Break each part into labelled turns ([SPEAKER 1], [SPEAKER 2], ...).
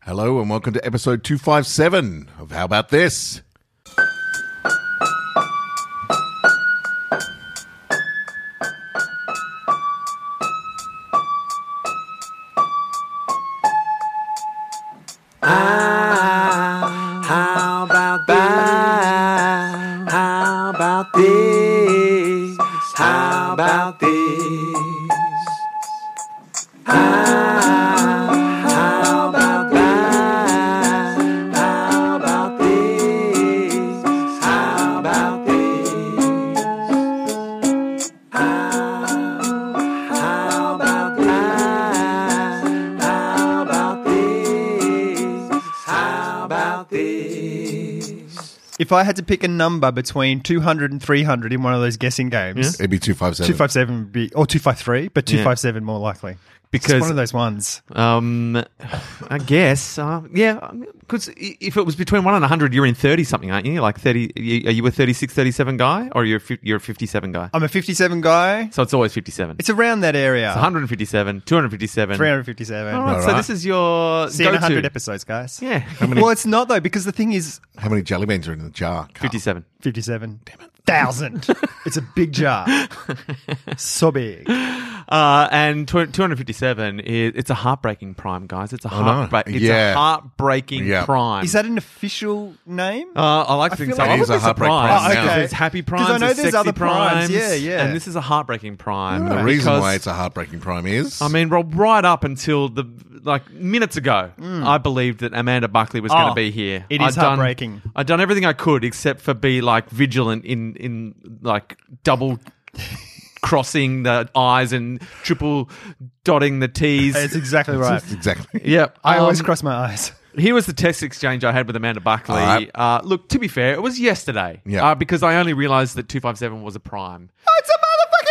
[SPEAKER 1] Hello and welcome to episode 257 of How About This?
[SPEAKER 2] How about this? How about this? How about this? How about that? How about this? How about this? How about that? How about this? How about this?
[SPEAKER 3] If I had to pick a number between 200 and 300 in one of those guessing games,
[SPEAKER 1] It'd be 257.
[SPEAKER 3] 257 would be, or 253, but 257 more likely.
[SPEAKER 4] Because-
[SPEAKER 3] it's one of those ones.
[SPEAKER 4] Um, I guess. Uh, yeah, because if it was between one and hundred, you're in thirty something, aren't you? Like thirty. you- Are you a 36, 37 guy, or you're a fif- you're a fifty-seven guy?
[SPEAKER 3] I'm a 57 guy.
[SPEAKER 4] So it's always fifty-seven. It's
[SPEAKER 3] Uh, It's around that area.
[SPEAKER 4] 157, 257.
[SPEAKER 3] 357.
[SPEAKER 4] All right, so
[SPEAKER 1] Alright.
[SPEAKER 4] this is your
[SPEAKER 3] See you in
[SPEAKER 4] go-to.
[SPEAKER 3] 100 episodes, guys.
[SPEAKER 4] Yeah.
[SPEAKER 3] well, it's not, though, because the thing is
[SPEAKER 1] How many jelly beans are in the jar? Carl?
[SPEAKER 4] Fifty-seven.
[SPEAKER 3] 57. Thousand. it's a big jar. so big.
[SPEAKER 4] Uh, and tw- 257 is it's a heartbreaking prime, guys.
[SPEAKER 3] Oh,
[SPEAKER 4] It's a heartbreak. It's
[SPEAKER 1] Yeah.
[SPEAKER 4] a heartbreaking
[SPEAKER 1] Yeah.
[SPEAKER 4] prime.
[SPEAKER 3] Is that an official name?
[SPEAKER 4] Uh, I like to
[SPEAKER 3] I
[SPEAKER 4] think
[SPEAKER 3] feel
[SPEAKER 4] so.
[SPEAKER 3] like
[SPEAKER 4] I
[SPEAKER 1] is
[SPEAKER 3] it
[SPEAKER 1] a
[SPEAKER 4] wouldn't be
[SPEAKER 1] heartbreak
[SPEAKER 4] surprised.
[SPEAKER 1] prime
[SPEAKER 4] Oh, because
[SPEAKER 1] now.
[SPEAKER 4] It's happy primes.
[SPEAKER 3] 'Cause I know
[SPEAKER 4] it's
[SPEAKER 3] there's
[SPEAKER 4] sexy
[SPEAKER 3] other primes.
[SPEAKER 4] primes.
[SPEAKER 3] Yeah, yeah.
[SPEAKER 4] And this is a heartbreaking prime.
[SPEAKER 1] The reason
[SPEAKER 4] because-
[SPEAKER 1] why it's a heartbreaking prime is
[SPEAKER 4] I mean, well, right up until the like minutes ago, I believed that Amanda Buckley was going
[SPEAKER 3] Mm. Oh,
[SPEAKER 4] to be here.
[SPEAKER 3] it is
[SPEAKER 4] I'd done-
[SPEAKER 3] heartbreaking.
[SPEAKER 4] I'd done everything I could except for be like vigilant in in like double crossing the I's and triple dotting the T's.
[SPEAKER 3] It's exactly right.
[SPEAKER 1] exactly.
[SPEAKER 4] Yep.
[SPEAKER 3] I always
[SPEAKER 4] Um,
[SPEAKER 3] cross my eyes.
[SPEAKER 4] here was the text exchange I had with Amanda Buckley.
[SPEAKER 1] All right.
[SPEAKER 4] Uh, look, to be fair, it was yesterday
[SPEAKER 1] Yeah.
[SPEAKER 4] uh, because I only realised that 257 was a prime.
[SPEAKER 3] It's a motherfucking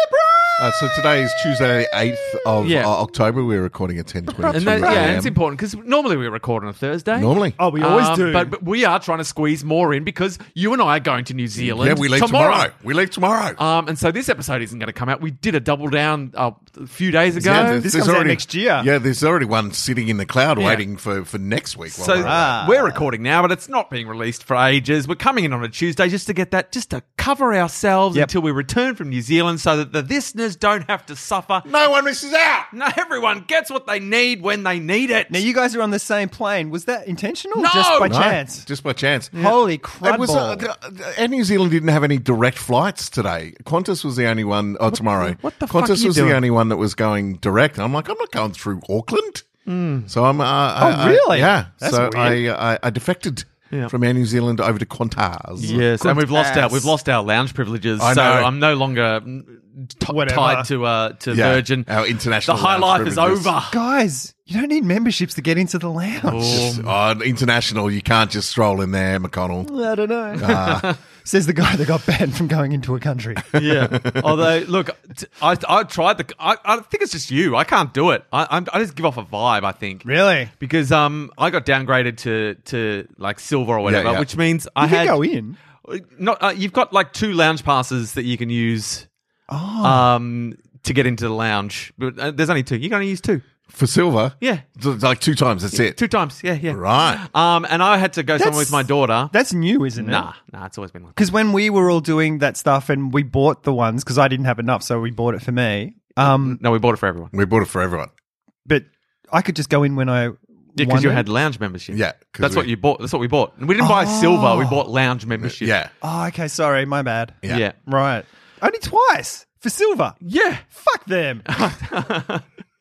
[SPEAKER 1] Uh, so today is Tuesday, the 8th of
[SPEAKER 4] Yeah.
[SPEAKER 1] uh, October. We're recording at 10.22
[SPEAKER 4] And that, yeah, and
[SPEAKER 1] a.m.
[SPEAKER 4] it's important because normally we record on a Thursday.
[SPEAKER 1] Normally.
[SPEAKER 3] Oh, we always
[SPEAKER 4] Um,
[SPEAKER 3] do.
[SPEAKER 4] But, but we are trying to squeeze more in because you and I are going to New Zealand
[SPEAKER 1] yeah, we leave tomorrow. We leave tomorrow.
[SPEAKER 4] Um, and so this episode isn't going to come out. We did a double down uh, a few days ago.
[SPEAKER 1] Yeah, there's-
[SPEAKER 3] this
[SPEAKER 1] there's
[SPEAKER 3] comes out next year.
[SPEAKER 1] Yeah, there's already one sitting in the cloud
[SPEAKER 4] Yeah.
[SPEAKER 1] waiting for, for next week. while
[SPEAKER 4] so uh,
[SPEAKER 1] we're-
[SPEAKER 3] Ah.
[SPEAKER 4] we're recording now, but it's not being released for ages. We're coming in on a Tuesday just to get that, just to cover ourselves
[SPEAKER 3] Yep.
[SPEAKER 4] until we return from New Zealand, so that the listeners don't have to suffer.
[SPEAKER 1] no one misses out.
[SPEAKER 4] No, everyone gets what they need when they need it.
[SPEAKER 3] Now you guys are on the same plane. Was that intentional? or
[SPEAKER 4] No!
[SPEAKER 3] just by
[SPEAKER 4] No.
[SPEAKER 3] chance.
[SPEAKER 1] Just by chance.
[SPEAKER 3] Holy crud!
[SPEAKER 1] It was, uh,
[SPEAKER 3] balls.
[SPEAKER 1] uh, Air New Zealand didn't have any direct flights today. Qantas was the only one. Oh, tomorrow.
[SPEAKER 4] what the
[SPEAKER 1] Qantas
[SPEAKER 4] fuck are you
[SPEAKER 1] was the
[SPEAKER 4] doing?
[SPEAKER 1] only one that was going direct. And I'm like, I'm not going through Auckland.
[SPEAKER 4] Hmm.
[SPEAKER 1] So I'm. Uh, oh,
[SPEAKER 3] really?
[SPEAKER 1] yeah.
[SPEAKER 3] That's
[SPEAKER 1] so I,
[SPEAKER 3] weird.
[SPEAKER 1] I I defected
[SPEAKER 4] Yeah.
[SPEAKER 1] from Air New Zealand over to Qantas.
[SPEAKER 4] Yes, and we've lost our
[SPEAKER 3] ass.
[SPEAKER 4] we've lost our lounge privileges,
[SPEAKER 1] I
[SPEAKER 4] so
[SPEAKER 1] know.
[SPEAKER 4] I'm no longer mm, t-
[SPEAKER 3] Whatever.
[SPEAKER 4] tied to uh, to
[SPEAKER 1] Yeah,
[SPEAKER 4] Virgin.
[SPEAKER 1] our international
[SPEAKER 4] the high
[SPEAKER 1] lounge
[SPEAKER 4] life
[SPEAKER 1] privileges.
[SPEAKER 4] is over.
[SPEAKER 3] Guys, you don't need memberships to get into the lounge.
[SPEAKER 1] Just, oh, international, you can't just stroll in there, McConnell.
[SPEAKER 3] I don't know.
[SPEAKER 4] Ah.
[SPEAKER 3] Says the guy that got banned from going into a country.
[SPEAKER 4] Yeah. Although, look, t- I, I tried the. I, I think it's just you. I can't do it. I, I'm, I just give off a vibe. I think
[SPEAKER 3] really?
[SPEAKER 4] because um, I got downgraded to to like silver or whatever,
[SPEAKER 1] yeah.
[SPEAKER 4] which means I
[SPEAKER 3] You
[SPEAKER 4] had
[SPEAKER 3] can go in.
[SPEAKER 4] Not uh, you've got like two lounge passes that you can use.
[SPEAKER 1] Oh.
[SPEAKER 4] Um. To get into the lounge, but uh, there's only two. You're going to use two,
[SPEAKER 1] For silver?
[SPEAKER 4] Yeah.
[SPEAKER 1] Th- Like two times, that's it.
[SPEAKER 4] two times. Yeah, yeah.
[SPEAKER 1] Right.
[SPEAKER 4] Um, and I had to go somewhere with my daughter.
[SPEAKER 3] That's new, isn't it?
[SPEAKER 4] Nah, nah, it's always been like.
[SPEAKER 3] Because when we were all doing that stuff and we bought the ones because I didn't have enough, so we bought it for me. Um,
[SPEAKER 4] No, we bought it for everyone.
[SPEAKER 1] We bought it for everyone.
[SPEAKER 3] but I could just go in when I
[SPEAKER 4] Yeah, because
[SPEAKER 3] wanted.
[SPEAKER 4] you had lounge membership.
[SPEAKER 1] Yeah, 'cause
[SPEAKER 4] that's what
[SPEAKER 1] we- Oh.
[SPEAKER 4] you bought. That's what we bought. And we didn't buy silver. We bought lounge membership.
[SPEAKER 1] Yeah.
[SPEAKER 3] Oh, okay. Sorry, my bad.
[SPEAKER 1] Yeah.
[SPEAKER 4] yeah,
[SPEAKER 3] Right. Only twice for silver.
[SPEAKER 4] yeah.
[SPEAKER 3] Fuck them.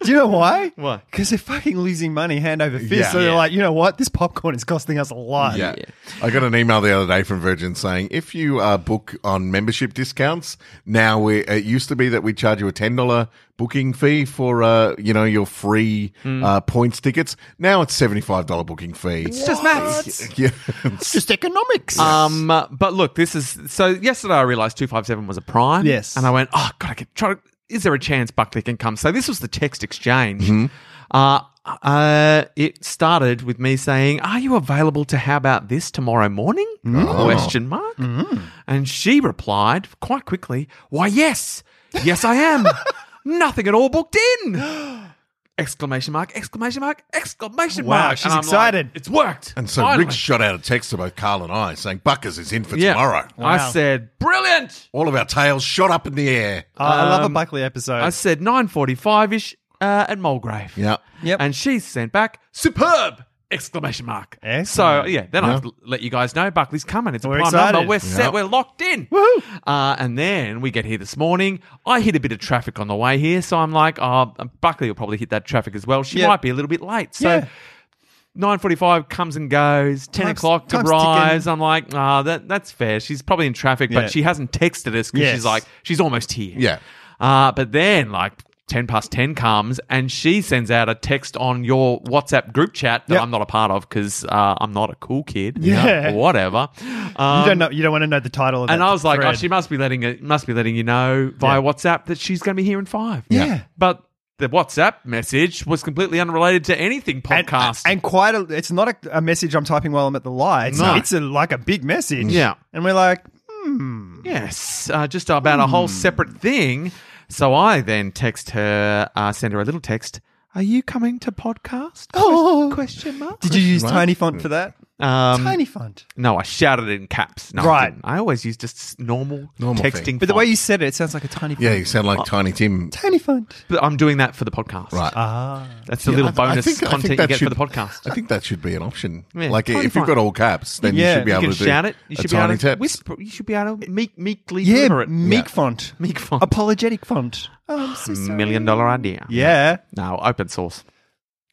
[SPEAKER 3] Do you know why?
[SPEAKER 4] Why?
[SPEAKER 3] Because they're fucking losing money hand over fist.
[SPEAKER 1] Yeah.
[SPEAKER 3] so they're
[SPEAKER 4] Yeah.
[SPEAKER 3] like, you know what? This popcorn is costing us a
[SPEAKER 4] Uh,
[SPEAKER 3] lot.
[SPEAKER 1] Yeah. I got an email the other day from Virgin saying if you uh, book on membership discounts, now we it used to be that we charge you a $10 booking fee for uh, you know your free
[SPEAKER 4] Hmm.
[SPEAKER 1] uh, points tickets. Now it's $75 booking fee.
[SPEAKER 4] It's just maths.
[SPEAKER 1] yeah.
[SPEAKER 3] It's just economics.
[SPEAKER 4] Um, uh, but look, this is so. Yesterday, I realised two five seven was a prime.
[SPEAKER 3] Yes.
[SPEAKER 4] and I went, oh god, I could try. to- Is there a chance Buckley can come? So this was the text exchange.
[SPEAKER 3] Mm-hmm.
[SPEAKER 4] Uh, uh, it started with me saying, "Are you available to how about this tomorrow morning?"
[SPEAKER 3] Mm. Oh.
[SPEAKER 4] Question mark.
[SPEAKER 3] Mm-hmm.
[SPEAKER 4] And she replied quite quickly, "Why, yes, yes, I am. Nothing at all booked in." exclamation mark, exclamation mark, exclamation
[SPEAKER 3] Wow,
[SPEAKER 4] mark.
[SPEAKER 3] she's
[SPEAKER 4] And I'm like,
[SPEAKER 3] excited.
[SPEAKER 4] it's worked.
[SPEAKER 1] And so
[SPEAKER 4] Finally.
[SPEAKER 1] Rick shot out a text to both Carl and I saying, Buckers is in for
[SPEAKER 4] Yeah.
[SPEAKER 1] tomorrow.
[SPEAKER 3] Wow.
[SPEAKER 4] I said, brilliant.
[SPEAKER 1] All of our tails shot up in the air.
[SPEAKER 3] Oh, I I love a Buckley episode.
[SPEAKER 4] um, I said 9.45 ish uh, at Mulgrave.
[SPEAKER 1] Yeah.
[SPEAKER 3] Yep.
[SPEAKER 4] And she sent back, superb! Exclamation mark.
[SPEAKER 3] Excellent.
[SPEAKER 4] So, yeah, then I l- let you guys know Buckley's coming. It's
[SPEAKER 3] We're
[SPEAKER 4] a prime
[SPEAKER 3] excited.
[SPEAKER 4] number. We're set.
[SPEAKER 1] Yep.
[SPEAKER 4] We're locked in. Woohoo! Uh, and then we get here this morning. I hit a bit of traffic on the way here. So I'm like, oh, Buckley will probably hit that traffic as well. She
[SPEAKER 3] Yep.
[SPEAKER 4] might be a little bit late. So,
[SPEAKER 3] Yeah.
[SPEAKER 4] 9.45 comes and goes 10
[SPEAKER 3] Time's-
[SPEAKER 4] o'clock to
[SPEAKER 3] time's
[SPEAKER 4] rise i'm like ah that, that's fair she's probably in traffic
[SPEAKER 3] Yeah.
[SPEAKER 4] but she hasn't texted us because
[SPEAKER 3] Yes.
[SPEAKER 4] she's like she's almost here
[SPEAKER 1] Yeah.
[SPEAKER 4] uh, but then like 10 past 10 comes and she sends out a text on your whatsapp group chat that
[SPEAKER 3] Yep.
[SPEAKER 4] i'm not a part of because uh, i'm not a cool kid
[SPEAKER 3] Yeah.
[SPEAKER 4] or whatever
[SPEAKER 3] you
[SPEAKER 4] Um,
[SPEAKER 3] don't know. You don't want to know the title of
[SPEAKER 4] and
[SPEAKER 3] that
[SPEAKER 4] I was like, oh,
[SPEAKER 3] thread.
[SPEAKER 4] she must be letting it must be letting you know via
[SPEAKER 3] Yeah.
[SPEAKER 4] WhatsApp that she's going to be here in five.
[SPEAKER 3] Yeah.
[SPEAKER 4] but the WhatsApp message was completely unrelated to anything
[SPEAKER 3] and, uh,
[SPEAKER 4] podcast.
[SPEAKER 3] and quite a. It's not a, a message I'm typing while I'm at the light. It's,
[SPEAKER 4] No.
[SPEAKER 3] it's a, like a big message.
[SPEAKER 4] Yeah.
[SPEAKER 3] and we're like, hmm.
[SPEAKER 4] Yes, uh, just about a whole
[SPEAKER 1] Hmm.
[SPEAKER 4] separate thing. So I then text her, uh, send her a little text. Are you coming to podcast?
[SPEAKER 3] Oh.
[SPEAKER 4] question mark.
[SPEAKER 3] Did you use tiny font for that?
[SPEAKER 4] Um,
[SPEAKER 3] tiny font.
[SPEAKER 4] No, I shouted it in caps. No,
[SPEAKER 3] Right.
[SPEAKER 4] I, didn't. I always use just s- normal,
[SPEAKER 1] Normal
[SPEAKER 4] texting.
[SPEAKER 1] thing.
[SPEAKER 3] But the way
[SPEAKER 4] font.
[SPEAKER 3] you said it, it sounds like a tiny font.
[SPEAKER 1] Yeah, you sound
[SPEAKER 4] Oh.
[SPEAKER 1] like Tiny Tim.
[SPEAKER 3] Tiny font.
[SPEAKER 4] But I'm doing that for the podcast.
[SPEAKER 1] Right.
[SPEAKER 3] Ah.
[SPEAKER 4] That's the little
[SPEAKER 1] I- I
[SPEAKER 4] bonus
[SPEAKER 1] think- I think
[SPEAKER 4] content
[SPEAKER 1] that
[SPEAKER 4] you get
[SPEAKER 1] should-
[SPEAKER 4] for the podcast.
[SPEAKER 1] I think that should be an option.
[SPEAKER 4] Yeah,
[SPEAKER 1] like
[SPEAKER 4] tiny
[SPEAKER 1] if you've
[SPEAKER 4] font.
[SPEAKER 1] got all caps, then
[SPEAKER 3] Yeah,
[SPEAKER 1] you should be
[SPEAKER 3] you
[SPEAKER 1] able
[SPEAKER 4] You can
[SPEAKER 1] to do
[SPEAKER 4] shout it. You
[SPEAKER 1] a
[SPEAKER 4] should be
[SPEAKER 1] tiny
[SPEAKER 4] able to
[SPEAKER 1] text.
[SPEAKER 4] whisper. You should be able to meek, meekly
[SPEAKER 3] Yeah,
[SPEAKER 4] deliver it.
[SPEAKER 1] Yeah.
[SPEAKER 3] meek font.
[SPEAKER 4] Meek font.
[SPEAKER 3] Apologetic font. Oh, I'm so sorry.
[SPEAKER 4] million dollar idea.
[SPEAKER 3] Yeah.
[SPEAKER 4] No, open source.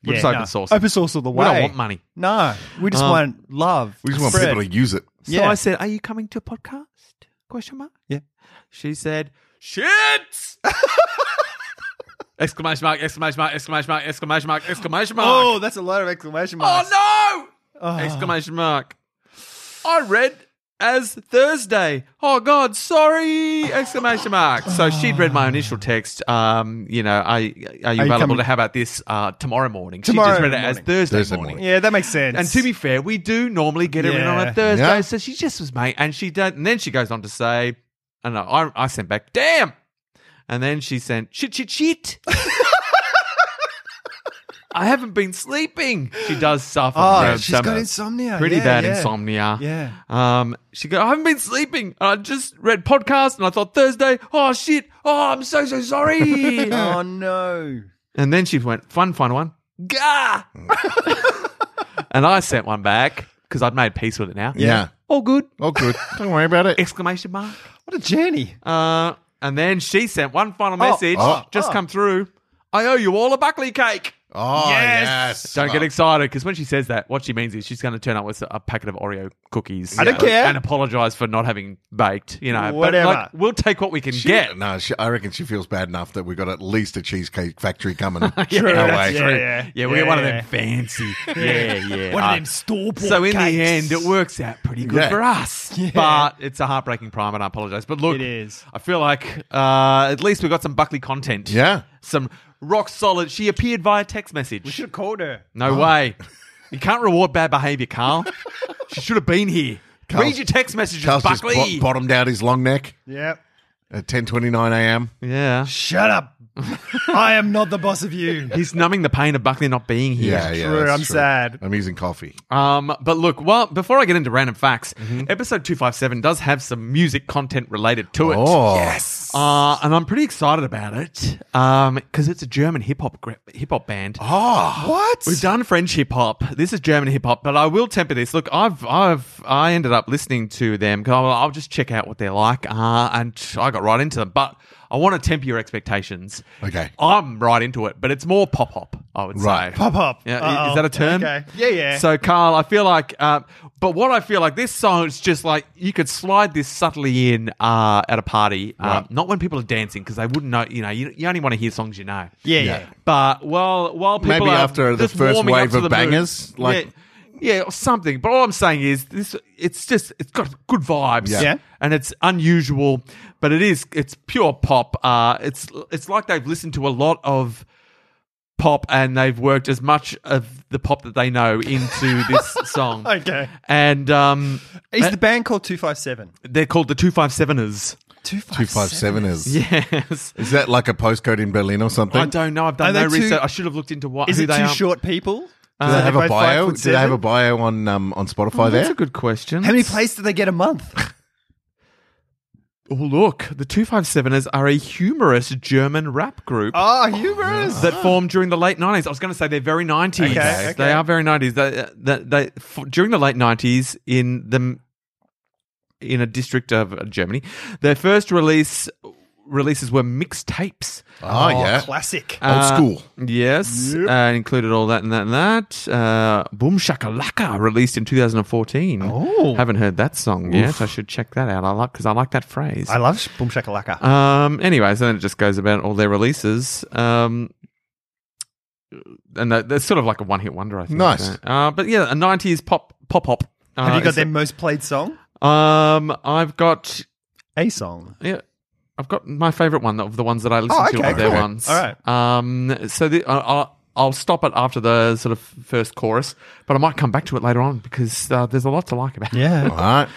[SPEAKER 4] We're just
[SPEAKER 3] Yeah,
[SPEAKER 4] open
[SPEAKER 3] no.
[SPEAKER 4] source.
[SPEAKER 3] Open source all the
[SPEAKER 4] we
[SPEAKER 3] way.
[SPEAKER 4] don't want money.
[SPEAKER 3] No, we just
[SPEAKER 4] Um,
[SPEAKER 3] want love.
[SPEAKER 1] We just want
[SPEAKER 3] spread.
[SPEAKER 1] people to use it.
[SPEAKER 4] So
[SPEAKER 3] Yeah.
[SPEAKER 4] I said, "Are you coming to a podcast?" Question mark.
[SPEAKER 3] Yeah.
[SPEAKER 4] She said, "Shit!" exclamation mark! Exclamation mark! Exclamation mark! Exclamation mark! Exclamation
[SPEAKER 3] Oh,
[SPEAKER 4] mark!
[SPEAKER 3] that's a lot of exclamation marks.
[SPEAKER 4] Oh, no!
[SPEAKER 3] Oh.
[SPEAKER 4] Exclamation mark! I read as Thursday. Oh God, sorry! Exclamation mark!
[SPEAKER 3] Oh.
[SPEAKER 4] So she'd read my initial text. Um, you know, are, are you available
[SPEAKER 3] coming-
[SPEAKER 4] to have at this uh, tomorrow morning? she
[SPEAKER 3] Tomorrow
[SPEAKER 4] just read it as
[SPEAKER 3] morning.
[SPEAKER 4] Thursday,
[SPEAKER 1] Thursday
[SPEAKER 4] morning.
[SPEAKER 1] morning.
[SPEAKER 3] Yeah, that makes sense.
[SPEAKER 4] And to be fair, we do normally get her in on
[SPEAKER 3] Yeah.
[SPEAKER 4] a Thursday,
[SPEAKER 1] Yeah.
[SPEAKER 4] so she just was mate, and she did, and then she goes on to say, "I know." I, I sent back, "Damn," and then she sent, "Shit, shit, shit." I haven't been sleeping. She does suffer
[SPEAKER 3] oh,
[SPEAKER 4] from
[SPEAKER 3] she's
[SPEAKER 4] some
[SPEAKER 3] got insomnia.
[SPEAKER 4] pretty
[SPEAKER 3] Yeah,
[SPEAKER 4] bad
[SPEAKER 3] yeah.
[SPEAKER 4] insomnia.
[SPEAKER 3] Yeah.
[SPEAKER 4] Um, she goes, I haven't been sleeping. I just read podcast and I thought Thursday. Oh shit. Oh, I'm so so sorry.
[SPEAKER 3] Oh no.
[SPEAKER 4] And then she went, fun, fun one. Gah! and I sent one back because I'd made peace with it now.
[SPEAKER 1] Yeah.
[SPEAKER 4] All good.
[SPEAKER 1] Oh, good. Don't worry about it.
[SPEAKER 4] Exclamation mark.
[SPEAKER 3] What a journey.
[SPEAKER 4] Uh, and then she sent one final message,
[SPEAKER 1] oh,
[SPEAKER 4] just
[SPEAKER 3] oh.
[SPEAKER 4] come through. I owe you all a Buckley cake.
[SPEAKER 1] Oh, yes.
[SPEAKER 4] Don't get
[SPEAKER 1] Oh,
[SPEAKER 4] excited because when she says that, what she means is she's going to turn up with a packet of Oreo cookies.
[SPEAKER 3] I don't
[SPEAKER 4] you know,
[SPEAKER 3] care.
[SPEAKER 4] And apologize for not having baked, you know.
[SPEAKER 3] Whatever.
[SPEAKER 4] But like, we'll take what we can
[SPEAKER 1] she-
[SPEAKER 4] get.
[SPEAKER 1] No, she, I reckon she feels bad enough that we got at least a cheesecake factory coming.
[SPEAKER 4] True,
[SPEAKER 1] our
[SPEAKER 4] that's
[SPEAKER 1] way.
[SPEAKER 3] Yeah, yeah.
[SPEAKER 4] Yeah, we get one of them fancy. Yeah, yeah.
[SPEAKER 3] One
[SPEAKER 4] Uh,
[SPEAKER 3] of them store bought
[SPEAKER 4] So in the end, it works out pretty good
[SPEAKER 1] Yeah.
[SPEAKER 4] for us.
[SPEAKER 3] Yeah.
[SPEAKER 4] But it's a heartbreaking prime, and I apologise. But look,
[SPEAKER 3] It is.
[SPEAKER 4] I feel like uh, at least we got some Buckley content.
[SPEAKER 1] Yeah.
[SPEAKER 4] some rock solid. She appeared via text message.
[SPEAKER 3] We should have called her.
[SPEAKER 1] Oh.
[SPEAKER 4] no way. You can't reward bad behaviour, Carl. she should have been here.
[SPEAKER 1] Carl's-
[SPEAKER 4] Read your text messages,
[SPEAKER 1] Carl's just
[SPEAKER 4] Buckley.
[SPEAKER 1] bo- bottomed out his long neck
[SPEAKER 3] Yep.
[SPEAKER 1] at 10.29 a.m.
[SPEAKER 4] yeah.
[SPEAKER 3] Shut up. I am not the boss of you.
[SPEAKER 4] He's numbing the pain of Buckley not being here.
[SPEAKER 1] Yeah, yeah.
[SPEAKER 3] true.
[SPEAKER 1] that's
[SPEAKER 3] I'm sad.
[SPEAKER 1] I'm using coffee.
[SPEAKER 4] Um, but look, well, before I get into random facts,
[SPEAKER 1] Mm-hmm.
[SPEAKER 4] episode 257 does have some music content related to it.
[SPEAKER 1] Oh.
[SPEAKER 3] Yes.
[SPEAKER 4] Uh, and I'm pretty excited about it because it's a German hip hop gra- hip hop band.
[SPEAKER 1] Oh.
[SPEAKER 3] What?
[SPEAKER 4] We've done French hip hop. This is German hip hop, but I will temper this. Look, I've I've I ended up listening to them because I'll, I'll just check out what they're like, uh, and I got right into them. But I want to temper your expectations.
[SPEAKER 1] Okay.
[SPEAKER 4] I'm right into it, but it's more pop hop. I would
[SPEAKER 1] Right.
[SPEAKER 4] say
[SPEAKER 3] Pop up.
[SPEAKER 4] yeah, i-
[SPEAKER 3] Uh-oh.
[SPEAKER 4] is that a term?
[SPEAKER 3] Okay. Yeah, yeah.
[SPEAKER 4] So, Carl, I feel like, uh, but what I feel like this song is just like you could slide this subtly in uh, at a party, uh, not when people are dancing because they wouldn't know. You know, you, you only want to hear songs you know.
[SPEAKER 3] yeah,
[SPEAKER 1] Yeah.
[SPEAKER 3] yeah.
[SPEAKER 4] But while while people
[SPEAKER 1] Maybe
[SPEAKER 4] are
[SPEAKER 1] after the
[SPEAKER 4] just
[SPEAKER 1] first
[SPEAKER 4] warming up
[SPEAKER 1] wave
[SPEAKER 4] to
[SPEAKER 1] of
[SPEAKER 4] the
[SPEAKER 1] bangers,
[SPEAKER 4] mood.
[SPEAKER 1] like-
[SPEAKER 4] Yeah. Yeah, or something. But all I'm saying is this it's just it's got good vibes.
[SPEAKER 1] Yeah.
[SPEAKER 3] Yeah.
[SPEAKER 4] And it's unusual, but it is it's pure pop. Uh it's it's like they've listened to a lot of pop and they've worked as much of the pop that they know into this song.
[SPEAKER 3] Okay.
[SPEAKER 4] And um
[SPEAKER 3] Is the band called 257?
[SPEAKER 4] they're called the 257ers.
[SPEAKER 3] Two five
[SPEAKER 1] Two five seven is.
[SPEAKER 4] Yes.
[SPEAKER 1] Is that like a postcode in Berlin or something?
[SPEAKER 4] I don't know. I've
[SPEAKER 3] Are
[SPEAKER 4] done
[SPEAKER 3] they
[SPEAKER 4] no
[SPEAKER 3] too-
[SPEAKER 4] research. I should have looked into what
[SPEAKER 3] Is
[SPEAKER 4] who
[SPEAKER 3] it Uh,
[SPEAKER 4] they
[SPEAKER 3] two
[SPEAKER 4] are.
[SPEAKER 3] short people?
[SPEAKER 1] Do they have a bio? Do
[SPEAKER 3] Do
[SPEAKER 1] they have a bio on um, on Spotify
[SPEAKER 4] Oh, that's
[SPEAKER 1] there?
[SPEAKER 4] a good question.
[SPEAKER 3] How many plays do they get a month?
[SPEAKER 4] Oh, look, the 257ers are a humorous German rap group.
[SPEAKER 3] Oh, humorous.
[SPEAKER 4] that formed during the late 90s. I was going to say they're very 90s.
[SPEAKER 3] Okay, okay.
[SPEAKER 4] They are very 90s. They, uh, they, they, f- during the late 90s in the in a district of uh, Germany, their first release releases were mixtapes. Uh,
[SPEAKER 1] oh, yeah,
[SPEAKER 3] classic.
[SPEAKER 1] old school.
[SPEAKER 4] Yes, uh, included all that and that and that. Uh, Boom Shakalaka released in 2014.
[SPEAKER 3] Oh.
[SPEAKER 4] haven't heard that song yet. I should check that out. I like because I like that phrase.
[SPEAKER 3] I love Boom Shakalaka.
[SPEAKER 4] Um, anyways, then it just goes about all their releases. Um, and that, that's sort of like a one hit wonder, I think.
[SPEAKER 1] Nice.
[SPEAKER 4] Uh, but yeah, a 90s pop pop pop. Uh,
[SPEAKER 3] have you got
[SPEAKER 4] is-
[SPEAKER 3] their most played song?
[SPEAKER 4] Um, I've got
[SPEAKER 3] A song.
[SPEAKER 4] yeah, I've got my favorite one of the ones that I listen
[SPEAKER 3] Oh,
[SPEAKER 4] to
[SPEAKER 3] okay,
[SPEAKER 4] of their
[SPEAKER 1] cool.
[SPEAKER 4] ones.
[SPEAKER 3] All right.
[SPEAKER 4] Um, so the, I I'll, I'll stop it after the sort of first chorus, but I might come back to it later on because uh, there's a lot to like about. it.
[SPEAKER 1] All right.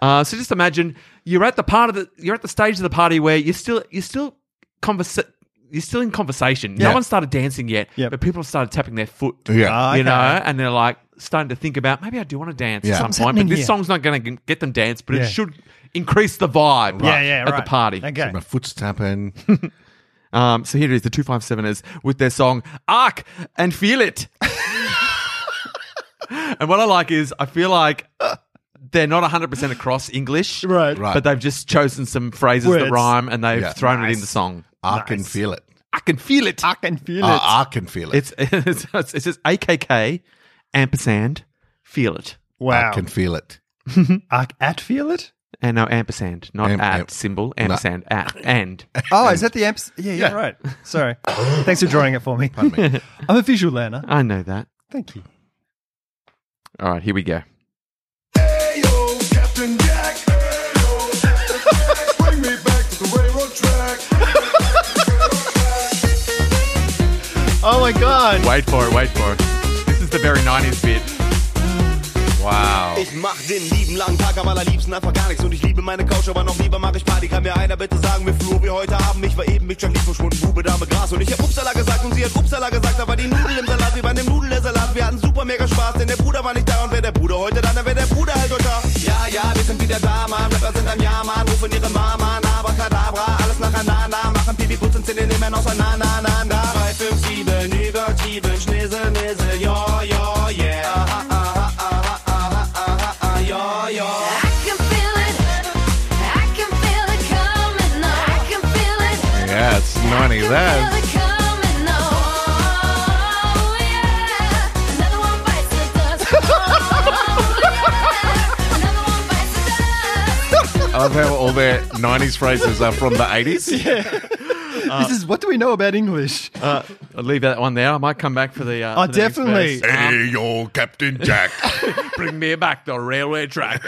[SPEAKER 4] Uh, so just imagine you're at the part of the you're at the stage of the party where you're still you're still conversa- you're still in conversation.
[SPEAKER 3] Yeah.
[SPEAKER 4] No one started dancing yet,
[SPEAKER 3] Yep.
[SPEAKER 4] but people have started tapping their foot.
[SPEAKER 1] Yeah.
[SPEAKER 3] Ah,
[SPEAKER 4] You
[SPEAKER 3] okay.
[SPEAKER 4] know, and they're like starting to think about maybe I do want to dance
[SPEAKER 1] Yeah.
[SPEAKER 4] at some
[SPEAKER 1] Something's
[SPEAKER 4] point, but
[SPEAKER 3] happening
[SPEAKER 4] this
[SPEAKER 3] here.
[SPEAKER 4] song's not going to get them dance, but
[SPEAKER 3] Yeah.
[SPEAKER 4] it should increase the vibe.
[SPEAKER 3] Yeah, yeah,
[SPEAKER 4] at
[SPEAKER 3] right.
[SPEAKER 4] the party.
[SPEAKER 3] Okay.
[SPEAKER 1] My foot's tapping.
[SPEAKER 4] Um, so here it is, the two five seveners with their song "Arc" and "Feel It." and what I like is I feel like they're not 100% across English.
[SPEAKER 3] Right.
[SPEAKER 1] Right.
[SPEAKER 4] But they've just chosen some phrases that
[SPEAKER 3] Words.
[SPEAKER 4] rhyme and they've
[SPEAKER 1] Yeah.
[SPEAKER 4] thrown it in the song.
[SPEAKER 1] I can feel it.
[SPEAKER 4] I can feel it.
[SPEAKER 3] I can feel it.
[SPEAKER 1] Uh, I can feel it.
[SPEAKER 4] It's, it's, it's, it's just AKK, ampersand, feel it.
[SPEAKER 3] wow.
[SPEAKER 1] I can feel it.
[SPEAKER 3] I at feel it.
[SPEAKER 4] And no, ampersand, not
[SPEAKER 1] Am-
[SPEAKER 4] at
[SPEAKER 1] am-
[SPEAKER 4] symbol, ampersand, at, and.
[SPEAKER 3] Oh, is that the amps? Yeah, yeah,
[SPEAKER 1] Yeah.
[SPEAKER 3] right. Sorry. Thanks for drawing it for me.
[SPEAKER 1] Pardon me.
[SPEAKER 3] I'm a visual learner.
[SPEAKER 4] I know that.
[SPEAKER 3] Thank you.
[SPEAKER 4] All right, here we go.
[SPEAKER 5] Captain Jack. Bring me back to the railroad track.
[SPEAKER 3] Oh my god.
[SPEAKER 4] Wait for it, wait for it. This is the very 90s bit. Wow.
[SPEAKER 6] Ich mach den lieben langen Tag am allerliebsten einfach gar nichts. Und ich liebe meine Couch, aber noch lieber mach ich Party. Kann mir einer bitte sagen, wie Flo wir heute haben? Ich war eben mit Jackie verschwunden, Bube, Dame, Gras. Und ich hab Upsala gesagt und sie hat Upsala gesagt. Da war die Nudel im Salat, wie bei dem Nudel der Salat. Wir hatten super mega Spaß, denn der Bruder war nicht da. Und wär der Bruder heute da, dann wär der Bruder halt heute da. Ja, ja, wir sind wieder da, Mann. Rapper sind am Jahr, Mann. Rufen ihre Mama, an, Abracadabra. Alles nachher, na, na. Machen Pipi, putzen, zählen immer noch na, na, na, na. 3, 5, 7, übertrieben. Schnizzle, Nizzle, ja, ja, yeah. Aha, aha, aha, aha, aha, aha, Ah, ja, ja.
[SPEAKER 7] I can feel it. I can feel it coming on. I can feel it.
[SPEAKER 1] Yeah, it's 90s.
[SPEAKER 7] Feel
[SPEAKER 1] That.
[SPEAKER 7] it coming on. Oh yeah. Another one bites the dust. Oh yeah. Another one bites the dust.
[SPEAKER 1] I love how all their 90s phrases are from the 80s.
[SPEAKER 3] this is what do we know about English?
[SPEAKER 4] Uh, I'll leave that one there. I might come back for the. Uh,
[SPEAKER 3] Oh,
[SPEAKER 4] for the next
[SPEAKER 3] definitely.
[SPEAKER 4] verse. Um,
[SPEAKER 1] Hey, yo, Captain Jack.
[SPEAKER 4] Bring me back the railway track.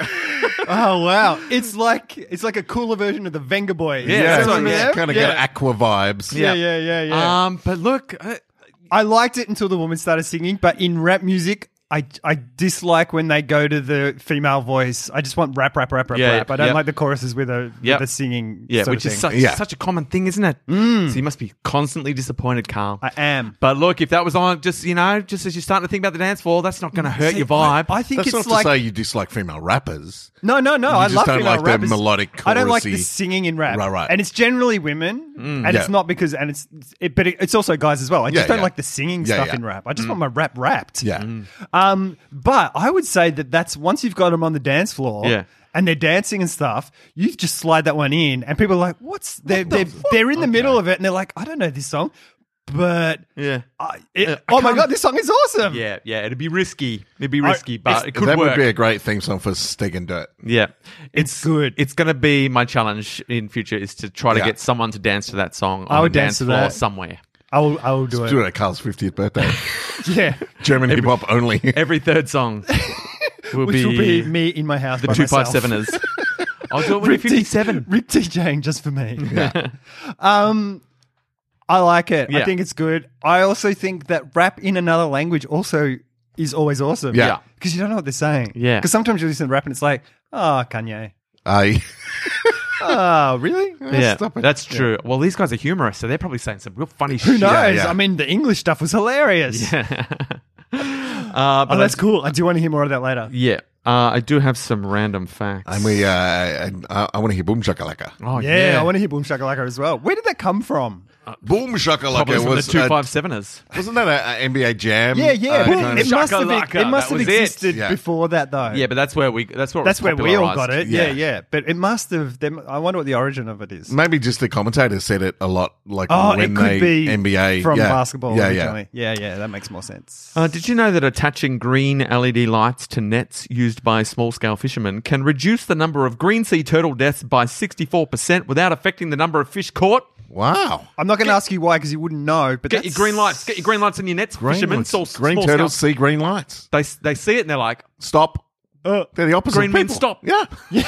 [SPEAKER 3] oh wow. It's like it's like a cooler version of the Venga Boys.
[SPEAKER 4] Yeah,
[SPEAKER 1] yeah, it's
[SPEAKER 4] that's what- yeah.
[SPEAKER 1] kind of got
[SPEAKER 3] yeah.
[SPEAKER 1] aqua vibes.
[SPEAKER 3] yeah, yeah, yeah, yeah.
[SPEAKER 4] Um, but look, uh,
[SPEAKER 3] I liked it until the woman started singing, but in rap music, I, I dislike when they go to the female voice. I just want rap, rap, rap, rap,
[SPEAKER 4] Yeah,
[SPEAKER 3] rap. I don't
[SPEAKER 4] yeah.
[SPEAKER 3] like the choruses with a
[SPEAKER 4] Yeah.
[SPEAKER 3] with a singing.
[SPEAKER 4] yeah, Mm.
[SPEAKER 3] sort
[SPEAKER 4] which
[SPEAKER 3] of
[SPEAKER 4] is
[SPEAKER 3] thing.
[SPEAKER 4] such,
[SPEAKER 1] Yeah.
[SPEAKER 4] such a common thing, isn't it? So you must be constantly disappointed, Carl.
[SPEAKER 3] I am.
[SPEAKER 4] but look, if that was on, just you know, just as you're starting to think about the dance floor, that's not going to hurt your vibe.
[SPEAKER 3] I think
[SPEAKER 1] That's
[SPEAKER 3] it's
[SPEAKER 1] not
[SPEAKER 3] like
[SPEAKER 1] to say you dislike female rappers.
[SPEAKER 3] No, no, no.
[SPEAKER 1] You
[SPEAKER 3] I
[SPEAKER 1] just
[SPEAKER 3] love
[SPEAKER 1] don't
[SPEAKER 3] female
[SPEAKER 1] like that
[SPEAKER 3] rappers.
[SPEAKER 1] melodic
[SPEAKER 3] I don't like the
[SPEAKER 1] chorusy-
[SPEAKER 3] singing in rap.
[SPEAKER 1] Right, right. Mm,
[SPEAKER 3] And it's generally women, and
[SPEAKER 1] Yeah.
[SPEAKER 3] it's not because, and it's, it, but it, it's also guys as well. I just
[SPEAKER 1] Yeah,
[SPEAKER 3] don't
[SPEAKER 1] yeah.
[SPEAKER 3] like the singing
[SPEAKER 1] Yeah,
[SPEAKER 3] stuff
[SPEAKER 1] yeah.
[SPEAKER 3] in rap. I just want my rap rapped.
[SPEAKER 1] Yeah.
[SPEAKER 4] Mm.
[SPEAKER 3] Um, but I would say that that's once you've got them on the dance floor.
[SPEAKER 4] Yeah.
[SPEAKER 3] And they're dancing and stuff. You just slide that one in, and people are like, "What's?" They're they're, they're in the middle of it, and they're like, "I don't know this song," but
[SPEAKER 4] yeah,
[SPEAKER 3] I, it,
[SPEAKER 4] Uh, I
[SPEAKER 3] oh my
[SPEAKER 4] can't-
[SPEAKER 3] god, this song is awesome!
[SPEAKER 4] yeah, yeah. It'd be risky. It'd be risky, but
[SPEAKER 3] it's-
[SPEAKER 4] it could
[SPEAKER 1] that
[SPEAKER 4] work.
[SPEAKER 1] would be a great theme song for Steg and Dirt.
[SPEAKER 4] yeah,
[SPEAKER 3] It's good.
[SPEAKER 4] It's going to be my challenge in future is to try to
[SPEAKER 1] Yeah.
[SPEAKER 4] get someone to dance to that song. On
[SPEAKER 3] I would
[SPEAKER 4] the
[SPEAKER 3] dance to
[SPEAKER 4] floor
[SPEAKER 3] that.
[SPEAKER 4] somewhere.
[SPEAKER 3] I will, I will do
[SPEAKER 1] Do
[SPEAKER 3] it.
[SPEAKER 1] it at Carl's 50th birthday.
[SPEAKER 3] Yeah,
[SPEAKER 1] German hip hop only.
[SPEAKER 4] Every third song will
[SPEAKER 3] which
[SPEAKER 4] be,
[SPEAKER 3] will be me in my house.
[SPEAKER 4] the
[SPEAKER 3] by
[SPEAKER 4] two five
[SPEAKER 3] myself.
[SPEAKER 4] seveners. I'll do it when you're
[SPEAKER 3] T-
[SPEAKER 4] 57.
[SPEAKER 3] Rip DJing just for me.
[SPEAKER 1] Yeah.
[SPEAKER 3] Um, I like it. I
[SPEAKER 4] Yeah.
[SPEAKER 3] think it's good. I also think that rap in another language also is always awesome.
[SPEAKER 1] Yeah. Yeah.
[SPEAKER 3] Because you don't know what they're saying.
[SPEAKER 4] Yeah.
[SPEAKER 3] "Ah, Because sometimes you listen to rap and it's like, oh, Kanye.
[SPEAKER 1] I
[SPEAKER 3] Ah, really?
[SPEAKER 4] yeah,
[SPEAKER 1] stop it.
[SPEAKER 4] that's true. Well, these guys are humorous, so they're probably saying some real funny
[SPEAKER 3] Who
[SPEAKER 4] shit.
[SPEAKER 3] knows?
[SPEAKER 1] yeah.
[SPEAKER 3] I mean, the English stuff was hilarious.
[SPEAKER 4] Uh, but
[SPEAKER 3] Oh, that's
[SPEAKER 4] I-
[SPEAKER 3] cool. I do want to hear more of that later.
[SPEAKER 4] yeah, uh, I do have some random facts.
[SPEAKER 1] And we, uh, and I, I want to hear boom shakalaka.
[SPEAKER 4] oh
[SPEAKER 3] Yeah,
[SPEAKER 4] yeah,
[SPEAKER 3] I want to hear Boom Shakalaka as well. Where did that come from?
[SPEAKER 1] Boom
[SPEAKER 4] probably
[SPEAKER 1] shakalaka
[SPEAKER 4] from
[SPEAKER 1] was
[SPEAKER 4] the two
[SPEAKER 1] uh,
[SPEAKER 4] five seveners.
[SPEAKER 1] wasn't that a, a NBA jam?
[SPEAKER 3] Yeah, yeah.
[SPEAKER 1] uh,
[SPEAKER 3] Boom,
[SPEAKER 1] kind of-
[SPEAKER 3] it must have,
[SPEAKER 4] Shakalaka,
[SPEAKER 3] it must
[SPEAKER 4] that
[SPEAKER 3] have
[SPEAKER 4] was it.
[SPEAKER 3] existed
[SPEAKER 1] Yeah.
[SPEAKER 3] before that, though.
[SPEAKER 4] Yeah, but that's where we. That's where. it
[SPEAKER 3] That's where
[SPEAKER 4] was
[SPEAKER 3] we all got it.
[SPEAKER 4] popularised.
[SPEAKER 3] Yeah, yeah.
[SPEAKER 1] Yeah.
[SPEAKER 3] But it must have. Them, I wonder what the origin of it is.
[SPEAKER 1] Maybe just the commentator said it a lot, like
[SPEAKER 3] Oh,
[SPEAKER 1] when
[SPEAKER 3] it could
[SPEAKER 1] they
[SPEAKER 3] be
[SPEAKER 1] NBA
[SPEAKER 3] from
[SPEAKER 1] yeah.
[SPEAKER 3] basketball
[SPEAKER 1] Yeah, yeah.
[SPEAKER 3] originally. Yeah. yeah, That makes more sense.
[SPEAKER 4] Uh, did you know that attaching green LED lights to nets used by small scale fishermen can reduce the number of green sea turtle deaths by 64% without affecting the number of fish caught?
[SPEAKER 1] Wow,
[SPEAKER 3] I'm not going to ask you why because you wouldn't know. But
[SPEAKER 4] Get
[SPEAKER 3] that's-
[SPEAKER 4] your green lights. Get your green lights in your nets, fishermen.
[SPEAKER 1] lights.
[SPEAKER 4] It's all
[SPEAKER 1] green
[SPEAKER 4] small
[SPEAKER 1] turtles
[SPEAKER 4] scale.
[SPEAKER 1] see green lights.
[SPEAKER 4] They, they see it and they're like,
[SPEAKER 1] Stop. They're the opposite.
[SPEAKER 4] Green
[SPEAKER 1] of
[SPEAKER 4] men
[SPEAKER 1] people.
[SPEAKER 4] stop.
[SPEAKER 1] Yeah.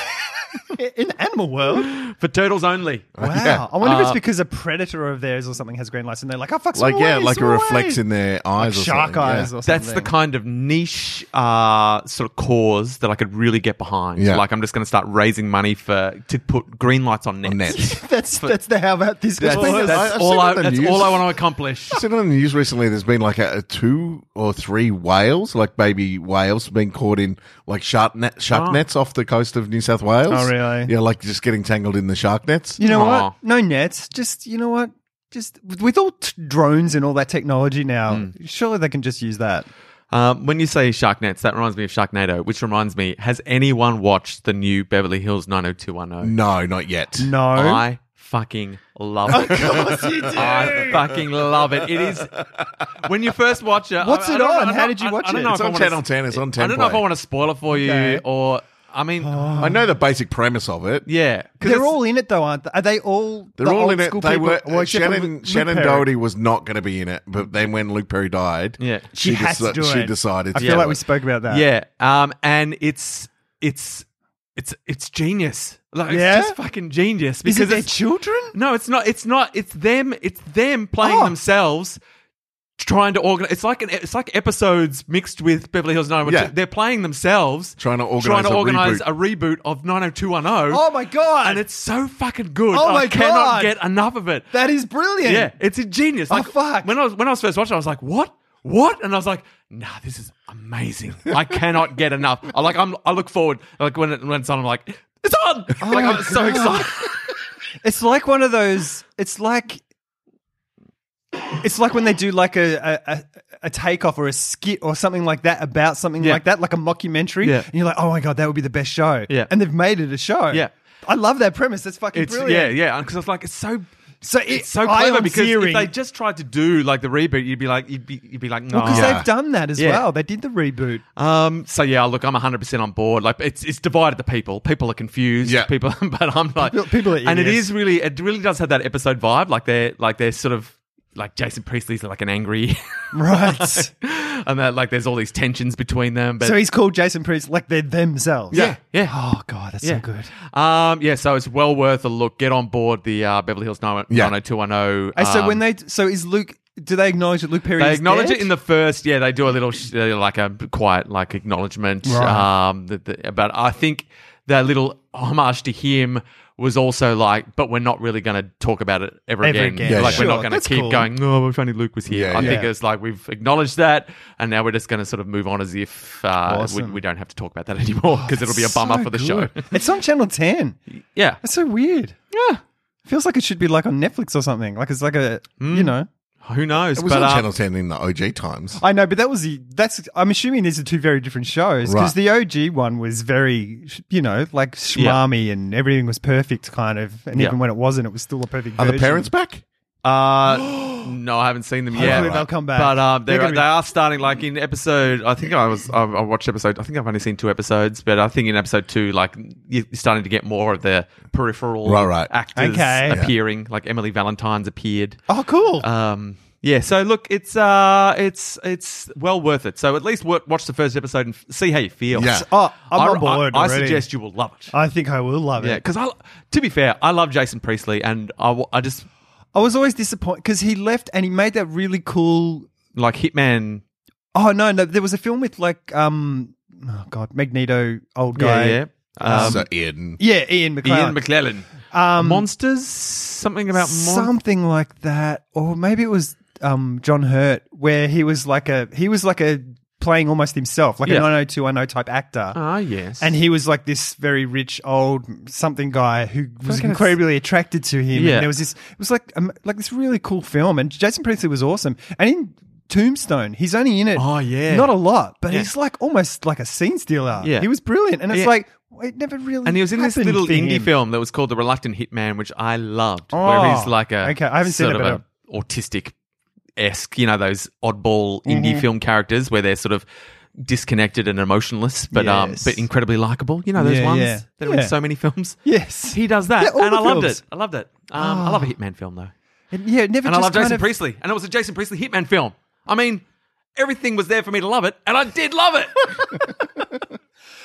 [SPEAKER 3] in the animal world.
[SPEAKER 4] for turtles only.
[SPEAKER 3] Wow.
[SPEAKER 1] Yeah.
[SPEAKER 3] I wonder if it's because a predator of theirs or something has green lights and they're like, oh, fuck,
[SPEAKER 1] Uh, Like
[SPEAKER 3] swim
[SPEAKER 1] yeah,
[SPEAKER 3] away,
[SPEAKER 1] like
[SPEAKER 3] swim
[SPEAKER 1] a reflex
[SPEAKER 3] away.
[SPEAKER 1] in their eyes, or
[SPEAKER 3] Shark
[SPEAKER 1] something.
[SPEAKER 3] eyes
[SPEAKER 1] Yeah.
[SPEAKER 3] or something.
[SPEAKER 4] That's the kind of niche uh, sort of cause that I could really get behind.
[SPEAKER 1] Yeah.
[SPEAKER 4] Like I'm just going to start raising money for to put green lights on nets.
[SPEAKER 1] On nets.
[SPEAKER 3] That's, that's the how about this.
[SPEAKER 4] That's,
[SPEAKER 1] Well,
[SPEAKER 4] that's
[SPEAKER 1] I- I've seen
[SPEAKER 4] all,
[SPEAKER 1] it
[SPEAKER 4] I,
[SPEAKER 1] on the
[SPEAKER 4] that's
[SPEAKER 1] news.
[SPEAKER 4] all I want to accomplish.
[SPEAKER 1] I've seen on the news recently. There's been like a, a two or three whales, like baby whales, being caught in like shark net, shark
[SPEAKER 4] Oh.
[SPEAKER 1] nets off the coast of New South Wales.
[SPEAKER 3] Oh, really?
[SPEAKER 1] Yeah, like just getting tangled in the shark nets.
[SPEAKER 3] You know
[SPEAKER 4] Aw.
[SPEAKER 3] what? No nets. Just you know what? Just with all t- drones and all that technology now,
[SPEAKER 1] Hmm.
[SPEAKER 3] surely they can just use that.
[SPEAKER 4] Um, when you say shark nets, that reminds me of Sharknado, which reminds me, has anyone watched the new Beverly Hills 90210?
[SPEAKER 1] No, not yet.
[SPEAKER 3] No,
[SPEAKER 4] I fucking love it. Of course you do. I fucking love it. It is when you first watch it.
[SPEAKER 3] What's
[SPEAKER 4] I- I
[SPEAKER 3] it
[SPEAKER 4] don't know-
[SPEAKER 3] on?
[SPEAKER 4] I
[SPEAKER 3] How
[SPEAKER 4] don't-
[SPEAKER 3] did you
[SPEAKER 4] I-
[SPEAKER 3] watch
[SPEAKER 4] I don't
[SPEAKER 3] it?
[SPEAKER 4] know
[SPEAKER 1] It's
[SPEAKER 4] if I
[SPEAKER 1] on
[SPEAKER 4] wanna
[SPEAKER 1] Channel
[SPEAKER 4] s-
[SPEAKER 1] 10, it's on
[SPEAKER 4] I
[SPEAKER 1] 10
[SPEAKER 4] don't know if I
[SPEAKER 1] play.
[SPEAKER 4] want to spoil it for you
[SPEAKER 3] Okay.
[SPEAKER 4] or I mean,
[SPEAKER 1] I know the basic premise of it.
[SPEAKER 4] yeah, 'cause
[SPEAKER 3] they're
[SPEAKER 4] it's-
[SPEAKER 3] all in it though, aren't they? Are they all?
[SPEAKER 1] They're
[SPEAKER 3] the
[SPEAKER 1] all
[SPEAKER 3] old
[SPEAKER 1] in it.
[SPEAKER 3] school
[SPEAKER 1] They
[SPEAKER 3] people?
[SPEAKER 1] were
[SPEAKER 3] Well, except for
[SPEAKER 1] Shannon.
[SPEAKER 3] Luke
[SPEAKER 1] Shannon
[SPEAKER 3] Perry.
[SPEAKER 1] Doherty was not going to be in it, but then when Luke Perry died,
[SPEAKER 4] Yeah.
[SPEAKER 3] She had
[SPEAKER 1] deci-
[SPEAKER 3] to do
[SPEAKER 1] she
[SPEAKER 3] it.
[SPEAKER 1] decided.
[SPEAKER 3] I
[SPEAKER 1] to
[SPEAKER 3] feel
[SPEAKER 1] do
[SPEAKER 3] like we
[SPEAKER 1] it.
[SPEAKER 3] spoke about that.
[SPEAKER 4] Yeah, um, and it's it's it's it's genius. Like
[SPEAKER 3] Yeah?
[SPEAKER 4] it's just fucking genius
[SPEAKER 3] Is
[SPEAKER 4] because
[SPEAKER 3] it their
[SPEAKER 4] it's-
[SPEAKER 3] children?
[SPEAKER 4] No, it's not. It's not. It's them. It's them playing
[SPEAKER 3] Oh.
[SPEAKER 4] themselves, trying to organize. It's like an. e, It's like episodes mixed with Beverly Hills 902.
[SPEAKER 1] Yeah.
[SPEAKER 4] They're playing themselves,
[SPEAKER 1] Trying to organise
[SPEAKER 4] trying to
[SPEAKER 1] a
[SPEAKER 4] organize a reboot of 90210.
[SPEAKER 3] Oh my god!
[SPEAKER 4] And it's so fucking good.
[SPEAKER 3] Oh
[SPEAKER 4] I
[SPEAKER 3] my God.
[SPEAKER 4] cannot get enough of it.
[SPEAKER 3] that is brilliant.
[SPEAKER 4] yeah, it's a genius.
[SPEAKER 3] Oh,
[SPEAKER 4] Like
[SPEAKER 3] fuck.
[SPEAKER 4] when I was when I was first watching, it, I was like, what? What? And I was like, nah, this is amazing. I cannot get enough. I like I'm I look forward like when it, when it's on, I'm like, it's on. like
[SPEAKER 3] Oh my
[SPEAKER 4] I'm so
[SPEAKER 3] God.
[SPEAKER 4] excited.
[SPEAKER 3] It's like one of those. It's like. It's like when they do like a a, a, a takeoff or a skit or something like that about something
[SPEAKER 4] Yeah.
[SPEAKER 3] like that, like a mockumentary.
[SPEAKER 4] Yeah.
[SPEAKER 3] And you're like, oh my god, that would be the best show.
[SPEAKER 4] Yeah.
[SPEAKER 3] And they've made it a show.
[SPEAKER 4] Yeah.
[SPEAKER 3] I love that premise. That's fucking
[SPEAKER 4] It's
[SPEAKER 3] brilliant.
[SPEAKER 4] yeah, yeah, because it's like it's so.
[SPEAKER 3] So it-
[SPEAKER 4] it's so
[SPEAKER 3] I
[SPEAKER 4] clever
[SPEAKER 3] am
[SPEAKER 4] because
[SPEAKER 3] Searing-
[SPEAKER 4] if they just tried to do like the reboot, you'd be like, you'd be, you'd be like, no.
[SPEAKER 3] because
[SPEAKER 1] Yeah.
[SPEAKER 3] they've done that as
[SPEAKER 4] Oh, Yeah.
[SPEAKER 3] well. They did the reboot.
[SPEAKER 4] um, so yeah, look, I'm 100 percent on board. Like, it's it's divided the people. People are confused.
[SPEAKER 1] Yeah.
[SPEAKER 4] people, but I'm like,
[SPEAKER 3] People- people are
[SPEAKER 4] and it
[SPEAKER 3] idiots.
[SPEAKER 4] is really, it really does have that episode vibe. Like they're like they're sort of like Jason Priestley's like an angry,
[SPEAKER 3] Right. so
[SPEAKER 4] and that like there's all these tensions between them. But
[SPEAKER 3] he's called Jason Priest like they're themselves.
[SPEAKER 4] yeah, yeah.
[SPEAKER 3] Oh god, that's so
[SPEAKER 4] Yeah.
[SPEAKER 3] good.
[SPEAKER 4] Um, yeah, so it's well worth a look. Get on board the uh, Beverly Hills 90-
[SPEAKER 1] Yeah.
[SPEAKER 4] 90210.
[SPEAKER 3] Hey, so
[SPEAKER 4] um,
[SPEAKER 3] when they so is Luke do they acknowledge that Luke Perry
[SPEAKER 4] They
[SPEAKER 3] is
[SPEAKER 4] acknowledge
[SPEAKER 3] dead?
[SPEAKER 4] it in the first. Yeah, they do a little sh- uh, like a quiet like acknowledgement.
[SPEAKER 3] Right.
[SPEAKER 4] Um, that the, but I think that little homage to him was also like, but we're not really going to talk about it ever,
[SPEAKER 3] Ever
[SPEAKER 4] again.
[SPEAKER 3] again. Yeah,
[SPEAKER 4] like
[SPEAKER 3] sure.
[SPEAKER 4] we're not going
[SPEAKER 3] That's
[SPEAKER 4] to keep
[SPEAKER 3] cool.
[SPEAKER 4] going. No, if only Luke was here.
[SPEAKER 1] Yeah,
[SPEAKER 4] I
[SPEAKER 1] yeah.
[SPEAKER 4] think it's like we've acknowledged that, and now we're just going to sort of move on as if uh,
[SPEAKER 3] Awesome.
[SPEAKER 4] we, we don't have to talk about that anymore because it'll be a bummer
[SPEAKER 3] So
[SPEAKER 4] for the show.
[SPEAKER 3] good. it's on Channel 10.
[SPEAKER 4] yeah,
[SPEAKER 3] That's so weird.
[SPEAKER 4] yeah.
[SPEAKER 3] Feels like it should be like on Netflix or something. Like it's like a,
[SPEAKER 4] Hmm.
[SPEAKER 3] you know.
[SPEAKER 4] Who knows?
[SPEAKER 1] It was
[SPEAKER 4] but
[SPEAKER 1] on
[SPEAKER 4] uh,
[SPEAKER 1] Channel Ten in the OG times.
[SPEAKER 3] I know, but that was the, that's, I'm assuming these are two very different shows because
[SPEAKER 1] Right.
[SPEAKER 3] the OG one was very, you know, like schmarmy and everything was perfect kind of. And
[SPEAKER 4] Yeah.
[SPEAKER 3] even when it wasn't, it was still a perfect
[SPEAKER 1] Are the
[SPEAKER 3] version.
[SPEAKER 1] parents back?
[SPEAKER 4] Uh, no, I haven't seen them yet.
[SPEAKER 3] Hopefully they'll come back.
[SPEAKER 4] But um, they're,
[SPEAKER 3] They're gonna be-
[SPEAKER 4] they are starting like in episode. I think I was I, I watched episode. I think I've only seen two episodes, but I think in episode two, like you're starting to get more of the peripheral
[SPEAKER 1] Right, right.
[SPEAKER 4] actors
[SPEAKER 3] Okay.
[SPEAKER 4] appearing. Like Emily Valentine's appeared.
[SPEAKER 3] Oh, cool.
[SPEAKER 4] Um, yeah. So look, it's uh, it's it's well worth it. So at least wa- watch the first episode and f- see how you feel.
[SPEAKER 1] Yeah.
[SPEAKER 3] oh, I'm
[SPEAKER 4] I-
[SPEAKER 3] on board.
[SPEAKER 4] I, I
[SPEAKER 3] already.
[SPEAKER 4] suggest you will love it.
[SPEAKER 3] I think I will love
[SPEAKER 4] yeah,
[SPEAKER 3] it.
[SPEAKER 4] because I, to be fair, I love Jason Priestley, and I, w- I just
[SPEAKER 3] I was always disappointed because he left and he made that really cool.
[SPEAKER 4] like Hitman
[SPEAKER 3] Oh, no, no. There was a film with like, um, oh, God, Magneto, old guy.
[SPEAKER 4] guy. Um,
[SPEAKER 1] so Ian.
[SPEAKER 3] Yeah, Ian McClellan.
[SPEAKER 4] Ian McClellan.
[SPEAKER 3] Um,
[SPEAKER 4] Monsters, something about mon-
[SPEAKER 3] something like that, or maybe it was um, John Hurt, where he was like a he was like a playing almost himself, like a
[SPEAKER 4] Yeah.
[SPEAKER 3] 90210 type actor.
[SPEAKER 4] Ah, yes.
[SPEAKER 3] And he was like this very rich old something guy who was
[SPEAKER 4] Fucking-
[SPEAKER 3] incredibly attracted to him.
[SPEAKER 4] Yeah.
[SPEAKER 3] And it was this, it was like um, like this really cool film. And Jason Priestley was awesome. And in Tombstone, he's only in it.
[SPEAKER 4] Oh, yeah.
[SPEAKER 3] not a lot, but
[SPEAKER 4] Yeah.
[SPEAKER 3] he's like almost like a scene stealer.
[SPEAKER 4] Yeah.
[SPEAKER 3] he was brilliant. And it's
[SPEAKER 4] Yeah.
[SPEAKER 3] like it never really.
[SPEAKER 4] And he was in this
[SPEAKER 3] happened
[SPEAKER 4] little
[SPEAKER 3] for
[SPEAKER 4] indie
[SPEAKER 3] him.
[SPEAKER 4] film that was called The Reluctant Hitman, which I loved. where he's
[SPEAKER 3] Oh,
[SPEAKER 4] like a
[SPEAKER 3] okay. I haven't seen
[SPEAKER 4] sort
[SPEAKER 3] it,
[SPEAKER 4] of
[SPEAKER 3] but
[SPEAKER 4] a autistic esque, you know, those oddball
[SPEAKER 3] Mm-hmm.
[SPEAKER 4] indie film characters where they're sort of disconnected and emotionless, but um,
[SPEAKER 3] Yes.
[SPEAKER 4] but incredibly likable. You know those
[SPEAKER 3] Yeah,
[SPEAKER 4] ones
[SPEAKER 3] yeah.
[SPEAKER 4] that are in
[SPEAKER 3] Yeah.
[SPEAKER 4] so many films.
[SPEAKER 3] Yes,
[SPEAKER 4] He does that,
[SPEAKER 3] Yeah, all
[SPEAKER 4] and
[SPEAKER 3] the
[SPEAKER 4] I loved
[SPEAKER 3] films. Ah.
[SPEAKER 4] it. I loved it. Um, I love a Hitman film though.
[SPEAKER 3] And yeah, it never.
[SPEAKER 4] and I
[SPEAKER 3] just
[SPEAKER 4] love
[SPEAKER 3] kind
[SPEAKER 4] Jason
[SPEAKER 3] of-
[SPEAKER 4] Priestley, and it was a Jason Priestley Hitman film. I mean, everything was there for me to love it, and I did love it.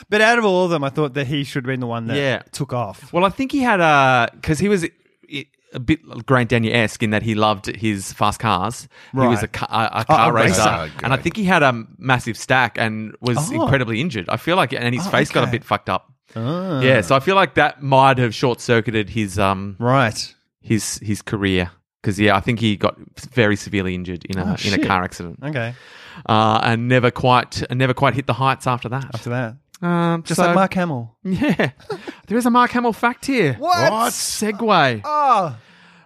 [SPEAKER 3] But out of all of them, I thought that he should have been the one that
[SPEAKER 4] Yeah.
[SPEAKER 3] took off.
[SPEAKER 4] well, I think he had a because he was i- a bit Grant Daniel esque in that he loved his fast cars. He was
[SPEAKER 3] Right.
[SPEAKER 4] a, ca- a, a car
[SPEAKER 3] a
[SPEAKER 4] racer,
[SPEAKER 1] racer.
[SPEAKER 4] and I think he had a massive stack and was
[SPEAKER 3] Oh.
[SPEAKER 4] incredibly injured. I feel like, and his
[SPEAKER 3] Oh,
[SPEAKER 4] face got a
[SPEAKER 3] okay.
[SPEAKER 4] bit fucked up. Yeah, so I feel like that might have short circuited his um
[SPEAKER 3] Right.
[SPEAKER 4] his his career because yeah, I think he got very severely injured in a in a
[SPEAKER 3] shit.
[SPEAKER 4] car accident.
[SPEAKER 3] Okay.
[SPEAKER 4] uh, and never quite and never quite hit the heights after that.
[SPEAKER 3] After that,
[SPEAKER 4] Um,
[SPEAKER 3] just
[SPEAKER 4] so-
[SPEAKER 3] like Mark Hamill.
[SPEAKER 4] Yeah, there is a Mark Hamill fact here.
[SPEAKER 3] What? What?
[SPEAKER 4] segue?
[SPEAKER 3] Oh,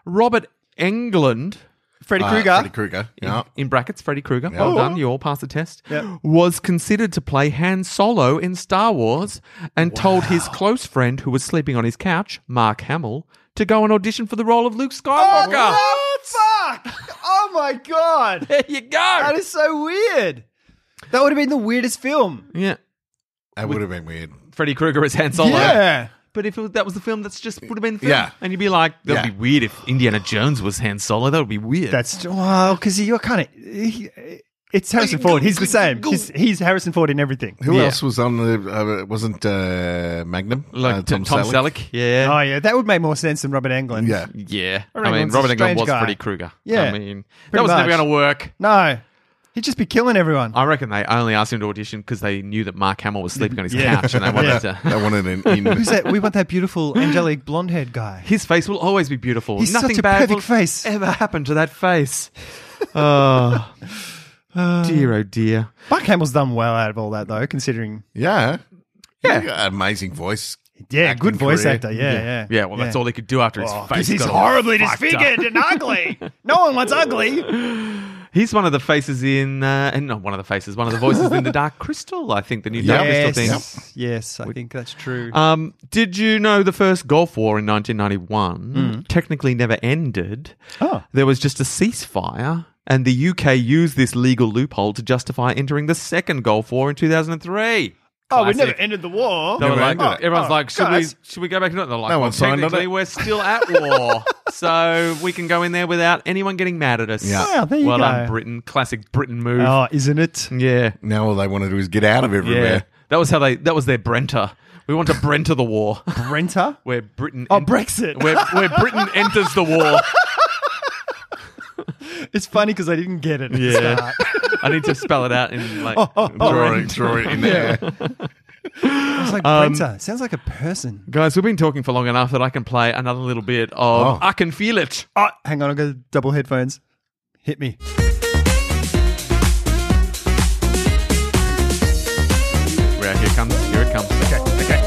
[SPEAKER 4] Robert Englund,
[SPEAKER 3] Freddy
[SPEAKER 1] Uh,
[SPEAKER 3] Krueger.
[SPEAKER 1] Freddy Krueger.
[SPEAKER 4] in,
[SPEAKER 1] Yeah.
[SPEAKER 4] in brackets Freddy Krueger. Well
[SPEAKER 1] Oh.
[SPEAKER 4] done, you all passed the test.
[SPEAKER 3] Yep.
[SPEAKER 4] Was considered to play Han Solo in Star Wars, and told his close friend who was sleeping on his couch, Mark Hamill, to go and audition for the role of Luke Skywalker.
[SPEAKER 3] Fuck! Oh my god,
[SPEAKER 4] There you go.
[SPEAKER 3] that is so weird. That would have been the weirdest film.
[SPEAKER 4] yeah,
[SPEAKER 1] That would have been weird.
[SPEAKER 4] Freddy Krueger as Han Solo.
[SPEAKER 3] Yeah.
[SPEAKER 4] But if it was, that was the film, that's just would have been the film.
[SPEAKER 1] Yeah.
[SPEAKER 4] And you'd be like, that'd
[SPEAKER 1] Yeah.
[SPEAKER 4] be weird if Indiana Jones was Han Solo. That would be weird.
[SPEAKER 3] That's well, because you're kind of. It's Harrison Ford. He's the same. He's, he's Harrison Ford in everything.
[SPEAKER 1] Who
[SPEAKER 4] Yeah.
[SPEAKER 1] else was on the? Uh, wasn't uh, Magnum?
[SPEAKER 4] like
[SPEAKER 1] Uh,
[SPEAKER 4] Tom, Tom Selleck. Yeah.
[SPEAKER 3] Oh yeah, that would make more sense than Robert Englund.
[SPEAKER 1] Yeah.
[SPEAKER 4] yeah.
[SPEAKER 3] Robert
[SPEAKER 4] I mean,
[SPEAKER 3] Englund's a
[SPEAKER 4] Robert Englund
[SPEAKER 3] strange
[SPEAKER 4] was
[SPEAKER 3] guy.
[SPEAKER 4] Freddy Krueger.
[SPEAKER 3] Yeah.
[SPEAKER 4] I mean, that
[SPEAKER 3] Pretty
[SPEAKER 4] was never
[SPEAKER 3] much.
[SPEAKER 4] going to work.
[SPEAKER 3] No, he'd just be killing everyone.
[SPEAKER 4] I reckon they only asked him to audition because they knew that Mark Hamill was sleeping on his
[SPEAKER 3] Yeah.
[SPEAKER 4] couch and they wanted
[SPEAKER 3] Yeah.
[SPEAKER 4] to.
[SPEAKER 1] That wanted an in.
[SPEAKER 3] Who's that? We want that beautiful angelic blonde-haired guy.
[SPEAKER 4] His face will always be beautiful.
[SPEAKER 3] He's
[SPEAKER 4] Nothing
[SPEAKER 3] such a
[SPEAKER 4] bad
[SPEAKER 3] perfect
[SPEAKER 4] will
[SPEAKER 3] face. Uh.
[SPEAKER 4] ever happen to that face. oh. dear, oh dear.
[SPEAKER 3] Mark Hamill's done well out of all that though, considering.
[SPEAKER 1] Yeah. Yeah. Amazing voice.
[SPEAKER 3] Yeah,
[SPEAKER 1] Acting
[SPEAKER 3] good voice
[SPEAKER 1] career.
[SPEAKER 3] actor. Yeah, yeah, yeah.
[SPEAKER 4] Yeah, well, that's all he could do after his
[SPEAKER 3] Oh, 'cause
[SPEAKER 4] face.
[SPEAKER 3] he's
[SPEAKER 4] got all
[SPEAKER 3] horribly
[SPEAKER 4] fucked up.
[SPEAKER 3] disfigured and ugly. No one wants ugly.
[SPEAKER 4] He's one of the faces in, uh, and not one of the faces, one of the voices in the Dark Crystal. I think the new Dark Crystal thing.
[SPEAKER 3] yes, yes, I think that's true.
[SPEAKER 4] Um, did you know the first Gulf War in 1991
[SPEAKER 3] Mm.
[SPEAKER 4] technically never ended?
[SPEAKER 3] Oh.
[SPEAKER 4] There was just a ceasefire, and the UK used this legal loophole to justify entering the second Gulf War in 2003.
[SPEAKER 3] oh, we
[SPEAKER 4] classic.
[SPEAKER 3] never ended the war.
[SPEAKER 4] They were
[SPEAKER 1] Never
[SPEAKER 4] like,
[SPEAKER 1] ended it.
[SPEAKER 4] everyone's
[SPEAKER 3] Oh,
[SPEAKER 4] like, should
[SPEAKER 3] guys.
[SPEAKER 4] we should we go back? to it?" They're like,
[SPEAKER 1] No
[SPEAKER 4] well,
[SPEAKER 1] one signed on
[SPEAKER 4] technically,
[SPEAKER 1] it."
[SPEAKER 4] we're still at war, so we can go in there without anyone getting mad at us.
[SPEAKER 1] Yeah.
[SPEAKER 3] Wow, there you
[SPEAKER 4] well done,
[SPEAKER 3] go.
[SPEAKER 4] Britain. Classic Britain move.
[SPEAKER 3] Oh, isn't it?
[SPEAKER 4] Yeah,
[SPEAKER 1] Now all they want to do is get out of
[SPEAKER 4] yeah.
[SPEAKER 1] everywhere.
[SPEAKER 4] That was how they. That was their Brenta. We want to Brenta the war.
[SPEAKER 3] Renter?
[SPEAKER 4] where Britain.
[SPEAKER 3] Oh, Brexit.
[SPEAKER 4] where, where Britain enters the war.
[SPEAKER 3] It's funny because I didn't get it. At
[SPEAKER 4] Yeah.
[SPEAKER 3] The start.
[SPEAKER 4] I need to spell it out in like.
[SPEAKER 3] Oh,
[SPEAKER 4] Oh,
[SPEAKER 1] Draw, it, draw it in there.
[SPEAKER 3] It's like
[SPEAKER 4] Um,
[SPEAKER 3] Brenta. Sounds like a person.
[SPEAKER 4] Guys, we've been talking for long enough that I can play another little bit
[SPEAKER 1] Oh.
[SPEAKER 4] of I Can Feel It.
[SPEAKER 3] Oh, hang on, I've got double headphones. Hit me.
[SPEAKER 4] Where here comes, here it comes. Okay, okay.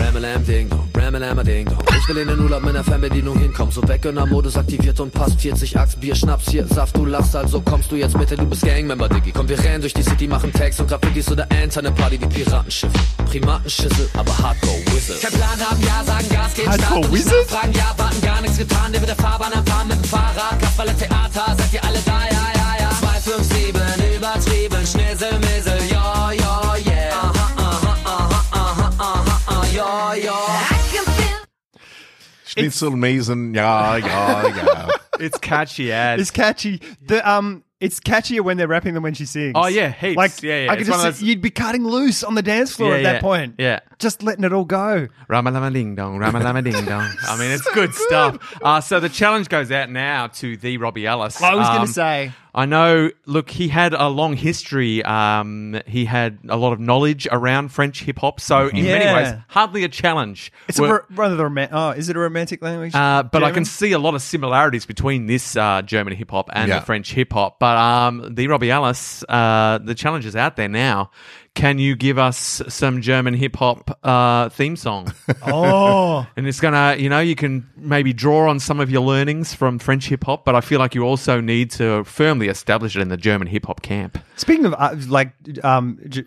[SPEAKER 8] Ramalam Ding Dong, Ramalam Ding Dong. Ich will in den Urlaub meiner Fernbedienung hinkommen. So Weckender-Modus aktiviert und passt. 40 Axt, Bier, Schnaps, hier, Saft, du lachst, also kommst du jetzt mit, denn du bist Gangmember, Diggi. Komm, wir rennen durch die City, machen Tags und Graffitis oder Ants an der Party wie Piratenschiffe. Primatenschüssel, aber Hardcore Wizard. Kein Plan haben, ja, sagen Gas, geht
[SPEAKER 3] Hardcore Wizard?
[SPEAKER 8] Fragen, ja, warten, gar nichts getan. Der mit der Fahrbahn am Fahren mit dem Fahrrad. Kraftballer Theater, seid ihr alle da, ja, ja, ja. 257, übertrieben, Schnitzelmisel, ja, ja, yeah. Aha, aha, aha, aha, aha, aha, ja, ja.
[SPEAKER 7] I can feel
[SPEAKER 1] Schnitzelmeisen. Ja, ja, ja.
[SPEAKER 4] It's catchy ad.
[SPEAKER 3] It's catchy. The um, it's catchier when they're rapping than when she sings.
[SPEAKER 4] Oh, yeah, heaps.
[SPEAKER 3] Like
[SPEAKER 4] Yeah, yeah,
[SPEAKER 3] I could
[SPEAKER 4] it's one
[SPEAKER 3] just
[SPEAKER 4] of
[SPEAKER 3] see-
[SPEAKER 4] those-
[SPEAKER 3] you'd be cutting loose on the dance floor
[SPEAKER 4] Yeah,
[SPEAKER 3] at
[SPEAKER 4] yeah,
[SPEAKER 3] that point.
[SPEAKER 4] yeah.
[SPEAKER 3] just letting it all go.
[SPEAKER 4] Ramalama ding dong, ramalama ding dong. I mean, it's good, stuff. Uh, so the challenge goes out now to the Robbie Ellis.
[SPEAKER 3] I was
[SPEAKER 4] Um,
[SPEAKER 3] gonna say
[SPEAKER 4] I know. Look, he had a long history. Um, he had a lot of knowledge around French hip hop, so in many
[SPEAKER 3] Mm-hmm. Yeah.
[SPEAKER 4] ways, hardly a challenge.
[SPEAKER 3] It's
[SPEAKER 4] We're-
[SPEAKER 3] a, ro- rather the romantic. Oh, is it a romantic language?
[SPEAKER 4] uh, but I
[SPEAKER 3] German?
[SPEAKER 4] can see a lot of similarities between this uh, German hip hop and
[SPEAKER 1] Yeah.
[SPEAKER 4] the French hip hop. But um, the Robbie Alice, uh, the challenge is out there now. Can you give us some German hip hop uh, theme song?
[SPEAKER 3] Oh,
[SPEAKER 4] and it's gonna, you know, you can maybe draw on some of your learnings from French hip hop. But I feel like you also need to firmly establish it in the German hip hop camp.
[SPEAKER 3] speaking of uh, like, um, Ge-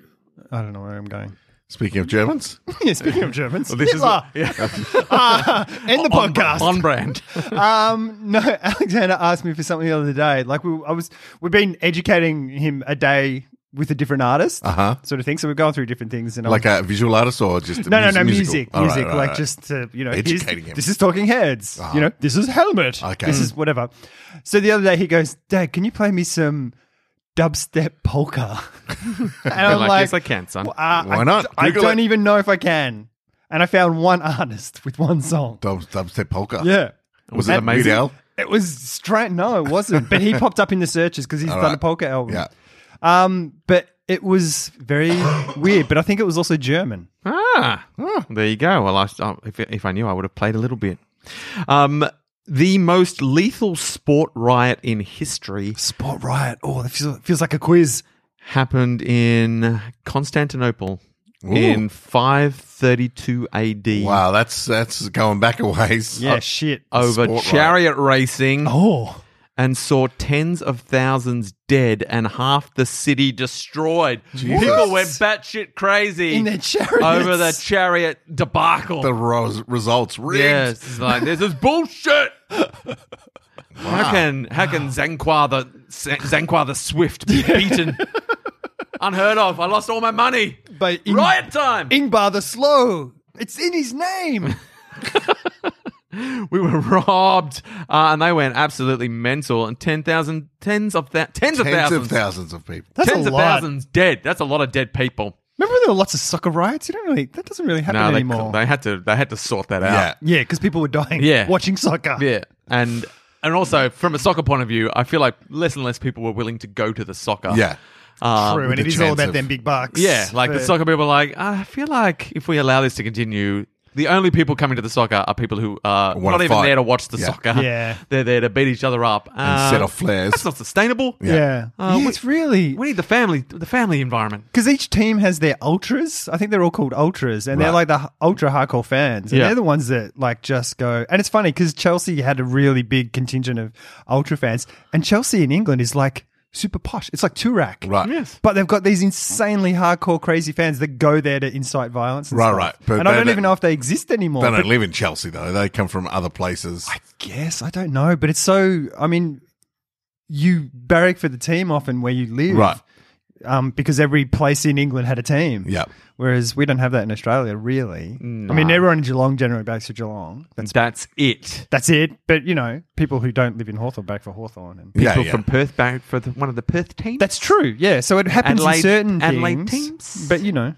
[SPEAKER 3] I don't know where I'm going.
[SPEAKER 1] Speaking of Germans,
[SPEAKER 3] yeah, speaking of Germans,
[SPEAKER 4] this is
[SPEAKER 3] Hitler. Ah, end the
[SPEAKER 4] On-
[SPEAKER 3] podcast.
[SPEAKER 4] on brand.
[SPEAKER 3] Um, no, Alexander asked me for something the other day. Like we, I was, we've been educating him a day with a different artist,
[SPEAKER 1] Uh-huh.
[SPEAKER 3] sort of thing. So we're going through different things, and
[SPEAKER 1] like
[SPEAKER 3] I'm,
[SPEAKER 1] a visual artist or just
[SPEAKER 3] no, no,
[SPEAKER 1] mus-
[SPEAKER 3] no,
[SPEAKER 1] musical?
[SPEAKER 3] music,
[SPEAKER 1] All right,
[SPEAKER 3] music,
[SPEAKER 1] all right,
[SPEAKER 3] like
[SPEAKER 1] all right.
[SPEAKER 3] just to, you know, here's-
[SPEAKER 1] Educating him. Uh-huh.
[SPEAKER 3] This is Talking Heads, you know, this is Helmet,
[SPEAKER 1] Okay. Mm.
[SPEAKER 3] this is whatever. So the other day he goes, Dad, can you play me some dubstep polka? and I'm
[SPEAKER 4] like, "Yes, I can, son."
[SPEAKER 3] "Well, uh,
[SPEAKER 1] Why
[SPEAKER 3] I-
[SPEAKER 1] not?
[SPEAKER 3] I
[SPEAKER 1] Google
[SPEAKER 3] don't
[SPEAKER 1] it."
[SPEAKER 3] even know if I can. And I found one artist with one song.
[SPEAKER 1] Dub- dubstep polka.
[SPEAKER 3] Yeah.
[SPEAKER 1] was it
[SPEAKER 4] that
[SPEAKER 1] amazing?
[SPEAKER 4] amazing?
[SPEAKER 3] It was straight. No, it wasn't. But he popped up in the searches because he's
[SPEAKER 1] All
[SPEAKER 3] done
[SPEAKER 1] right.
[SPEAKER 3] a polka album.
[SPEAKER 1] Yeah,
[SPEAKER 3] Um, but it was very weird. But I think it was also German.
[SPEAKER 4] Ah, there you go. Well, I, oh, if, if I knew, I would have played a little bit. Um, the most lethal sport riot in history
[SPEAKER 3] Sport Riot. Oh, that feels, feels like a quiz.
[SPEAKER 4] happened in Constantinople in 532 AD
[SPEAKER 1] wow, that's that's going back a ways. Uh,
[SPEAKER 3] Yeah, shit.
[SPEAKER 4] over
[SPEAKER 1] Sport riot.
[SPEAKER 4] chariot racing
[SPEAKER 3] Oh,
[SPEAKER 4] and saw tens of thousands dead and half the city destroyed.
[SPEAKER 1] Jesus.
[SPEAKER 4] People went batshit crazy
[SPEAKER 3] in their chariots.
[SPEAKER 4] over the chariot debacle.
[SPEAKER 1] the ro- results rigged.
[SPEAKER 4] Yes, it's like this is bullshit. How can how can Zanqua the Zanqua the Swift be beaten? Unheard of. I lost all my money.
[SPEAKER 3] But in-
[SPEAKER 4] Riot time.
[SPEAKER 3] Ingvar the Slow. It's in his name.
[SPEAKER 4] we were robbed, uh, and they went absolutely mental. And ten thousand, tens of thou- tens of
[SPEAKER 1] Tens
[SPEAKER 4] thousands,
[SPEAKER 1] of thousands of people.
[SPEAKER 3] That's
[SPEAKER 4] tens
[SPEAKER 3] a
[SPEAKER 4] of
[SPEAKER 3] lot.
[SPEAKER 4] thousands dead. That's a lot of dead people.
[SPEAKER 3] Remember when there were lots of soccer riots? You don't really. That doesn't really happen
[SPEAKER 4] No, they,
[SPEAKER 3] anymore.
[SPEAKER 4] they had to they had to sort that out.
[SPEAKER 1] Yeah.
[SPEAKER 3] yeah, because people were dying.
[SPEAKER 4] Yeah.
[SPEAKER 3] watching soccer.
[SPEAKER 4] Yeah, and and also from a soccer point of view, I feel like less and less people were willing to go to the soccer.
[SPEAKER 1] Yeah.
[SPEAKER 4] Um,
[SPEAKER 3] True, and
[SPEAKER 1] the
[SPEAKER 3] it is all
[SPEAKER 1] chance
[SPEAKER 3] about
[SPEAKER 1] of-
[SPEAKER 3] them big bucks.
[SPEAKER 4] Yeah, like the
[SPEAKER 3] But-
[SPEAKER 4] soccer people are like, I feel like if we allow this to continue, the only people coming to the soccer are people who are
[SPEAKER 1] Wanna
[SPEAKER 4] not even
[SPEAKER 1] fight.
[SPEAKER 4] there to watch the
[SPEAKER 1] Yeah.
[SPEAKER 4] soccer.
[SPEAKER 3] Yeah.
[SPEAKER 4] They're there to beat each other up.
[SPEAKER 1] And
[SPEAKER 4] Uh,
[SPEAKER 1] set off flares.
[SPEAKER 4] That's not sustainable.
[SPEAKER 3] Yeah,
[SPEAKER 4] Uh,
[SPEAKER 3] Yeah,
[SPEAKER 4] we-
[SPEAKER 3] it's really
[SPEAKER 4] We need the family, the family environment.
[SPEAKER 3] because each team has their ultras. I think they're all called ultras, and they're
[SPEAKER 1] Right.
[SPEAKER 3] like the h- ultra hardcore fans. And
[SPEAKER 4] Yeah.
[SPEAKER 3] they're the ones that like just go. And it's funny because Chelsea had a really big contingent of ultra fans, and Chelsea in England is like super posh. It's like Turak,
[SPEAKER 1] Right.
[SPEAKER 4] Yes.
[SPEAKER 3] But they've got these insanely hardcore, crazy fans that go there to incite violence. And
[SPEAKER 1] Right,
[SPEAKER 3] stuff.
[SPEAKER 1] right. But
[SPEAKER 3] and I
[SPEAKER 1] they-
[SPEAKER 3] don't
[SPEAKER 1] they-
[SPEAKER 3] even know if they exist anymore.
[SPEAKER 1] They
[SPEAKER 3] But
[SPEAKER 1] don't live in Chelsea though. They come from other places.
[SPEAKER 3] I guess I don't know, but it's so. I mean, you barrack for the team often where you live,
[SPEAKER 1] Right.
[SPEAKER 3] Um, because every place in England had a team.
[SPEAKER 1] Yeah.
[SPEAKER 3] Whereas we don't have that in Australia, really. I mean, everyone in Geelong generally backs for Geelong. That's
[SPEAKER 4] That's, it.
[SPEAKER 3] that's it. But you know, people who don't live in Hawthorn back for Hawthorn. And
[SPEAKER 1] Yeah,
[SPEAKER 4] People
[SPEAKER 1] yeah.
[SPEAKER 4] from Perth back for the, one of the Perth teams.
[SPEAKER 3] that's true. Yeah. So it happens
[SPEAKER 4] Adelaide-
[SPEAKER 3] in certain things,
[SPEAKER 4] Adelaide teams?
[SPEAKER 3] But you know,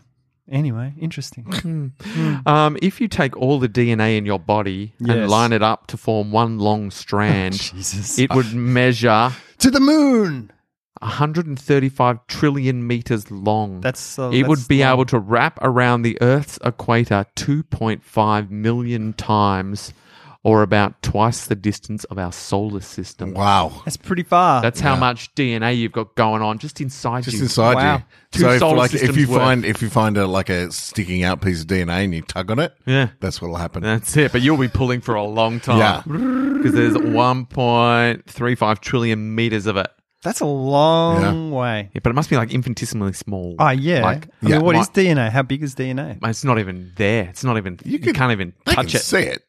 [SPEAKER 3] anyway, interesting.
[SPEAKER 4] um, if you take all the DNA in your body and
[SPEAKER 3] Yes.
[SPEAKER 4] line it up to form one long strand,
[SPEAKER 3] Jesus.
[SPEAKER 4] it would measure
[SPEAKER 3] to the moon.
[SPEAKER 4] 135 trillion meters long.
[SPEAKER 3] That's, uh,
[SPEAKER 4] it
[SPEAKER 3] that's
[SPEAKER 4] would be
[SPEAKER 3] long.
[SPEAKER 4] able to wrap around the Earth's equator 2.5 million times, or about twice the distance of our solar system.
[SPEAKER 1] Wow.
[SPEAKER 3] That's pretty far.
[SPEAKER 4] That's how much DNA you've got going on just inside
[SPEAKER 1] Just
[SPEAKER 4] you.
[SPEAKER 1] inside
[SPEAKER 4] Wow.
[SPEAKER 1] you.
[SPEAKER 4] Two
[SPEAKER 1] So if,
[SPEAKER 4] solar
[SPEAKER 1] like if
[SPEAKER 4] systems
[SPEAKER 1] you
[SPEAKER 4] worth.
[SPEAKER 1] find if you find a like a sticking out piece of DNA and you tug on it,
[SPEAKER 4] Yeah.
[SPEAKER 1] that's what'll happen.
[SPEAKER 4] That's it, but you'll be pulling for a long time.
[SPEAKER 1] Yeah.
[SPEAKER 4] Because there's 1.35 trillion meters of it.
[SPEAKER 3] That's a long way.
[SPEAKER 4] Yeah, but it must be like infinitesimally small.
[SPEAKER 3] Ah, yeah.
[SPEAKER 4] Like,
[SPEAKER 3] I mean,
[SPEAKER 1] yeah,
[SPEAKER 3] what
[SPEAKER 4] my-
[SPEAKER 3] is DNA? How big is DNA?
[SPEAKER 4] It's not even there. It's not even, you,
[SPEAKER 1] can-
[SPEAKER 4] can't even
[SPEAKER 1] They
[SPEAKER 4] touch
[SPEAKER 1] can
[SPEAKER 4] it.
[SPEAKER 1] see it.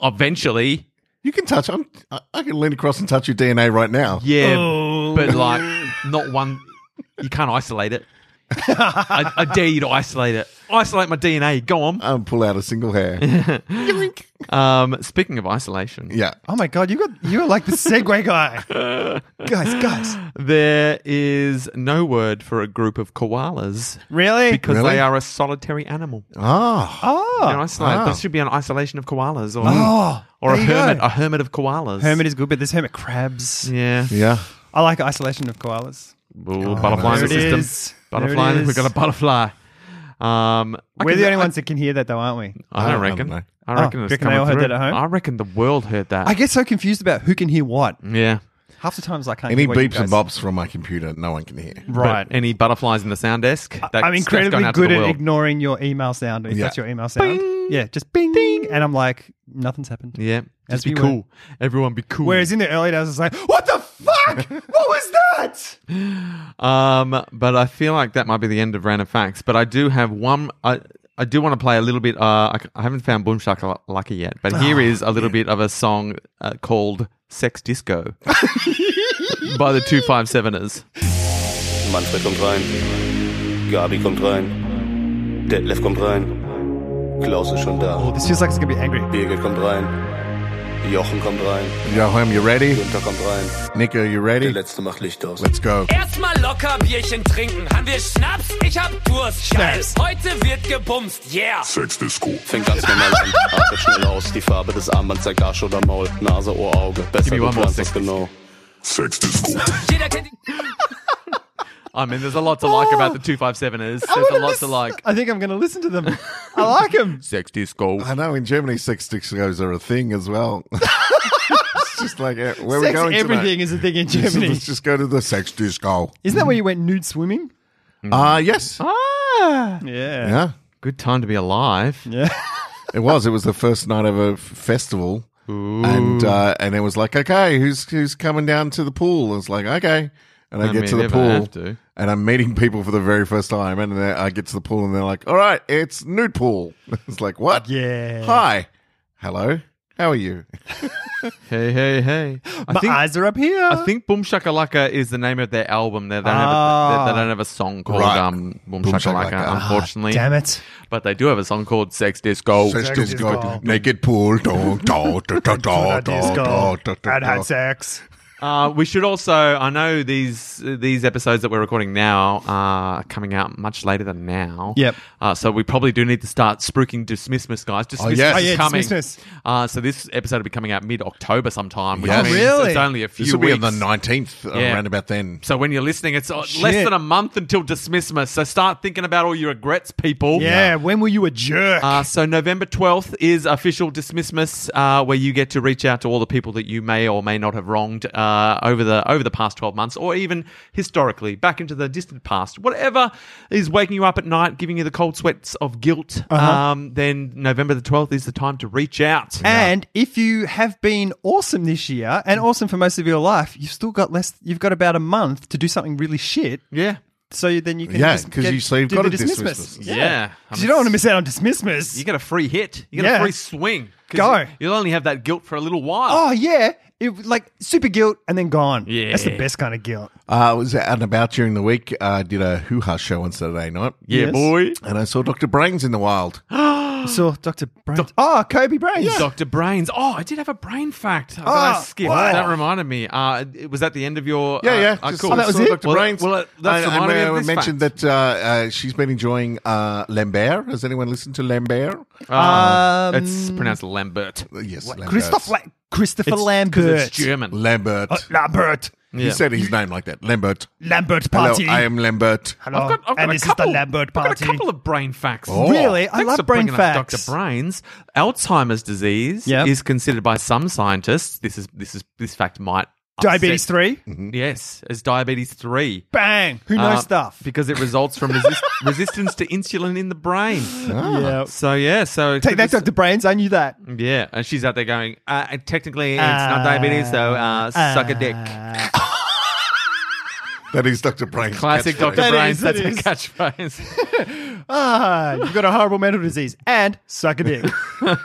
[SPEAKER 4] Eventually,
[SPEAKER 1] You can touch. I'm, I I can lean across and touch your DNA right now.
[SPEAKER 4] Yeah, but like not one. You can't isolate it. I, I dare you to isolate it. Isolate my DNA. Go on.
[SPEAKER 1] I'll pull out a single hair.
[SPEAKER 4] Um, speaking of isolation,
[SPEAKER 1] yeah.
[SPEAKER 3] Oh my god, you got you're like the Segway guy. guys, guys.
[SPEAKER 4] there is no word for a group of koalas
[SPEAKER 3] Really?
[SPEAKER 4] because
[SPEAKER 1] Really?
[SPEAKER 4] they are a solitary animal.
[SPEAKER 1] Ah.
[SPEAKER 4] They're
[SPEAKER 3] oh.
[SPEAKER 4] isolated.
[SPEAKER 1] wow.
[SPEAKER 4] There should be an isolation of koalas or,
[SPEAKER 3] Oh,
[SPEAKER 4] mm. or a
[SPEAKER 3] there you go.
[SPEAKER 4] hermit, a hermit of koalas.
[SPEAKER 3] Hermit is good, but there's hermit crabs.
[SPEAKER 4] Yeah.
[SPEAKER 1] Yeah.
[SPEAKER 3] I like isolation of koalas.
[SPEAKER 4] Ooh, butterfly
[SPEAKER 1] nice.
[SPEAKER 4] in the
[SPEAKER 1] There it
[SPEAKER 4] system.
[SPEAKER 3] is. There it
[SPEAKER 4] Butterfly. We
[SPEAKER 3] is.
[SPEAKER 4] got a butterfly. Um, I
[SPEAKER 3] We're
[SPEAKER 4] can-
[SPEAKER 3] the only
[SPEAKER 4] I-
[SPEAKER 3] ones that can hear that, though, aren't we?
[SPEAKER 4] I don't
[SPEAKER 1] I
[SPEAKER 4] reckon.
[SPEAKER 1] don't know.
[SPEAKER 4] I reckon,
[SPEAKER 3] Oh, reckon
[SPEAKER 4] it's
[SPEAKER 3] they
[SPEAKER 4] coming
[SPEAKER 3] all heard
[SPEAKER 4] through.
[SPEAKER 3] that at home?
[SPEAKER 4] I reckon the world heard that.
[SPEAKER 3] I get so confused about who can hear what.
[SPEAKER 4] yeah.
[SPEAKER 3] Half the times I can't.
[SPEAKER 1] Any
[SPEAKER 3] hear what you
[SPEAKER 1] beeps and
[SPEAKER 3] guys-
[SPEAKER 1] bops from my computer, no one can hear.
[SPEAKER 3] Right.
[SPEAKER 4] But any butterflies in the sound desk? That's,
[SPEAKER 3] I'm
[SPEAKER 4] that's gone
[SPEAKER 3] incredibly
[SPEAKER 4] out to the
[SPEAKER 3] good at
[SPEAKER 4] world.
[SPEAKER 3] ignoring your email sound. If
[SPEAKER 1] Yeah.
[SPEAKER 3] that's your email sound, yeah, just bing, and I'm like, nothing's happened.
[SPEAKER 4] Yeah.
[SPEAKER 3] As
[SPEAKER 4] Just be
[SPEAKER 3] we were.
[SPEAKER 4] cool. Everyone be cool.
[SPEAKER 3] Whereas in the early days, I was like, what the fuck? what was that?
[SPEAKER 4] Um, but I feel like that might be the end of random facts. But I do have one. I I do want to play a little bit. Uh, I, I haven't found Boomshaka Lucky yet, but
[SPEAKER 3] Ah,
[SPEAKER 4] here is a little bit of a song uh, called "Sex Disco" by the Two Five Seveners.
[SPEAKER 6] Manfred kommt rein. Gabi kommt rein. Detlef kommt rein. Klaus ist schon da.
[SPEAKER 3] This feels like it's gonna be angry.
[SPEAKER 6] Birgit kommt rein. Jochen kommt rein.
[SPEAKER 1] Joachim, you ready?
[SPEAKER 6] Günther kommt rein.
[SPEAKER 1] Nico, you
[SPEAKER 6] Der
[SPEAKER 1] ready?
[SPEAKER 6] letzte macht Licht aus.
[SPEAKER 1] Let's go.
[SPEAKER 9] Erstmal locker Bierchen trinken. Haben wir Schnaps? Ich hab Durst. Scheiß. Heute wird gebumst. Yeah.
[SPEAKER 6] Fängt ganz normal an, atmet schnell aus. Die Farbe des Armbands zeigt Arsch oder Maul, Nase, Ohr, Auge. Besser
[SPEAKER 4] Give me
[SPEAKER 6] du
[SPEAKER 4] one more
[SPEAKER 6] planst
[SPEAKER 4] sec.
[SPEAKER 6] das genau.
[SPEAKER 9] Jeder kennt die
[SPEAKER 4] I mean, there's a lot to like about
[SPEAKER 3] Oh,
[SPEAKER 4] the Two Five Seveners. There's a lot to like.
[SPEAKER 3] I think I'm gonna listen to them. I like them.
[SPEAKER 4] Sex Disco.
[SPEAKER 1] I know in Germany, sex discos are a thing as well. it's just like, eh, where are we
[SPEAKER 3] Sex,
[SPEAKER 1] going?
[SPEAKER 3] everything
[SPEAKER 1] tonight?
[SPEAKER 3] is a thing in
[SPEAKER 1] Let's-
[SPEAKER 3] Germany.
[SPEAKER 1] Let's just go to the sex disco.
[SPEAKER 3] Isn't that where you went nude swimming?
[SPEAKER 1] Ah, yes.
[SPEAKER 4] Ah,
[SPEAKER 3] Oh, Yeah.
[SPEAKER 1] Yeah,
[SPEAKER 4] good time to be alive.
[SPEAKER 1] it was. It was the first night of a f- festival. And uh, and it was like, okay, who's who's coming down to the pool? It's like, okay. And I,
[SPEAKER 4] I
[SPEAKER 1] get
[SPEAKER 4] mean,
[SPEAKER 1] to the
[SPEAKER 4] if I
[SPEAKER 1] pool
[SPEAKER 4] have to.
[SPEAKER 1] and I'm meeting people for the very first time. And then I get to the pool and they're like, all right, it's nude pool. It's like, what?
[SPEAKER 3] Yeah.
[SPEAKER 1] Hi. Hello. How are you?
[SPEAKER 4] Hey, hey, hey. I
[SPEAKER 3] My eyes are up here.
[SPEAKER 4] I think Boom Shakalaka is the name of their album. They don't,
[SPEAKER 3] Ah.
[SPEAKER 4] have, a, they, they don't have a song called
[SPEAKER 1] Right.
[SPEAKER 4] um, Boom,
[SPEAKER 1] Boom
[SPEAKER 4] Shakalaka,
[SPEAKER 1] Shakalaka. Ah,
[SPEAKER 4] unfortunately.
[SPEAKER 3] Damn it.
[SPEAKER 4] But they do have a song called Sex Disco.
[SPEAKER 1] Sex
[SPEAKER 3] Sex
[SPEAKER 1] disco.
[SPEAKER 3] disco.
[SPEAKER 1] Oh, Naked pool. Da, da, da, da, da, da, da, da, da,
[SPEAKER 3] I'd
[SPEAKER 1] da.
[SPEAKER 3] had sex.
[SPEAKER 4] Uh, we should also, I know these these episodes that we're recording now uh, are coming out much later than now.
[SPEAKER 3] Yep.
[SPEAKER 4] Uh, so we probably do need to start spruiking Dismissmas, guys. Dismissmas
[SPEAKER 1] yes.
[SPEAKER 4] is
[SPEAKER 1] Oh, yeah,
[SPEAKER 4] coming.
[SPEAKER 3] Dismissmas.
[SPEAKER 4] Uh, so this episode will be coming out mid October sometime. Which
[SPEAKER 1] Yes.
[SPEAKER 4] means
[SPEAKER 3] Really?
[SPEAKER 4] It's only a few
[SPEAKER 1] This will be
[SPEAKER 4] weeks.
[SPEAKER 1] on the 19th,
[SPEAKER 4] Yeah.
[SPEAKER 1] around about then.
[SPEAKER 4] So when you're listening, it's uh,
[SPEAKER 3] Shit.
[SPEAKER 4] less than a month until Dismissmas. So start thinking about all your regrets, people.
[SPEAKER 3] Yeah, when were you a jerk?
[SPEAKER 4] Uh, so November 12th is official Dismissmas, uh, where you get to reach out to all the people that you may or may not have wronged uh, over the over the past 12 months, or even historically back into the distant past. Whatever is waking you up at night, giving you the cold sweats of guilt.
[SPEAKER 3] Uh-huh.
[SPEAKER 4] Um, then November the 12th is the time to reach out.
[SPEAKER 3] And if you have been awesome this year and awesome for most of your life, you've still got less. You've got about a month to do something really shit.
[SPEAKER 4] yeah,
[SPEAKER 3] So you- then you can
[SPEAKER 1] Yeah,
[SPEAKER 3] just
[SPEAKER 1] 'cause
[SPEAKER 3] get-
[SPEAKER 1] you- so you've
[SPEAKER 3] do
[SPEAKER 1] got
[SPEAKER 3] the
[SPEAKER 1] a dismissmas.
[SPEAKER 3] dismissmas.
[SPEAKER 4] yeah.
[SPEAKER 3] Because you don't want to miss out on dismissmas.
[SPEAKER 4] You get a free hit. You get
[SPEAKER 3] Yeah.
[SPEAKER 4] a free swing. 'Cause
[SPEAKER 3] Go.
[SPEAKER 4] You, you'll only have that guilt for a little while.
[SPEAKER 3] oh yeah, it, like super guilt and then gone.
[SPEAKER 4] Yeah.
[SPEAKER 3] that's the best kind of guilt.
[SPEAKER 1] Uh, I was out and about during the week. I did a hoo ha show on Saturday night.
[SPEAKER 4] yeah,
[SPEAKER 3] yes.
[SPEAKER 4] boy.
[SPEAKER 1] And I saw Dr. Brains in the wild.
[SPEAKER 3] So Doctor Brains. oh, Kobe Brains.
[SPEAKER 4] Dr. Brains. Oh, I did have a brain fact that
[SPEAKER 3] Oh,
[SPEAKER 4] I skipped.
[SPEAKER 3] wow.
[SPEAKER 4] That reminded me. Uh, it- was that the end of your.
[SPEAKER 1] Ah, Yeah,
[SPEAKER 4] uh,
[SPEAKER 1] yeah.
[SPEAKER 4] uh,
[SPEAKER 1] just
[SPEAKER 4] cool.
[SPEAKER 1] saw-
[SPEAKER 3] Oh, that was
[SPEAKER 1] Ah, saw
[SPEAKER 3] it?
[SPEAKER 1] Dr.
[SPEAKER 4] Well,
[SPEAKER 1] Brains.
[SPEAKER 4] well, uh, that's
[SPEAKER 1] I,
[SPEAKER 4] reminded me of
[SPEAKER 1] I
[SPEAKER 4] this
[SPEAKER 1] mentioned
[SPEAKER 4] fact.
[SPEAKER 1] that uh, uh, she's been enjoying uh, Lambert. Has anyone listened to Lambert?
[SPEAKER 4] Uh,
[SPEAKER 3] Um,
[SPEAKER 4] it's pronounced Lambert.
[SPEAKER 1] Uh, yes, Lambert.
[SPEAKER 3] Christoph La- Christopher
[SPEAKER 4] It's- 'cause
[SPEAKER 3] Lambert.
[SPEAKER 4] It's German.
[SPEAKER 1] Lambert.
[SPEAKER 3] Uh, Lambert.
[SPEAKER 1] He
[SPEAKER 4] yeah.
[SPEAKER 1] said his name like that. Lambert.
[SPEAKER 3] Lambert
[SPEAKER 1] Hello,
[SPEAKER 3] party.
[SPEAKER 1] I am Lambert.
[SPEAKER 3] Hello.
[SPEAKER 4] I've got, I've got
[SPEAKER 3] and
[SPEAKER 4] a
[SPEAKER 3] this
[SPEAKER 4] couple,
[SPEAKER 3] is the Lambert
[SPEAKER 4] I've
[SPEAKER 3] party.
[SPEAKER 4] got a couple of brain facts.
[SPEAKER 1] Oh.
[SPEAKER 3] Really, I
[SPEAKER 4] Thanks for
[SPEAKER 3] love brain
[SPEAKER 4] bringing up
[SPEAKER 3] facts.
[SPEAKER 4] Dr. Brains. Alzheimer's disease
[SPEAKER 3] Yep.
[SPEAKER 4] is considered by some scientists. This is this is this fact might upset-
[SPEAKER 3] Diabetes three.
[SPEAKER 4] Yes, as diabetes three.
[SPEAKER 3] Bang. Who knows
[SPEAKER 4] Uh,
[SPEAKER 3] stuff?
[SPEAKER 4] because it results from resist- resistance to insulin in the brain.
[SPEAKER 1] Ah,
[SPEAKER 3] Yeah.
[SPEAKER 4] So yeah, Mm. so it
[SPEAKER 3] Take
[SPEAKER 4] could
[SPEAKER 3] that,
[SPEAKER 4] be s-
[SPEAKER 3] Dr. Brains. I knew that.
[SPEAKER 4] Yeah, and she's out there going, uh, technically it's not diabetes, so uh, suck a dick.
[SPEAKER 1] That is Dr. Brains.
[SPEAKER 4] Classic
[SPEAKER 1] catchphrase.
[SPEAKER 4] Dr.
[SPEAKER 3] That
[SPEAKER 4] Brains,
[SPEAKER 3] is, that
[SPEAKER 4] that's a
[SPEAKER 3] is.
[SPEAKER 4] catchphrase.
[SPEAKER 3] Ah, you've got a horrible mental disease and suck a dick.
[SPEAKER 4] uh,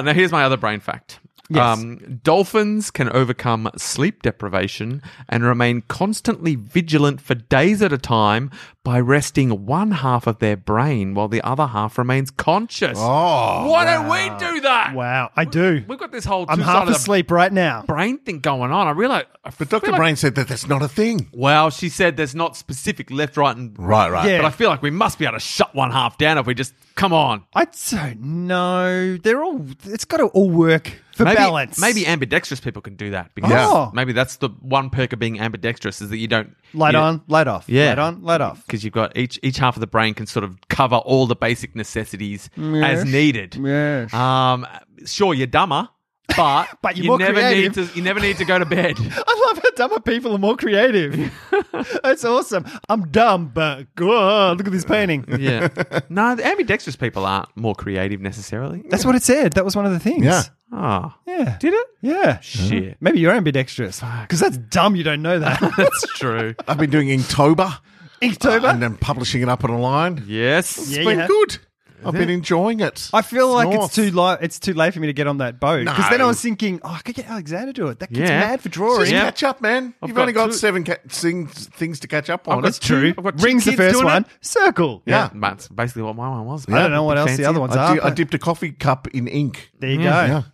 [SPEAKER 4] now, here's my other brain fact. Um,
[SPEAKER 3] Yes.
[SPEAKER 4] dolphins can overcome sleep deprivation and remain constantly vigilant for days at a time by resting one half of their brain while the other half remains conscious.
[SPEAKER 1] Oh.
[SPEAKER 4] Why don't we do that?
[SPEAKER 3] wow, I do.
[SPEAKER 4] We've got this whole
[SPEAKER 3] I'm
[SPEAKER 4] two
[SPEAKER 3] half
[SPEAKER 4] sided
[SPEAKER 3] asleep right now.
[SPEAKER 4] brain thing going on. I realize. I
[SPEAKER 1] But
[SPEAKER 4] feel
[SPEAKER 1] Dr.
[SPEAKER 4] like-
[SPEAKER 1] Brain said that that's not a thing.
[SPEAKER 4] Well, she said there's not specific left, right, and
[SPEAKER 1] Right, right.
[SPEAKER 3] Yeah.
[SPEAKER 4] But I feel like we must be able to shut one half down if we just come on.
[SPEAKER 3] I don't know. They're all. It's got to all work for
[SPEAKER 4] maybe,
[SPEAKER 3] balance.
[SPEAKER 4] Maybe ambidextrous people can do that because
[SPEAKER 3] Oh.
[SPEAKER 4] maybe that's the one perk of being ambidextrous is that you don't
[SPEAKER 3] light
[SPEAKER 4] you-
[SPEAKER 3] on, light off.
[SPEAKER 4] Yeah.
[SPEAKER 3] light on, light off.
[SPEAKER 4] because you've got each each half of the brain can sort of cover all the basic necessities
[SPEAKER 3] Yes.
[SPEAKER 4] as needed.
[SPEAKER 3] Yes.
[SPEAKER 4] Um, sure, you're dumber, but,
[SPEAKER 3] But you're
[SPEAKER 4] you
[SPEAKER 3] more
[SPEAKER 4] never
[SPEAKER 3] creative.
[SPEAKER 4] need to you never need to go to bed.
[SPEAKER 3] I love how dumber people are more creative. That's awesome. I'm dumb, but God, look at this painting.
[SPEAKER 4] yeah, no, the ambidextrous people aren't more creative necessarily.
[SPEAKER 3] That's what it said. That was one of the things.
[SPEAKER 1] Yeah.
[SPEAKER 4] Oh,
[SPEAKER 3] Yeah.
[SPEAKER 4] did it?
[SPEAKER 3] Yeah.
[SPEAKER 4] Shit,
[SPEAKER 3] Maybe you're ambidextrous. Because that's dumb. You don't know that.
[SPEAKER 4] that's true.
[SPEAKER 1] I've been doing Inktober
[SPEAKER 3] Inktober.
[SPEAKER 1] and then publishing it up online.
[SPEAKER 4] Yes.
[SPEAKER 3] Yeah,
[SPEAKER 1] It's been
[SPEAKER 3] yeah.
[SPEAKER 1] good. I've been enjoying it.
[SPEAKER 3] I feel like
[SPEAKER 1] north.
[SPEAKER 3] it's too late. It's too late for me to get on that boat. Because then I
[SPEAKER 1] No.
[SPEAKER 3] was thinking, oh, I could get Alexander to do it. That kid's
[SPEAKER 4] Yeah.
[SPEAKER 3] mad for
[SPEAKER 1] Just
[SPEAKER 3] drawing.
[SPEAKER 4] Yeah.
[SPEAKER 1] catch up, man.
[SPEAKER 4] I've
[SPEAKER 1] You've
[SPEAKER 4] got
[SPEAKER 1] only got
[SPEAKER 4] two-
[SPEAKER 1] seven ca- things, things to catch up on.
[SPEAKER 4] got
[SPEAKER 1] It's
[SPEAKER 4] two-
[SPEAKER 1] true.
[SPEAKER 4] I've got two
[SPEAKER 3] Rings the
[SPEAKER 4] kids
[SPEAKER 3] first
[SPEAKER 4] doing
[SPEAKER 3] one.
[SPEAKER 4] it.
[SPEAKER 3] Circle.
[SPEAKER 1] Yeah.
[SPEAKER 4] Yeah, that's basically what my one was.
[SPEAKER 3] I don't know what else the other ones
[SPEAKER 1] I,
[SPEAKER 3] are.
[SPEAKER 1] di- I
[SPEAKER 3] but-
[SPEAKER 1] dipped a coffee cup in ink.
[SPEAKER 3] There you go.
[SPEAKER 1] Yeah.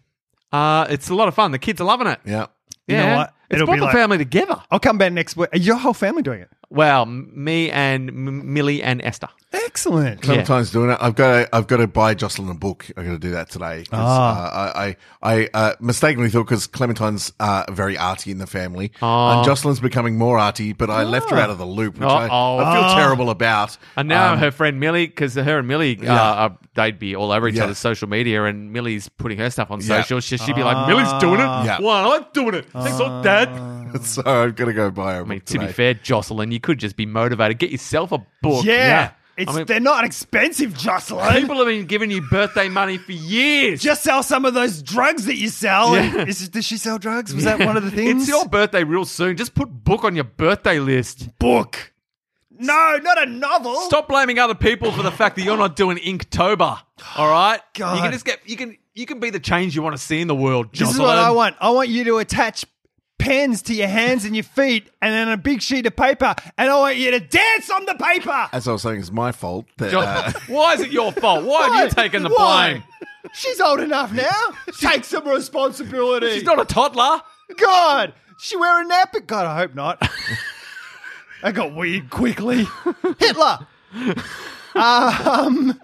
[SPEAKER 4] Uh, it's a lot of fun. The kids are loving it.
[SPEAKER 1] Yeah.
[SPEAKER 3] You know
[SPEAKER 4] yeah,
[SPEAKER 3] what?
[SPEAKER 4] it's
[SPEAKER 3] It'll
[SPEAKER 4] brought
[SPEAKER 3] be
[SPEAKER 4] the
[SPEAKER 3] like-
[SPEAKER 4] family together.
[SPEAKER 3] I'll come back next week. Are your whole family doing it?
[SPEAKER 4] Well, m- me and M- Millie and Esther.
[SPEAKER 3] Excellent.
[SPEAKER 4] Yeah.
[SPEAKER 1] Sometimes doing it. I've got to, I've got to buy Jocelyn a book. I've got to do that today. 'cause,
[SPEAKER 3] Ah.
[SPEAKER 1] uh, I, I, I uh, mistakenly thought because Clementine's uh, very arty in the family,
[SPEAKER 4] Ah.
[SPEAKER 1] and Jocelyn's becoming more arty. But I left her out of the loop, which I,
[SPEAKER 4] Uh-oh.
[SPEAKER 1] I feel
[SPEAKER 4] Ah.
[SPEAKER 1] terrible about.
[SPEAKER 4] And now
[SPEAKER 1] Um,
[SPEAKER 4] her friend Millie, because her and Millie, uh, are, they'd be all over each
[SPEAKER 1] Yeah.
[SPEAKER 4] other's social media, and Millie's putting her stuff on
[SPEAKER 1] Yeah.
[SPEAKER 4] social. She, she'd be like, "Millie's doing it.
[SPEAKER 1] Yeah.
[SPEAKER 4] Why I'm doing it? Thanks, all Dad."
[SPEAKER 3] Uh,
[SPEAKER 4] I
[SPEAKER 1] so I've got to go buy her. I
[SPEAKER 4] mean,
[SPEAKER 1] mean,
[SPEAKER 4] to be fair, Jocelyn, you could just be motivated. Get yourself a book.
[SPEAKER 3] Yeah.
[SPEAKER 4] I
[SPEAKER 3] It's,
[SPEAKER 4] mean-
[SPEAKER 3] they're not expensive, Jocelyn.
[SPEAKER 4] People have been giving you birthday money for years.
[SPEAKER 3] Just sell some of those drugs that you sell.
[SPEAKER 4] Yeah.
[SPEAKER 3] Is, does she sell drugs? Was that one of the things?
[SPEAKER 4] it's your birthday real soon. Just put book on your birthday list.
[SPEAKER 3] book. No, not a novel.
[SPEAKER 4] Stop blaming other people for the fact that you're not doing Inktober. All right,
[SPEAKER 3] God.
[SPEAKER 4] you can just get you can you can be the change you want to see in the world.
[SPEAKER 3] This
[SPEAKER 4] Jocelyn.
[SPEAKER 3] is what I want. I want you to attach pens to your hands and your feet and then a big sheet of paper. And I want you to dance on the paper.
[SPEAKER 1] as I was saying, it's my fault that
[SPEAKER 4] Jo-
[SPEAKER 1] uh,
[SPEAKER 4] Why is it your fault? Why have you taken the
[SPEAKER 3] Why?
[SPEAKER 4] blame?
[SPEAKER 3] She's old enough now. Take some responsibility.
[SPEAKER 4] She's not a toddler.
[SPEAKER 3] God, she wearing nappy. God, I hope not. I got weird quickly. Hitler. um,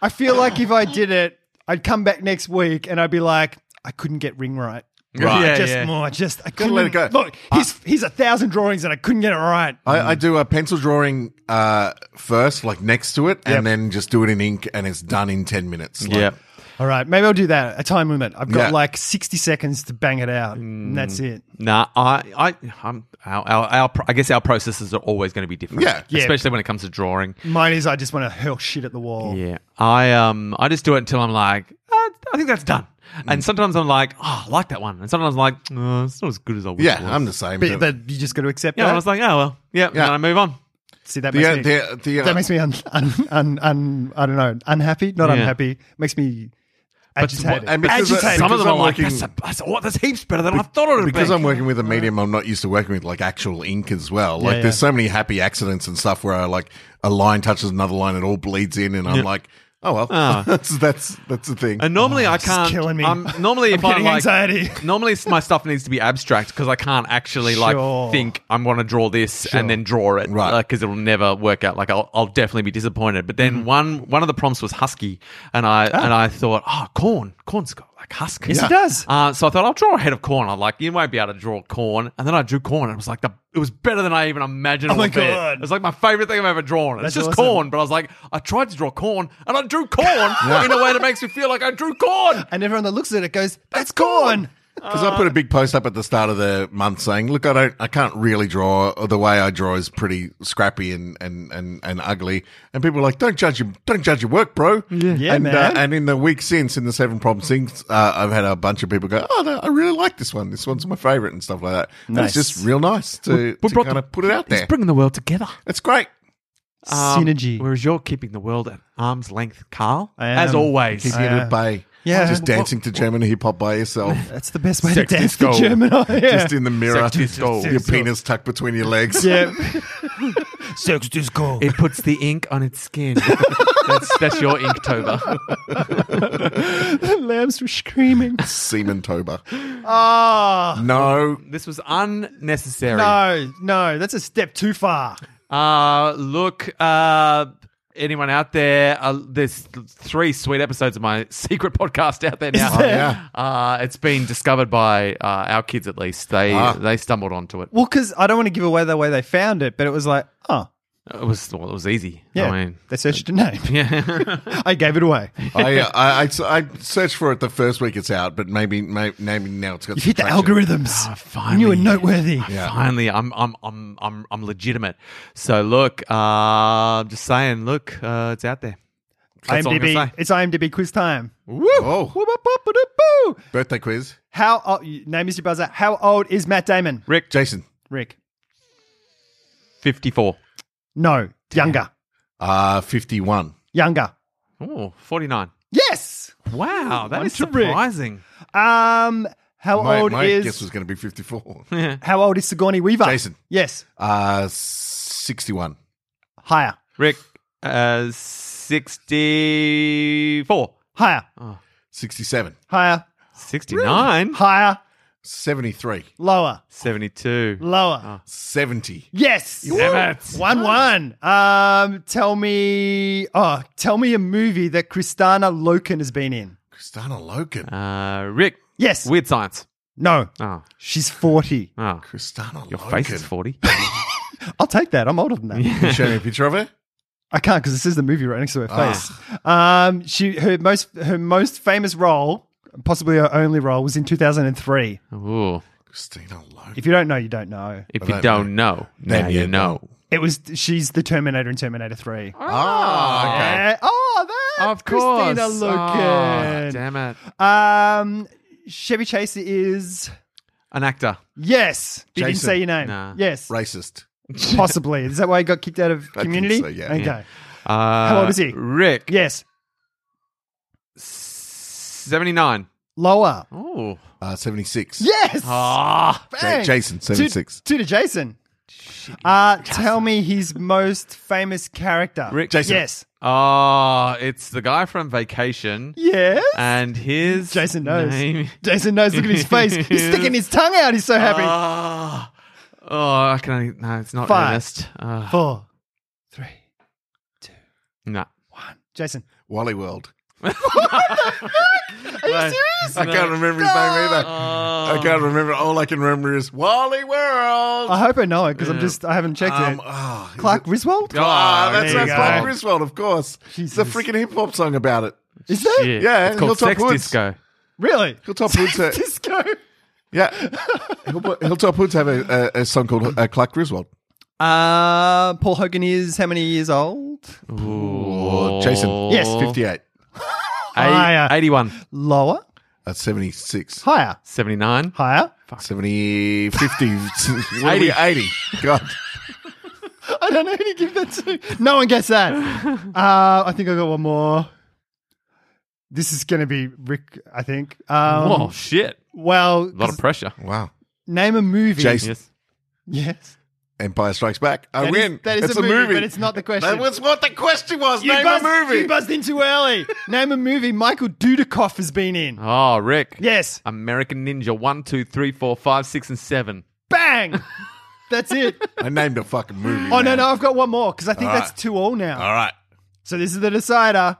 [SPEAKER 3] I feel like if I did it, I'd come back next week and I'd be like, I couldn't get ring right.
[SPEAKER 1] Right.
[SPEAKER 4] Yeah,
[SPEAKER 3] just
[SPEAKER 4] yeah.
[SPEAKER 3] more. Just I couldn't
[SPEAKER 1] let it go.
[SPEAKER 3] Look, he's he's a thousand drawings and I couldn't get it right.
[SPEAKER 1] I, I do a pencil drawing uh, first, like next to it,
[SPEAKER 3] Yep.
[SPEAKER 1] and then just do it in ink, and it's done in ten minutes. Like,
[SPEAKER 4] Yep.
[SPEAKER 3] All right, maybe I'll do that. A time limit. I've got
[SPEAKER 1] Yeah. Mm.
[SPEAKER 3] like sixty seconds to bang it out, and that's it.
[SPEAKER 4] Nah, I, I, I'm, our, our, our, pro- I guess our processes are always going to be different.
[SPEAKER 1] Yeah.
[SPEAKER 3] Yeah.
[SPEAKER 4] especially when it comes to drawing.
[SPEAKER 3] Mine is I just want to hurl shit at the wall.
[SPEAKER 4] Yeah, I, um, I just do it until I'm like, ah, I think that's done. And sometimes I'm like, oh, I like that one. And sometimes I'm like, oh, it's not as good as I wish.
[SPEAKER 1] Yeah,
[SPEAKER 4] it was.
[SPEAKER 1] I'm the same.
[SPEAKER 3] But
[SPEAKER 1] the,
[SPEAKER 3] that you just got to accept
[SPEAKER 4] Yeah,
[SPEAKER 3] that.
[SPEAKER 4] I was like, oh well, yeah,
[SPEAKER 1] Yeah.
[SPEAKER 4] yeah. And I move on.
[SPEAKER 3] See that
[SPEAKER 1] the,
[SPEAKER 3] makes
[SPEAKER 1] uh,
[SPEAKER 3] me,
[SPEAKER 1] the, the, uh,
[SPEAKER 3] that makes me un, un, un, un, I don't know unhappy, not
[SPEAKER 4] Yeah.
[SPEAKER 3] unhappy. Makes me agitated.
[SPEAKER 1] and because, uh,
[SPEAKER 3] agitated.
[SPEAKER 4] Some of
[SPEAKER 1] Because
[SPEAKER 4] them
[SPEAKER 1] I'm
[SPEAKER 4] are like,
[SPEAKER 1] working-
[SPEAKER 4] that's, a, that's, a- what, that's heaps better than I thought it would
[SPEAKER 1] because
[SPEAKER 4] be.
[SPEAKER 1] I'm working with a medium I'm not used to working with, like actual ink as well. Like
[SPEAKER 3] Yeah,
[SPEAKER 1] there's
[SPEAKER 3] yeah.
[SPEAKER 1] so many happy accidents and stuff where I like a line touches another line, it all bleeds in, and I'm like, oh well,
[SPEAKER 3] Ah.
[SPEAKER 1] that's that's that's the thing.
[SPEAKER 4] And normally I can't.
[SPEAKER 3] Oh, killing me.
[SPEAKER 4] I'm, normally,
[SPEAKER 3] I'm
[SPEAKER 4] if I'm
[SPEAKER 3] getting
[SPEAKER 4] like,
[SPEAKER 3] anxiety.
[SPEAKER 4] normally s- my stuff needs to be abstract because I can't actually
[SPEAKER 3] Sure.
[SPEAKER 4] like think I want to draw this and then draw it,
[SPEAKER 1] Right.
[SPEAKER 4] Because it'll never work out. Like I'll, I'll definitely be disappointed. But
[SPEAKER 3] Mm-hmm.
[SPEAKER 4] then one one of the prompts was husky, and I and I thought, oh, corn, corn's got like husk.
[SPEAKER 3] Ah. Yes, it Yeah. does.
[SPEAKER 4] Uh, so I thought I'll draw a head of corn. I'm like, you won't be able to draw corn, and then I drew corn, and it was like the it was better than I even imagined. it
[SPEAKER 3] Oh my
[SPEAKER 4] would be.
[SPEAKER 3] God.
[SPEAKER 4] It was like my favorite thing I've ever drawn. It's
[SPEAKER 3] That's
[SPEAKER 4] just
[SPEAKER 3] awesome.
[SPEAKER 4] corn, but I was like, I tried to draw corn, and I drew corn in a way that makes me feel like I drew corn.
[SPEAKER 3] and everyone that looks at it goes, "That's corn."
[SPEAKER 1] Because I put a big post up at the start of the month saying, "Look, I don't, I can't really draw. The way I draw is pretty scrappy and and and, and ugly." And people were like, "Don't judge your, don't judge your work, bro." Yeah,
[SPEAKER 3] Yeah,
[SPEAKER 1] and,
[SPEAKER 3] man.
[SPEAKER 1] Uh, and in the week since, in the seven problems since, uh, I've had a bunch of people go, "Oh, no, I really like this one. This one's my favorite," and stuff like that. And
[SPEAKER 3] Nice.
[SPEAKER 1] it's just real nice to, to
[SPEAKER 4] brought
[SPEAKER 1] kind
[SPEAKER 4] the-
[SPEAKER 1] of put it out there.
[SPEAKER 4] bringing the world together.
[SPEAKER 1] It's great.
[SPEAKER 3] Synergy.
[SPEAKER 4] Um, Whereas you're keeping the world at arm's length, Carl.
[SPEAKER 3] I am.
[SPEAKER 4] As always.
[SPEAKER 1] Keeping it at bay.
[SPEAKER 3] Yeah.
[SPEAKER 1] Just dancing to German hip hop by yourself.
[SPEAKER 3] That's the best way
[SPEAKER 1] Sex
[SPEAKER 3] to dance
[SPEAKER 1] disco.
[SPEAKER 3] the German. Oh, yeah.
[SPEAKER 1] Just in the mirror.
[SPEAKER 4] disco.
[SPEAKER 1] Your penis tucked between your legs.
[SPEAKER 3] yeah. Sex disco.
[SPEAKER 4] it puts the ink on its skin. that's, that's your Inktober.
[SPEAKER 3] The lambs were screaming.
[SPEAKER 1] Semen tober.
[SPEAKER 3] Ah.
[SPEAKER 1] No.
[SPEAKER 4] This was unnecessary.
[SPEAKER 3] No, no, that's a step too far.
[SPEAKER 4] Uh, look, uh, anyone out there, uh, there's three sweet episodes of my secret podcast out there now.
[SPEAKER 1] there? Yeah.
[SPEAKER 4] Uh, it's been discovered by uh, our kids, at least. They
[SPEAKER 1] Ah.
[SPEAKER 4] they stumbled onto it.
[SPEAKER 3] Well, because I don't want to give away the way they found it, but it was like, oh,
[SPEAKER 4] It was well, it was easy.
[SPEAKER 3] yeah,
[SPEAKER 4] I mean, uh,
[SPEAKER 3] they searched a name.
[SPEAKER 4] yeah.
[SPEAKER 3] I gave it away.
[SPEAKER 1] I, uh, I, I, I searched for it the first week it's out, but maybe maybe, maybe now it's got.
[SPEAKER 3] You
[SPEAKER 1] some
[SPEAKER 3] hit the
[SPEAKER 1] traction.
[SPEAKER 3] algorithms.
[SPEAKER 4] Oh,
[SPEAKER 3] and you were
[SPEAKER 4] finally.
[SPEAKER 3] noteworthy.
[SPEAKER 1] Yeah.
[SPEAKER 4] Finally, I'm I'm I'm I'm I'm legitimate. So look, uh, I'm just saying, look, uh, it's out there. That's all I'm gonna
[SPEAKER 3] IMDb,
[SPEAKER 4] say.
[SPEAKER 3] it's IMDb quiz time.
[SPEAKER 1] Oh,
[SPEAKER 3] Whoop-a-boop-a-doop-boo.
[SPEAKER 1] birthday quiz.
[SPEAKER 3] How old, name is your buzzer. How old is Matt Damon?
[SPEAKER 4] Rick,
[SPEAKER 1] Jason.
[SPEAKER 3] Rick.
[SPEAKER 4] fifty-four.
[SPEAKER 3] No, younger.
[SPEAKER 1] Uh, 51.
[SPEAKER 3] Younger.
[SPEAKER 4] Oh, 49.
[SPEAKER 3] Yes.
[SPEAKER 4] Wow, that
[SPEAKER 3] One
[SPEAKER 4] is
[SPEAKER 3] to Rick.
[SPEAKER 4] surprising.
[SPEAKER 3] Um, how
[SPEAKER 1] My,
[SPEAKER 3] old
[SPEAKER 1] my guess
[SPEAKER 3] is
[SPEAKER 1] was going to be 54.
[SPEAKER 3] how old is Sigourney Weaver?
[SPEAKER 1] Jason.
[SPEAKER 3] Yes.
[SPEAKER 1] Uh, 61.
[SPEAKER 3] Higher.
[SPEAKER 4] Rick, uh, 64.
[SPEAKER 3] Higher.
[SPEAKER 1] 67.
[SPEAKER 3] Higher.
[SPEAKER 4] 69.
[SPEAKER 3] Higher.
[SPEAKER 1] 73.
[SPEAKER 3] Lower.
[SPEAKER 4] 72.
[SPEAKER 3] Lower.
[SPEAKER 1] Ah. 70.
[SPEAKER 3] Yes.
[SPEAKER 4] Damn it.
[SPEAKER 3] One one. Um, tell me. Oh, tell me a movie that Kristana Loken has been in.
[SPEAKER 1] Kristana Loken.
[SPEAKER 4] Uh, Rick,
[SPEAKER 3] Yes.
[SPEAKER 4] weird science.
[SPEAKER 3] no.
[SPEAKER 4] Oh,
[SPEAKER 3] She's forty.
[SPEAKER 4] oh.
[SPEAKER 1] Kristana
[SPEAKER 4] Your
[SPEAKER 1] Loken.
[SPEAKER 4] face is 40.
[SPEAKER 3] I'll take that. I'm older than that.
[SPEAKER 1] Can you show me a picture of her?
[SPEAKER 3] I can't because this is the movie right next to her
[SPEAKER 1] Ah.
[SPEAKER 3] face. Um, she her most her most famous role, possibly her only role, was in 2003.
[SPEAKER 4] Ooh.
[SPEAKER 1] Kristana Loken.
[SPEAKER 3] If you don't know, you don't know.
[SPEAKER 4] If
[SPEAKER 1] I
[SPEAKER 4] you
[SPEAKER 1] don't
[SPEAKER 4] don't know, now you know.
[SPEAKER 3] It was she's the Terminator in Terminator 3.
[SPEAKER 1] Ah, okay.
[SPEAKER 3] Yeah. Oh, that
[SPEAKER 4] Ah, Of course.
[SPEAKER 3] Oh, Christina
[SPEAKER 4] Oh,
[SPEAKER 3] Loken.
[SPEAKER 4] damn it.
[SPEAKER 3] um, Chevy Chase is
[SPEAKER 4] An actor.
[SPEAKER 3] yes. You didn't
[SPEAKER 1] Jason.
[SPEAKER 3] say your name.
[SPEAKER 4] Nah.
[SPEAKER 3] Yes,
[SPEAKER 1] Racist.
[SPEAKER 3] possibly. Is that why he got kicked out of
[SPEAKER 1] think
[SPEAKER 3] Community?
[SPEAKER 1] so, yeah.
[SPEAKER 3] Okay.
[SPEAKER 4] Uh, How
[SPEAKER 3] old is he?
[SPEAKER 4] Rick,
[SPEAKER 3] Yes.
[SPEAKER 4] 79.
[SPEAKER 3] Lower.
[SPEAKER 4] Oh.
[SPEAKER 1] Uh, 76.
[SPEAKER 3] Yes.
[SPEAKER 4] Ah.
[SPEAKER 1] Ja-
[SPEAKER 3] Bang.
[SPEAKER 1] Jason,
[SPEAKER 3] Two,
[SPEAKER 1] 76.
[SPEAKER 3] two to Jason. Uh, tell me his most famous character.
[SPEAKER 4] Rick.
[SPEAKER 1] Jason.
[SPEAKER 3] Yes.
[SPEAKER 4] Ah, it's the guy from Vacation.
[SPEAKER 3] Yes.
[SPEAKER 4] And his
[SPEAKER 3] Jason knows.
[SPEAKER 4] Uh, name-
[SPEAKER 3] Jason knows. Look at his face. He's sticking his tongue out. He's so happy.
[SPEAKER 4] Ah. oh, I can only. No, it's not
[SPEAKER 3] Five.
[SPEAKER 4] Ernest. Ah,
[SPEAKER 3] Four, three,
[SPEAKER 4] no.
[SPEAKER 3] one. Jason.
[SPEAKER 1] Wally World.
[SPEAKER 3] Are you serious?
[SPEAKER 1] I can't remember his name either.
[SPEAKER 4] Ah.
[SPEAKER 1] I
[SPEAKER 3] Um,
[SPEAKER 1] can't remember. All I can remember is Wally World.
[SPEAKER 3] I hope I know it because I'm just I haven't checked
[SPEAKER 1] Um,
[SPEAKER 3] it.
[SPEAKER 1] ah, is
[SPEAKER 3] Clark
[SPEAKER 1] it-
[SPEAKER 3] Griswold.
[SPEAKER 1] Ah,
[SPEAKER 4] Oh,
[SPEAKER 1] that's
[SPEAKER 3] there you
[SPEAKER 1] that's
[SPEAKER 3] go.
[SPEAKER 1] Clark Griswold, of course.
[SPEAKER 3] Jesus.
[SPEAKER 1] It's a freaking hip hop song about it.
[SPEAKER 3] Is that
[SPEAKER 4] Shit.
[SPEAKER 1] Yeah,
[SPEAKER 4] it's called
[SPEAKER 1] Hilltop
[SPEAKER 4] Sex
[SPEAKER 1] Woods.
[SPEAKER 4] Disco.
[SPEAKER 3] Oh, really?
[SPEAKER 1] Hilltop Woods. uh,
[SPEAKER 3] Disco.
[SPEAKER 1] yeah, Hill- Hilltop Woods have a, a, a song called uh, Clark Griswold.
[SPEAKER 3] Uh, Paul Hogan is how many years old?
[SPEAKER 1] Or Jason.
[SPEAKER 3] Yes.
[SPEAKER 1] fifty-eight.
[SPEAKER 3] Higher.
[SPEAKER 4] Eight, 81,
[SPEAKER 3] Lower.
[SPEAKER 1] That's 76.
[SPEAKER 3] Higher.
[SPEAKER 4] 79.
[SPEAKER 3] Higher.
[SPEAKER 1] 70, 50, what are we, 80. God.
[SPEAKER 3] I don't know who to give that to. No one gets that. Uh, I think I got one more. This is going to be Rick, I think. Um,
[SPEAKER 4] Whoa, shit.
[SPEAKER 3] Well,
[SPEAKER 4] A lot of pressure.
[SPEAKER 1] Wow.
[SPEAKER 3] name a movie.
[SPEAKER 1] Jason.
[SPEAKER 4] Yes.
[SPEAKER 3] Yes.
[SPEAKER 1] Empire Strikes Back. I
[SPEAKER 3] That is-
[SPEAKER 1] win.
[SPEAKER 3] that is
[SPEAKER 1] it's
[SPEAKER 3] a movie, but it's not the question.
[SPEAKER 1] That was what the question was. Name
[SPEAKER 3] buzzed,
[SPEAKER 1] a movie.
[SPEAKER 3] you buzzed in too early. name a movie Michael Dudikoff has been in.
[SPEAKER 4] Oh, Rick.
[SPEAKER 3] Yes.
[SPEAKER 4] American Ninja One, two, three, four, five, six, and 7.
[SPEAKER 3] Bang. That's it.
[SPEAKER 1] I named a fucking movie.
[SPEAKER 3] Oh, no,
[SPEAKER 1] man.
[SPEAKER 3] no, I've got one more because I think
[SPEAKER 1] All
[SPEAKER 3] that's
[SPEAKER 1] right.
[SPEAKER 3] two all now.
[SPEAKER 1] All right.
[SPEAKER 3] So this is the decider.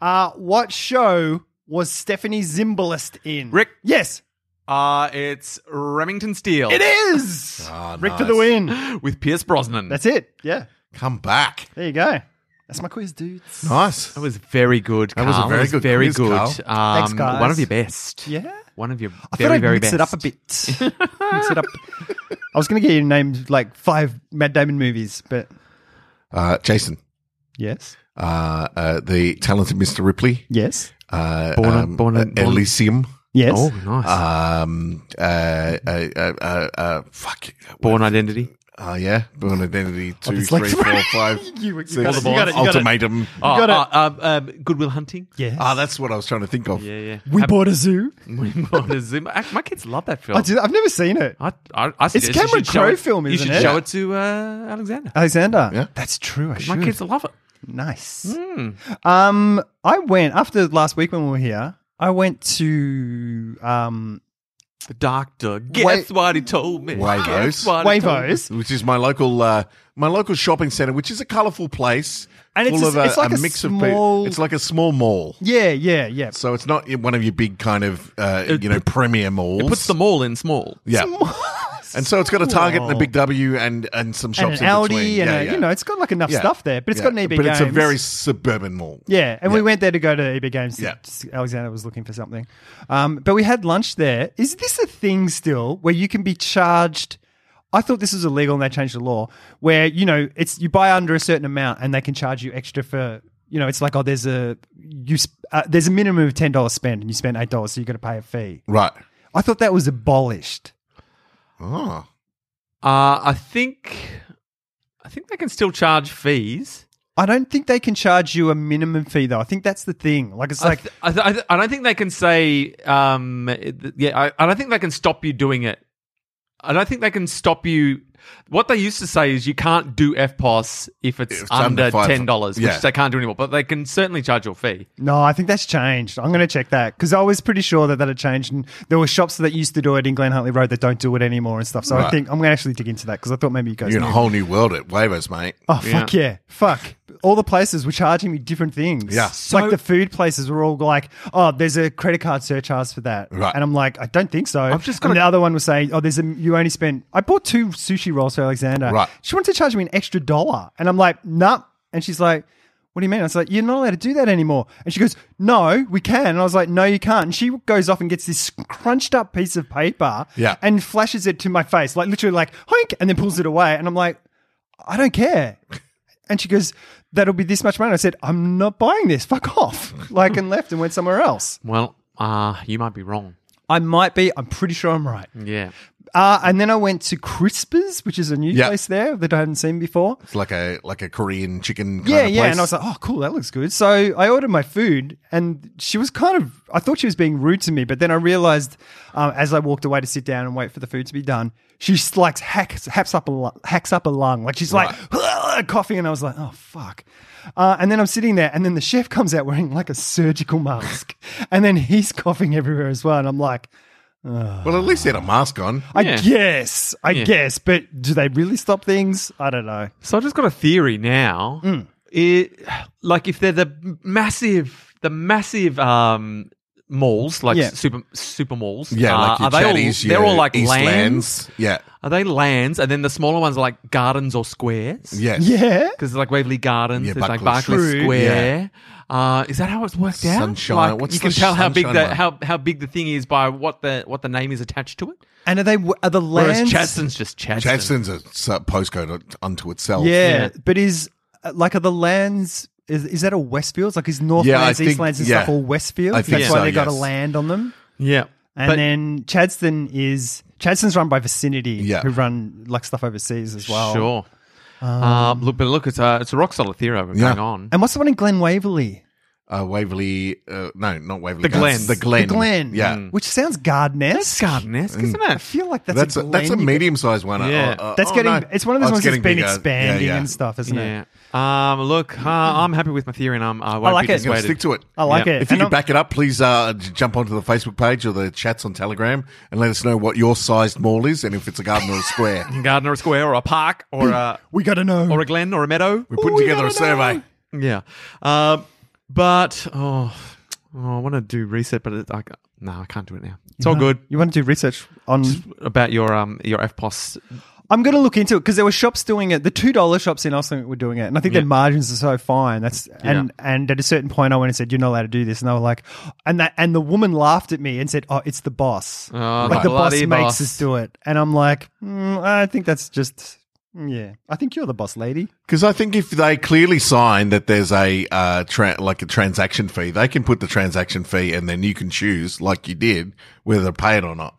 [SPEAKER 3] Uh, what show was Stephanie Zimbalist in?
[SPEAKER 4] Rick.
[SPEAKER 3] Yes.
[SPEAKER 4] Uh, it's Remington Steel.
[SPEAKER 3] It is.
[SPEAKER 1] Ah,
[SPEAKER 3] Rick for
[SPEAKER 1] nice.
[SPEAKER 3] the win.
[SPEAKER 4] With Pierce Brosnan.
[SPEAKER 3] That's it. Yeah.
[SPEAKER 1] Come back.
[SPEAKER 3] There you go. That's my quiz, dudes.
[SPEAKER 1] Nice.
[SPEAKER 4] That was very good. That
[SPEAKER 1] was a very good
[SPEAKER 4] Very
[SPEAKER 1] quiz,
[SPEAKER 4] good.
[SPEAKER 1] Carl.
[SPEAKER 4] Um,
[SPEAKER 3] Thanks, guys.
[SPEAKER 4] One of your best.
[SPEAKER 3] Yeah.
[SPEAKER 4] One of your
[SPEAKER 3] I
[SPEAKER 4] very,
[SPEAKER 3] thought I'd
[SPEAKER 4] very
[SPEAKER 3] mix
[SPEAKER 4] best.
[SPEAKER 3] it up a bit. mix it up. I was going to get you named like five Matt Damon movies, but
[SPEAKER 1] Uh, Jason.
[SPEAKER 3] yes,
[SPEAKER 1] Uh, uh, the talented Mr. Ripley.
[SPEAKER 3] yes,
[SPEAKER 1] Uh,
[SPEAKER 4] Born-
[SPEAKER 1] um,
[SPEAKER 4] born-
[SPEAKER 1] uh,
[SPEAKER 4] born-
[SPEAKER 1] Elysium.
[SPEAKER 3] yes.
[SPEAKER 4] Oh, nice.
[SPEAKER 1] Um, uh, uh, uh, uh, uh, fuck.
[SPEAKER 4] Born Identity.
[SPEAKER 1] Oh, yeah. Born Identity Two,
[SPEAKER 3] it's like
[SPEAKER 1] three, four, five,
[SPEAKER 3] Oh, You- you
[SPEAKER 1] six,
[SPEAKER 3] got it, you got it, you got it.
[SPEAKER 1] Ultimatum.
[SPEAKER 4] Oh,
[SPEAKER 3] got it.
[SPEAKER 4] oh, um, um, Goodwill Hunting.
[SPEAKER 3] Yes.
[SPEAKER 1] Ah, that's what I was trying to think of.
[SPEAKER 4] Yeah, yeah.
[SPEAKER 3] we
[SPEAKER 4] Have-
[SPEAKER 3] bought a zoo.
[SPEAKER 4] we bought a Zoom. Act- My kids love that film.
[SPEAKER 3] I did, I've never seen it.
[SPEAKER 4] I, I, I suggest you
[SPEAKER 3] Cameron
[SPEAKER 4] should show
[SPEAKER 3] Crowe
[SPEAKER 4] it-
[SPEAKER 3] film,
[SPEAKER 4] You
[SPEAKER 3] isn't
[SPEAKER 4] should
[SPEAKER 3] it?
[SPEAKER 4] show it to uh, Alexander.
[SPEAKER 3] Alexander.
[SPEAKER 1] Yeah.
[SPEAKER 3] That's true. I should.
[SPEAKER 4] My kids love it.
[SPEAKER 3] Nice. Um, I went after last week when we were here. I went to um,
[SPEAKER 4] The doctor. Guess
[SPEAKER 1] Wait-
[SPEAKER 4] what he told me.
[SPEAKER 1] Wavos.
[SPEAKER 4] Guess what he told me.
[SPEAKER 3] Wavos.
[SPEAKER 1] which is my local uh, my local shopping center, which is a colourful place,
[SPEAKER 3] And it's
[SPEAKER 1] full
[SPEAKER 3] a-
[SPEAKER 1] of a,
[SPEAKER 3] it's like
[SPEAKER 1] a
[SPEAKER 3] a
[SPEAKER 1] mix of
[SPEAKER 3] small-
[SPEAKER 1] people. It's like a small mall.
[SPEAKER 3] Yeah, yeah, yeah.
[SPEAKER 1] So it's not one of your big kind of uh, you know premier malls.
[SPEAKER 4] It puts them all in small.
[SPEAKER 1] yeah, and so it's got a Target and a Big W and and some
[SPEAKER 3] and
[SPEAKER 1] shops
[SPEAKER 3] an
[SPEAKER 1] in
[SPEAKER 3] Audi,
[SPEAKER 1] between.
[SPEAKER 3] and
[SPEAKER 1] yeah,
[SPEAKER 3] a,
[SPEAKER 1] yeah.
[SPEAKER 3] you know, it's got like enough
[SPEAKER 1] Yeah.
[SPEAKER 3] stuff there, but it's
[SPEAKER 1] Yeah.
[SPEAKER 3] got an EB
[SPEAKER 1] But
[SPEAKER 3] Games.
[SPEAKER 1] it's a very suburban mall.
[SPEAKER 3] yeah, and we
[SPEAKER 1] Yeah.
[SPEAKER 3] went there to go to EB Games.
[SPEAKER 1] Yeah.
[SPEAKER 3] Alexander was looking for something, um, but we had lunch there. Is this a thing still where you can be charged? I thought this was illegal, and they changed the law where you know it's you buy under a certain amount, and they can charge you extra for. You know, it's like oh, there's a you sp- uh, there's a minimum of ten dollars spent, and you spend eight dollars, so you got to pay a fee.
[SPEAKER 1] Right.
[SPEAKER 3] I thought that was abolished.
[SPEAKER 1] Oh.
[SPEAKER 4] Uh, I think I think they can still charge fees.
[SPEAKER 3] I don't think they can charge you a minimum fee though. I think that's the thing. Like it's
[SPEAKER 4] I
[SPEAKER 3] like
[SPEAKER 4] th- I, th- I, th- I don't think they can say. Um, it- yeah, I, I don't think they can stop you doing it. I don't think they can stop you. What they used to say is you can't do FPOS if it's,
[SPEAKER 1] If it's
[SPEAKER 4] under
[SPEAKER 1] under five-
[SPEAKER 4] ten dollars,
[SPEAKER 1] yeah.
[SPEAKER 4] which they can't do anymore. But they can certainly charge your fee.
[SPEAKER 3] No, I think that's changed. I'm going to check that because I was pretty sure that that had changed, and there were shops that used to do it in Glen Huntley Road that don't do it anymore and stuff. So I
[SPEAKER 1] Right.
[SPEAKER 3] think I'm going to actually dig into that because I thought maybe you guys.
[SPEAKER 1] You're in
[SPEAKER 3] knew.
[SPEAKER 1] a whole new world at Wavos, mate.
[SPEAKER 3] oh fuck yeah. fuck! All the places were charging me different things.
[SPEAKER 1] Yeah.
[SPEAKER 3] like the food places were all like, "Oh, there's a credit card surcharge for that,"
[SPEAKER 1] Right.
[SPEAKER 3] and I'm like, "I don't think so." I've
[SPEAKER 4] just
[SPEAKER 3] and
[SPEAKER 4] gotta-
[SPEAKER 3] the other one was saying, "Oh, there's a you only spent." I bought two sushi rolls for Alexander.
[SPEAKER 1] Right.
[SPEAKER 3] She wanted to charge me an extra dollar, and I'm like, "Nah," and she's like. What do you mean? I was like, you're not allowed to do that anymore. And she goes, no, we can. And I was like, no, you can't. And she goes off and gets this crunched up piece of paper
[SPEAKER 1] Yeah.
[SPEAKER 3] and flashes it to my face, like literally like, hoink, and then pulls it away. And I'm like, I don't care. And she goes, that'll be this much money. I said, I'm not buying this. Fuck off. Like, and left and went somewhere else.
[SPEAKER 4] Well, uh, you might be wrong.
[SPEAKER 3] I might be, I'm pretty sure I'm right.
[SPEAKER 4] Yeah,
[SPEAKER 3] Uh, and then I went to Crispers, which is a new
[SPEAKER 1] Yeah.
[SPEAKER 3] place there that I hadn't seen before.
[SPEAKER 1] It's like a like a Korean chicken. Kind
[SPEAKER 3] Yeah,
[SPEAKER 1] of
[SPEAKER 3] yeah.
[SPEAKER 1] place.
[SPEAKER 3] And I was like, oh, cool, that looks good. So I ordered my food, and she was kind of, I thought she was being rude to me, but then I realized um, as I walked away to sit down and wait for the food to be done, she just, like hacks, hacks, up a, lu- hacks up a lung. Like she's like, coughing. And I was like, oh, fuck. Uh, and then I'm sitting there, and then the chef comes out wearing like a surgical mask, and then he's coughing everywhere as well. And I'm like,
[SPEAKER 1] well, at least he had a mask on.
[SPEAKER 3] I
[SPEAKER 4] Yeah.
[SPEAKER 3] guess, I
[SPEAKER 4] Yeah.
[SPEAKER 3] guess, but do they really stop things? I don't know.
[SPEAKER 4] So I've just got a theory now. It, like if they're the massive, the massive um, malls, like
[SPEAKER 3] Yeah.
[SPEAKER 4] super super malls.
[SPEAKER 1] Yeah,
[SPEAKER 4] uh,
[SPEAKER 1] like your
[SPEAKER 4] are they
[SPEAKER 1] Chaddies,
[SPEAKER 4] all, they're
[SPEAKER 1] your
[SPEAKER 4] all like
[SPEAKER 1] Eastlands.
[SPEAKER 4] lands.
[SPEAKER 1] Yeah.
[SPEAKER 4] Are they lands? And then the smaller ones are like gardens or squares.
[SPEAKER 1] Yes.
[SPEAKER 3] Yeah.
[SPEAKER 4] Because like Waverley Gardens,
[SPEAKER 1] Yeah,
[SPEAKER 4] there's like
[SPEAKER 1] Barclays.
[SPEAKER 4] Barclays
[SPEAKER 1] True.
[SPEAKER 4] Square. Uh, is that how it's worked out?
[SPEAKER 1] Sunshine-
[SPEAKER 4] Like,
[SPEAKER 1] what's
[SPEAKER 4] you can
[SPEAKER 1] the
[SPEAKER 4] tell how big
[SPEAKER 1] sunshine
[SPEAKER 4] the
[SPEAKER 1] one?
[SPEAKER 4] how, how big the thing is by what the what the name is attached to it.
[SPEAKER 3] And are they, are the
[SPEAKER 4] Whereas
[SPEAKER 3] lands?
[SPEAKER 4] Chadston's just Chadston.
[SPEAKER 1] Chadston's a sub- postcode unto itself.
[SPEAKER 3] Yeah,
[SPEAKER 4] Yeah.
[SPEAKER 3] but is uh, like are the lands is is that all Westfields? Like is Northlands,
[SPEAKER 1] Yeah, I
[SPEAKER 3] Eastlands,
[SPEAKER 1] think-
[SPEAKER 3] and
[SPEAKER 1] yeah.
[SPEAKER 3] stuff all Westfields?
[SPEAKER 1] I think
[SPEAKER 3] That's why
[SPEAKER 1] so,
[SPEAKER 3] they got a
[SPEAKER 1] yes.
[SPEAKER 3] land on them.
[SPEAKER 4] Yeah,
[SPEAKER 3] And
[SPEAKER 4] But-
[SPEAKER 3] then Chadston is Chadston's run by Vicinity,
[SPEAKER 1] Yeah.
[SPEAKER 3] who run like stuff overseas as well.
[SPEAKER 4] Sure. um, look, but look, it's a it's a rock solid theory we're
[SPEAKER 1] Yeah.
[SPEAKER 4] going on.
[SPEAKER 3] And what's the one in Glen Waverley?
[SPEAKER 1] Uh, Waverley. Uh, no, not Waverley.
[SPEAKER 4] The
[SPEAKER 1] Gardens.
[SPEAKER 4] Glen.
[SPEAKER 1] The Glen.
[SPEAKER 3] The Glen, Mm.
[SPEAKER 1] Yeah.
[SPEAKER 3] Which sounds garden-esque.
[SPEAKER 4] Gardenesque,
[SPEAKER 1] Mm.
[SPEAKER 4] isn't
[SPEAKER 3] I
[SPEAKER 4] it?
[SPEAKER 3] feel like that's
[SPEAKER 1] That's
[SPEAKER 3] a
[SPEAKER 1] a,
[SPEAKER 3] Glen
[SPEAKER 1] that's a
[SPEAKER 3] you could-
[SPEAKER 1] medium sized one.
[SPEAKER 4] Yeah.
[SPEAKER 3] That's
[SPEAKER 1] oh,
[SPEAKER 3] getting.
[SPEAKER 1] no.
[SPEAKER 3] It's one of
[SPEAKER 1] Oh,
[SPEAKER 3] those
[SPEAKER 1] it's
[SPEAKER 3] ones that's
[SPEAKER 1] getting
[SPEAKER 3] been
[SPEAKER 1] bigger. Yeah,
[SPEAKER 3] expanding
[SPEAKER 1] yeah.
[SPEAKER 3] and stuff, isn't it? Mm.
[SPEAKER 4] Yeah. Um, look, uh, I'm happy with my theory, and I'm, I won't
[SPEAKER 3] like
[SPEAKER 4] be
[SPEAKER 3] it.
[SPEAKER 1] He's gonna
[SPEAKER 4] dissuaded.
[SPEAKER 1] stick to it.
[SPEAKER 3] I like
[SPEAKER 4] Yeah.
[SPEAKER 3] it.
[SPEAKER 1] If you
[SPEAKER 3] And
[SPEAKER 1] can
[SPEAKER 3] I'm-
[SPEAKER 1] back it up, please uh, j- jump onto the Facebook page or the chats on Telegram and let us know what your sized mall is and if it's a garden or a square.
[SPEAKER 4] Garden or a square or a park or a
[SPEAKER 3] we gotta know.
[SPEAKER 4] or a glen or a meadow.
[SPEAKER 1] We're putting
[SPEAKER 3] We
[SPEAKER 1] together a
[SPEAKER 3] gotta know.
[SPEAKER 1] survey.
[SPEAKER 4] Yeah. Um, but oh, oh, I want to do reset, but it, I, ca- no, I can't do it now. It's all good
[SPEAKER 3] You want to do research on
[SPEAKER 4] about your um your FPOS.
[SPEAKER 3] I'm going to look into it because there were shops doing it. The two dollar shops in Osling were doing it, and I think
[SPEAKER 4] Yeah.
[SPEAKER 3] their margins are so fine. That's and and at a certain point, I went and said, "You're not allowed to do this," and they were like, and that and the woman laughed at me and said, "Oh, it's the boss.
[SPEAKER 4] Oh,
[SPEAKER 3] like the
[SPEAKER 4] the
[SPEAKER 3] boss
[SPEAKER 4] bloody
[SPEAKER 3] makes
[SPEAKER 4] boss.
[SPEAKER 3] us do it." And I'm like, mm, I think that's just mm, yeah. I think you're the boss, lady.
[SPEAKER 1] Because I think if they clearly sign that there's a uh, tra- like a transaction fee, they can put the transaction fee and then you can choose, like you did, whether to pay it or not.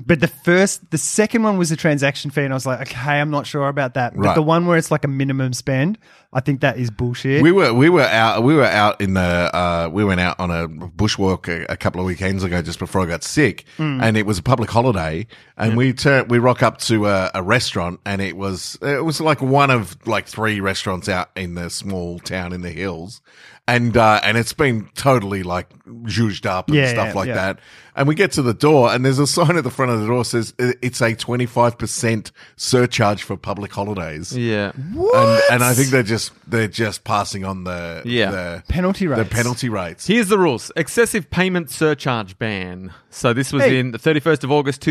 [SPEAKER 3] But the first, the second one was a transaction fee, and I was like, okay, I'm not sure about that. But
[SPEAKER 1] Right.
[SPEAKER 3] the one where it's like a minimum spend, I think that is bullshit.
[SPEAKER 1] We were we were out we were out in the uh, we went out on a bushwalk a, a couple of weekends ago just before I got sick,
[SPEAKER 3] Hmm.
[SPEAKER 1] and it was a public holiday, and we turn we rock up to a, a restaurant, and it was it was like one of like three restaurants out in the small town in the hills, and uh, and it's been totally like zhuzhed up and
[SPEAKER 3] Yeah,
[SPEAKER 1] stuff
[SPEAKER 3] yeah,
[SPEAKER 1] like
[SPEAKER 3] yeah.
[SPEAKER 1] that, and we get to the door, and there's a sign at the front of the door says "I- it's a twenty five percent surcharge for public holidays.
[SPEAKER 4] Yeah.
[SPEAKER 1] And, and I think they're just they're just passing on the
[SPEAKER 4] Yeah.
[SPEAKER 1] the,
[SPEAKER 3] Penalty
[SPEAKER 1] the
[SPEAKER 3] rates.
[SPEAKER 1] penalty rates.
[SPEAKER 4] Here's the rules excessive payment surcharge ban. So, this was
[SPEAKER 3] Hey.
[SPEAKER 4] in the 31st of August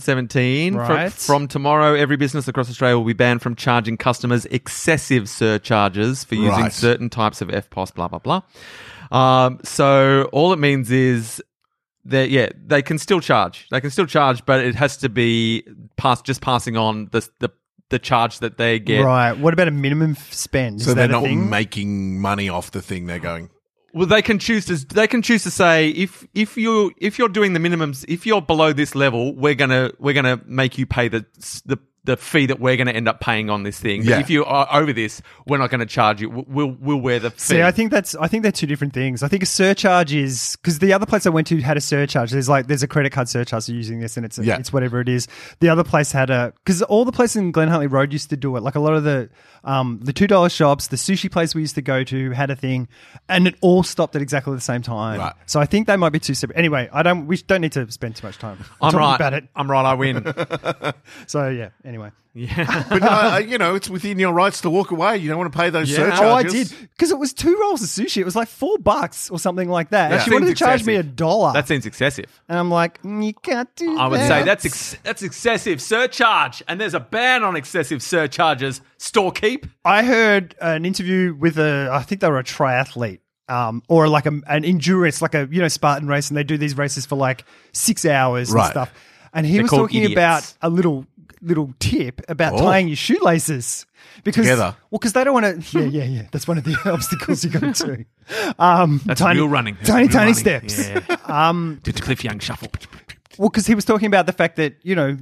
[SPEAKER 4] 2017. Fro-
[SPEAKER 3] Right.
[SPEAKER 4] From, tomorrow, every business across Australia will be banned from charging customers excessive surcharges for using
[SPEAKER 1] Right.
[SPEAKER 4] certain types of FPOS, blah, blah, blah. Um, so, all it means is. that yeah, they can still charge. They can still charge, but it has to be pass, just passing on the, the the charge that they get.
[SPEAKER 3] Right. What about a minimum f- spend? Is
[SPEAKER 1] So they're
[SPEAKER 3] that a
[SPEAKER 1] not
[SPEAKER 3] thing?
[SPEAKER 1] making money off the thing they're going.
[SPEAKER 4] Well, they can choose to they can choose to say if if you if you're doing the minimums if you're below this level we're gonna we're gonna make you pay the the the fee that we're gonna end up paying on this thing. But
[SPEAKER 1] Yeah.
[SPEAKER 4] if you are over this, we're not gonna charge you. We'll we'll, we'll wear the fee.
[SPEAKER 3] See, I think that's I think they're two different things. I think a surcharge is because the other place I went to had a surcharge. There's like there's a credit card surcharge so using this, and it's
[SPEAKER 1] Yeah.
[SPEAKER 3] it's whatever it is. The other place had a because all the places in Glen Huntley Road used to do it. Like a lot of the um, the two dollar shops, the sushi place we used to go to had a thing, and it all stopped at exactly the same time.
[SPEAKER 1] Right.
[SPEAKER 3] So I think they might be two separate. Anyway, I don't we don't need to spend too much time
[SPEAKER 4] I'm
[SPEAKER 3] talking
[SPEAKER 4] right.
[SPEAKER 3] about it.
[SPEAKER 4] I'm right. I win.
[SPEAKER 3] So yeah. Anyway.
[SPEAKER 1] But uh, you know, it's within your rights to walk away. You don't want to pay those surcharges.
[SPEAKER 3] Oh, I did because it was two rolls of sushi. It was like four bucks or something like that.
[SPEAKER 1] Yeah.
[SPEAKER 3] And she wanted to
[SPEAKER 4] Seems
[SPEAKER 3] charge me a
[SPEAKER 4] excessive.
[SPEAKER 3] dollar.
[SPEAKER 4] that seems excessive.
[SPEAKER 3] And I'm like, "Mm, you can't do
[SPEAKER 4] I would
[SPEAKER 3] that."
[SPEAKER 4] say that's ex- that's excessive surcharge, and there's a ban on excessive surcharges. Storekeep.
[SPEAKER 3] I heard an interview with a, I think they were a triathlete. Um, or like a, an endurance, like a you know Spartan race, and they do these races for like six hours
[SPEAKER 1] Right.
[SPEAKER 3] and stuff. And he was
[SPEAKER 4] called
[SPEAKER 3] talking
[SPEAKER 4] idiots.
[SPEAKER 3] about a little little tip about
[SPEAKER 1] Oh.
[SPEAKER 3] tying your shoelaces because
[SPEAKER 1] Together.
[SPEAKER 3] well, because they don't want to. Yeah, yeah, yeah. That's one of the obstacles you got to. Um,
[SPEAKER 9] That's
[SPEAKER 3] tiny,
[SPEAKER 9] real running. That's
[SPEAKER 3] tiny,
[SPEAKER 9] real
[SPEAKER 3] tiny
[SPEAKER 9] running.
[SPEAKER 3] steps.
[SPEAKER 9] Yeah. Did the Cliff Young shuffle.
[SPEAKER 3] Well, because he was talking about the fact that you know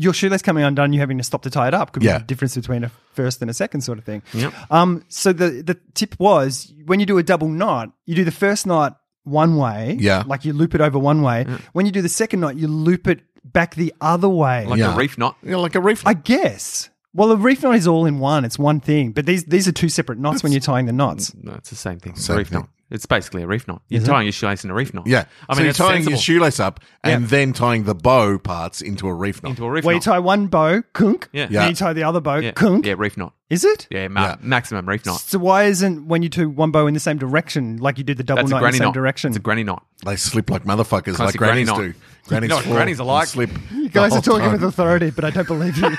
[SPEAKER 3] your shoelace coming undone, you having to stop to tie it up could
[SPEAKER 1] Yeah.
[SPEAKER 3] be the difference between a first and a second sort of thing.
[SPEAKER 4] Yep.
[SPEAKER 3] Um. So the the tip was when you do a double knot, you do the first knot one way.
[SPEAKER 1] Yeah.
[SPEAKER 3] Like you loop it over one way. When you do the second knot, you loop it back the other way.
[SPEAKER 4] Like
[SPEAKER 1] Yeah.
[SPEAKER 4] a reef knot.
[SPEAKER 1] You know, like a reef.
[SPEAKER 3] I guess. Well, a reef knot is all in one. It's one thing, but these these are two separate knots when you're tying the knots.
[SPEAKER 4] No, it's the same thing.
[SPEAKER 1] Same
[SPEAKER 4] a reef
[SPEAKER 1] thing. Mm-hmm.
[SPEAKER 4] knot. It's basically a reef knot. You're tying your shoelace in a reef knot.
[SPEAKER 1] yeah.
[SPEAKER 4] I
[SPEAKER 1] so
[SPEAKER 4] mean,
[SPEAKER 1] you're
[SPEAKER 4] it's
[SPEAKER 1] tying your
[SPEAKER 4] sensible.
[SPEAKER 1] shoelace up and then tying the bow parts into a reef knot.
[SPEAKER 4] into a reef
[SPEAKER 3] Where you
[SPEAKER 4] knot.
[SPEAKER 3] tie one bow, kunk.
[SPEAKER 4] Yeah.
[SPEAKER 1] Yeah.
[SPEAKER 3] And you tie the other bow,
[SPEAKER 4] yeah.
[SPEAKER 3] kunk.
[SPEAKER 4] Yeah, reef knot.
[SPEAKER 3] Is it?
[SPEAKER 4] Yeah, ma-
[SPEAKER 1] Yeah.
[SPEAKER 4] maximum reef knot.
[SPEAKER 3] So why isn't when you do one bow in the same direction, like you did the double
[SPEAKER 4] That's a
[SPEAKER 3] knot in the
[SPEAKER 4] granny
[SPEAKER 3] same
[SPEAKER 4] knot.
[SPEAKER 3] direction?
[SPEAKER 4] It's a granny knot.
[SPEAKER 1] they slip like motherfuckers, like
[SPEAKER 4] Classic
[SPEAKER 1] grannies do.
[SPEAKER 4] granny knot.
[SPEAKER 1] Grannies,
[SPEAKER 4] You know what
[SPEAKER 1] fall
[SPEAKER 4] grannies are
[SPEAKER 1] and
[SPEAKER 4] like.
[SPEAKER 1] Slip
[SPEAKER 3] you guys are talking with authority, but I don't believe you.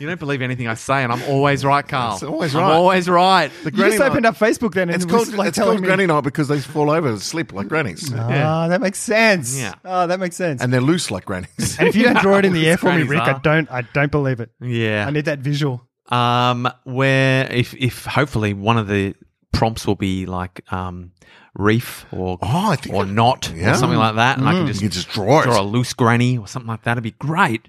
[SPEAKER 4] You don't believe anything I say, and I'm always right, Carl.
[SPEAKER 1] It's always
[SPEAKER 4] I'm
[SPEAKER 1] right.
[SPEAKER 4] always right. The
[SPEAKER 3] you just opened up Facebook then, and
[SPEAKER 1] It's
[SPEAKER 3] it was
[SPEAKER 1] called,
[SPEAKER 3] like
[SPEAKER 1] it's
[SPEAKER 3] telling
[SPEAKER 1] called
[SPEAKER 3] me,
[SPEAKER 1] granny knot because they fall over and slip like grannies.
[SPEAKER 3] Ah, that makes sense.
[SPEAKER 4] Yeah.
[SPEAKER 3] Ah, that makes sense. And,
[SPEAKER 1] And they're loose like grannies.
[SPEAKER 3] if you don't draw it in the air for me,
[SPEAKER 4] Grannies
[SPEAKER 3] Rick, I
[SPEAKER 4] are.
[SPEAKER 3] don't, I don't believe it.
[SPEAKER 4] Yeah.
[SPEAKER 3] I need that visual.
[SPEAKER 4] um, where if if hopefully one of the prompts will be like um, reef or
[SPEAKER 1] Oh, I think
[SPEAKER 4] or
[SPEAKER 1] I-
[SPEAKER 4] knot
[SPEAKER 1] yeah. Mm.
[SPEAKER 4] or something like that, and I can just,
[SPEAKER 1] you just draw it.
[SPEAKER 4] draw a loose granny or something like that. It'd be great.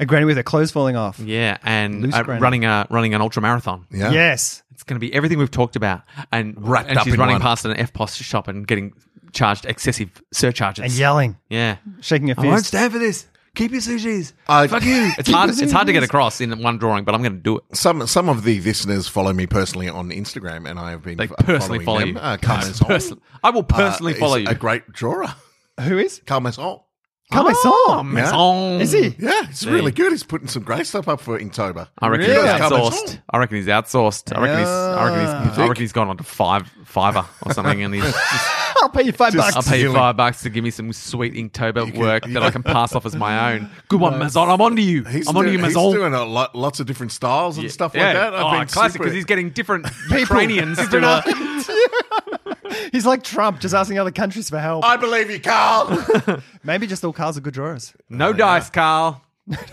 [SPEAKER 3] A granny with her clothes falling off.
[SPEAKER 4] Yeah, and
[SPEAKER 3] Loose
[SPEAKER 4] uh,
[SPEAKER 3] granny.
[SPEAKER 4] running a running an ultra marathon.
[SPEAKER 1] yeah.
[SPEAKER 3] Yes.
[SPEAKER 4] It's going to be everything we've talked about, and
[SPEAKER 1] Wrapped
[SPEAKER 4] and
[SPEAKER 1] up
[SPEAKER 4] she's
[SPEAKER 1] in
[SPEAKER 4] running
[SPEAKER 1] one.
[SPEAKER 4] past an FPOS shop and getting charged excessive surcharges.
[SPEAKER 3] And yelling,
[SPEAKER 4] yeah.
[SPEAKER 3] shaking her
[SPEAKER 4] I won't
[SPEAKER 3] fist.
[SPEAKER 4] stand for this. Keep your sushis.
[SPEAKER 1] I-
[SPEAKER 4] Fuck you. It's hard. It's hard to get across in one drawing, but I'm going to do it.
[SPEAKER 1] some some of the listeners follow me personally on Instagram, and I have been
[SPEAKER 4] They
[SPEAKER 1] f-
[SPEAKER 4] personally follow
[SPEAKER 1] following
[SPEAKER 4] you.
[SPEAKER 1] them. Uh, Carl Masson,
[SPEAKER 4] Person- I will
[SPEAKER 1] uh,
[SPEAKER 4] personally
[SPEAKER 1] is
[SPEAKER 4] follow you.
[SPEAKER 1] A great drawer,
[SPEAKER 3] Who is?
[SPEAKER 1] Carl Masson.
[SPEAKER 3] Come I saw.
[SPEAKER 4] man. Oh.
[SPEAKER 3] Is he?
[SPEAKER 1] Yeah, it's really good. He's putting some great stuff up for Inktober.
[SPEAKER 4] I reckon
[SPEAKER 3] Really?
[SPEAKER 4] he's
[SPEAKER 1] Carl
[SPEAKER 4] outsourced.
[SPEAKER 1] Masson.
[SPEAKER 4] I reckon he's outsourced. I reckon he's. I reckon he's. I reckon he's gone on to five Fiverr or something, and he's. Just,
[SPEAKER 3] I'll pay you five
[SPEAKER 1] Just-
[SPEAKER 4] I'll
[SPEAKER 3] bucks.
[SPEAKER 4] pay you
[SPEAKER 1] Stealing.
[SPEAKER 4] five bucks to give me some sweet Inktober
[SPEAKER 1] can-
[SPEAKER 4] work that I can pass off as my own. Good one, Mazon. I'm on to you.
[SPEAKER 1] He's,
[SPEAKER 4] I'm on to
[SPEAKER 1] do-
[SPEAKER 4] you,
[SPEAKER 1] he's
[SPEAKER 4] Mazon.
[SPEAKER 1] doing a lot, lots of different styles and stuff like
[SPEAKER 4] Yeah.
[SPEAKER 1] that.
[SPEAKER 4] oh, classic
[SPEAKER 1] super-
[SPEAKER 4] because he's getting different Ukrainians to. uh,
[SPEAKER 3] He's like Trump, just asking other countries for help.
[SPEAKER 1] I believe you, Carl.
[SPEAKER 3] Maybe just all cars are good drawers.
[SPEAKER 4] No dice, Carl.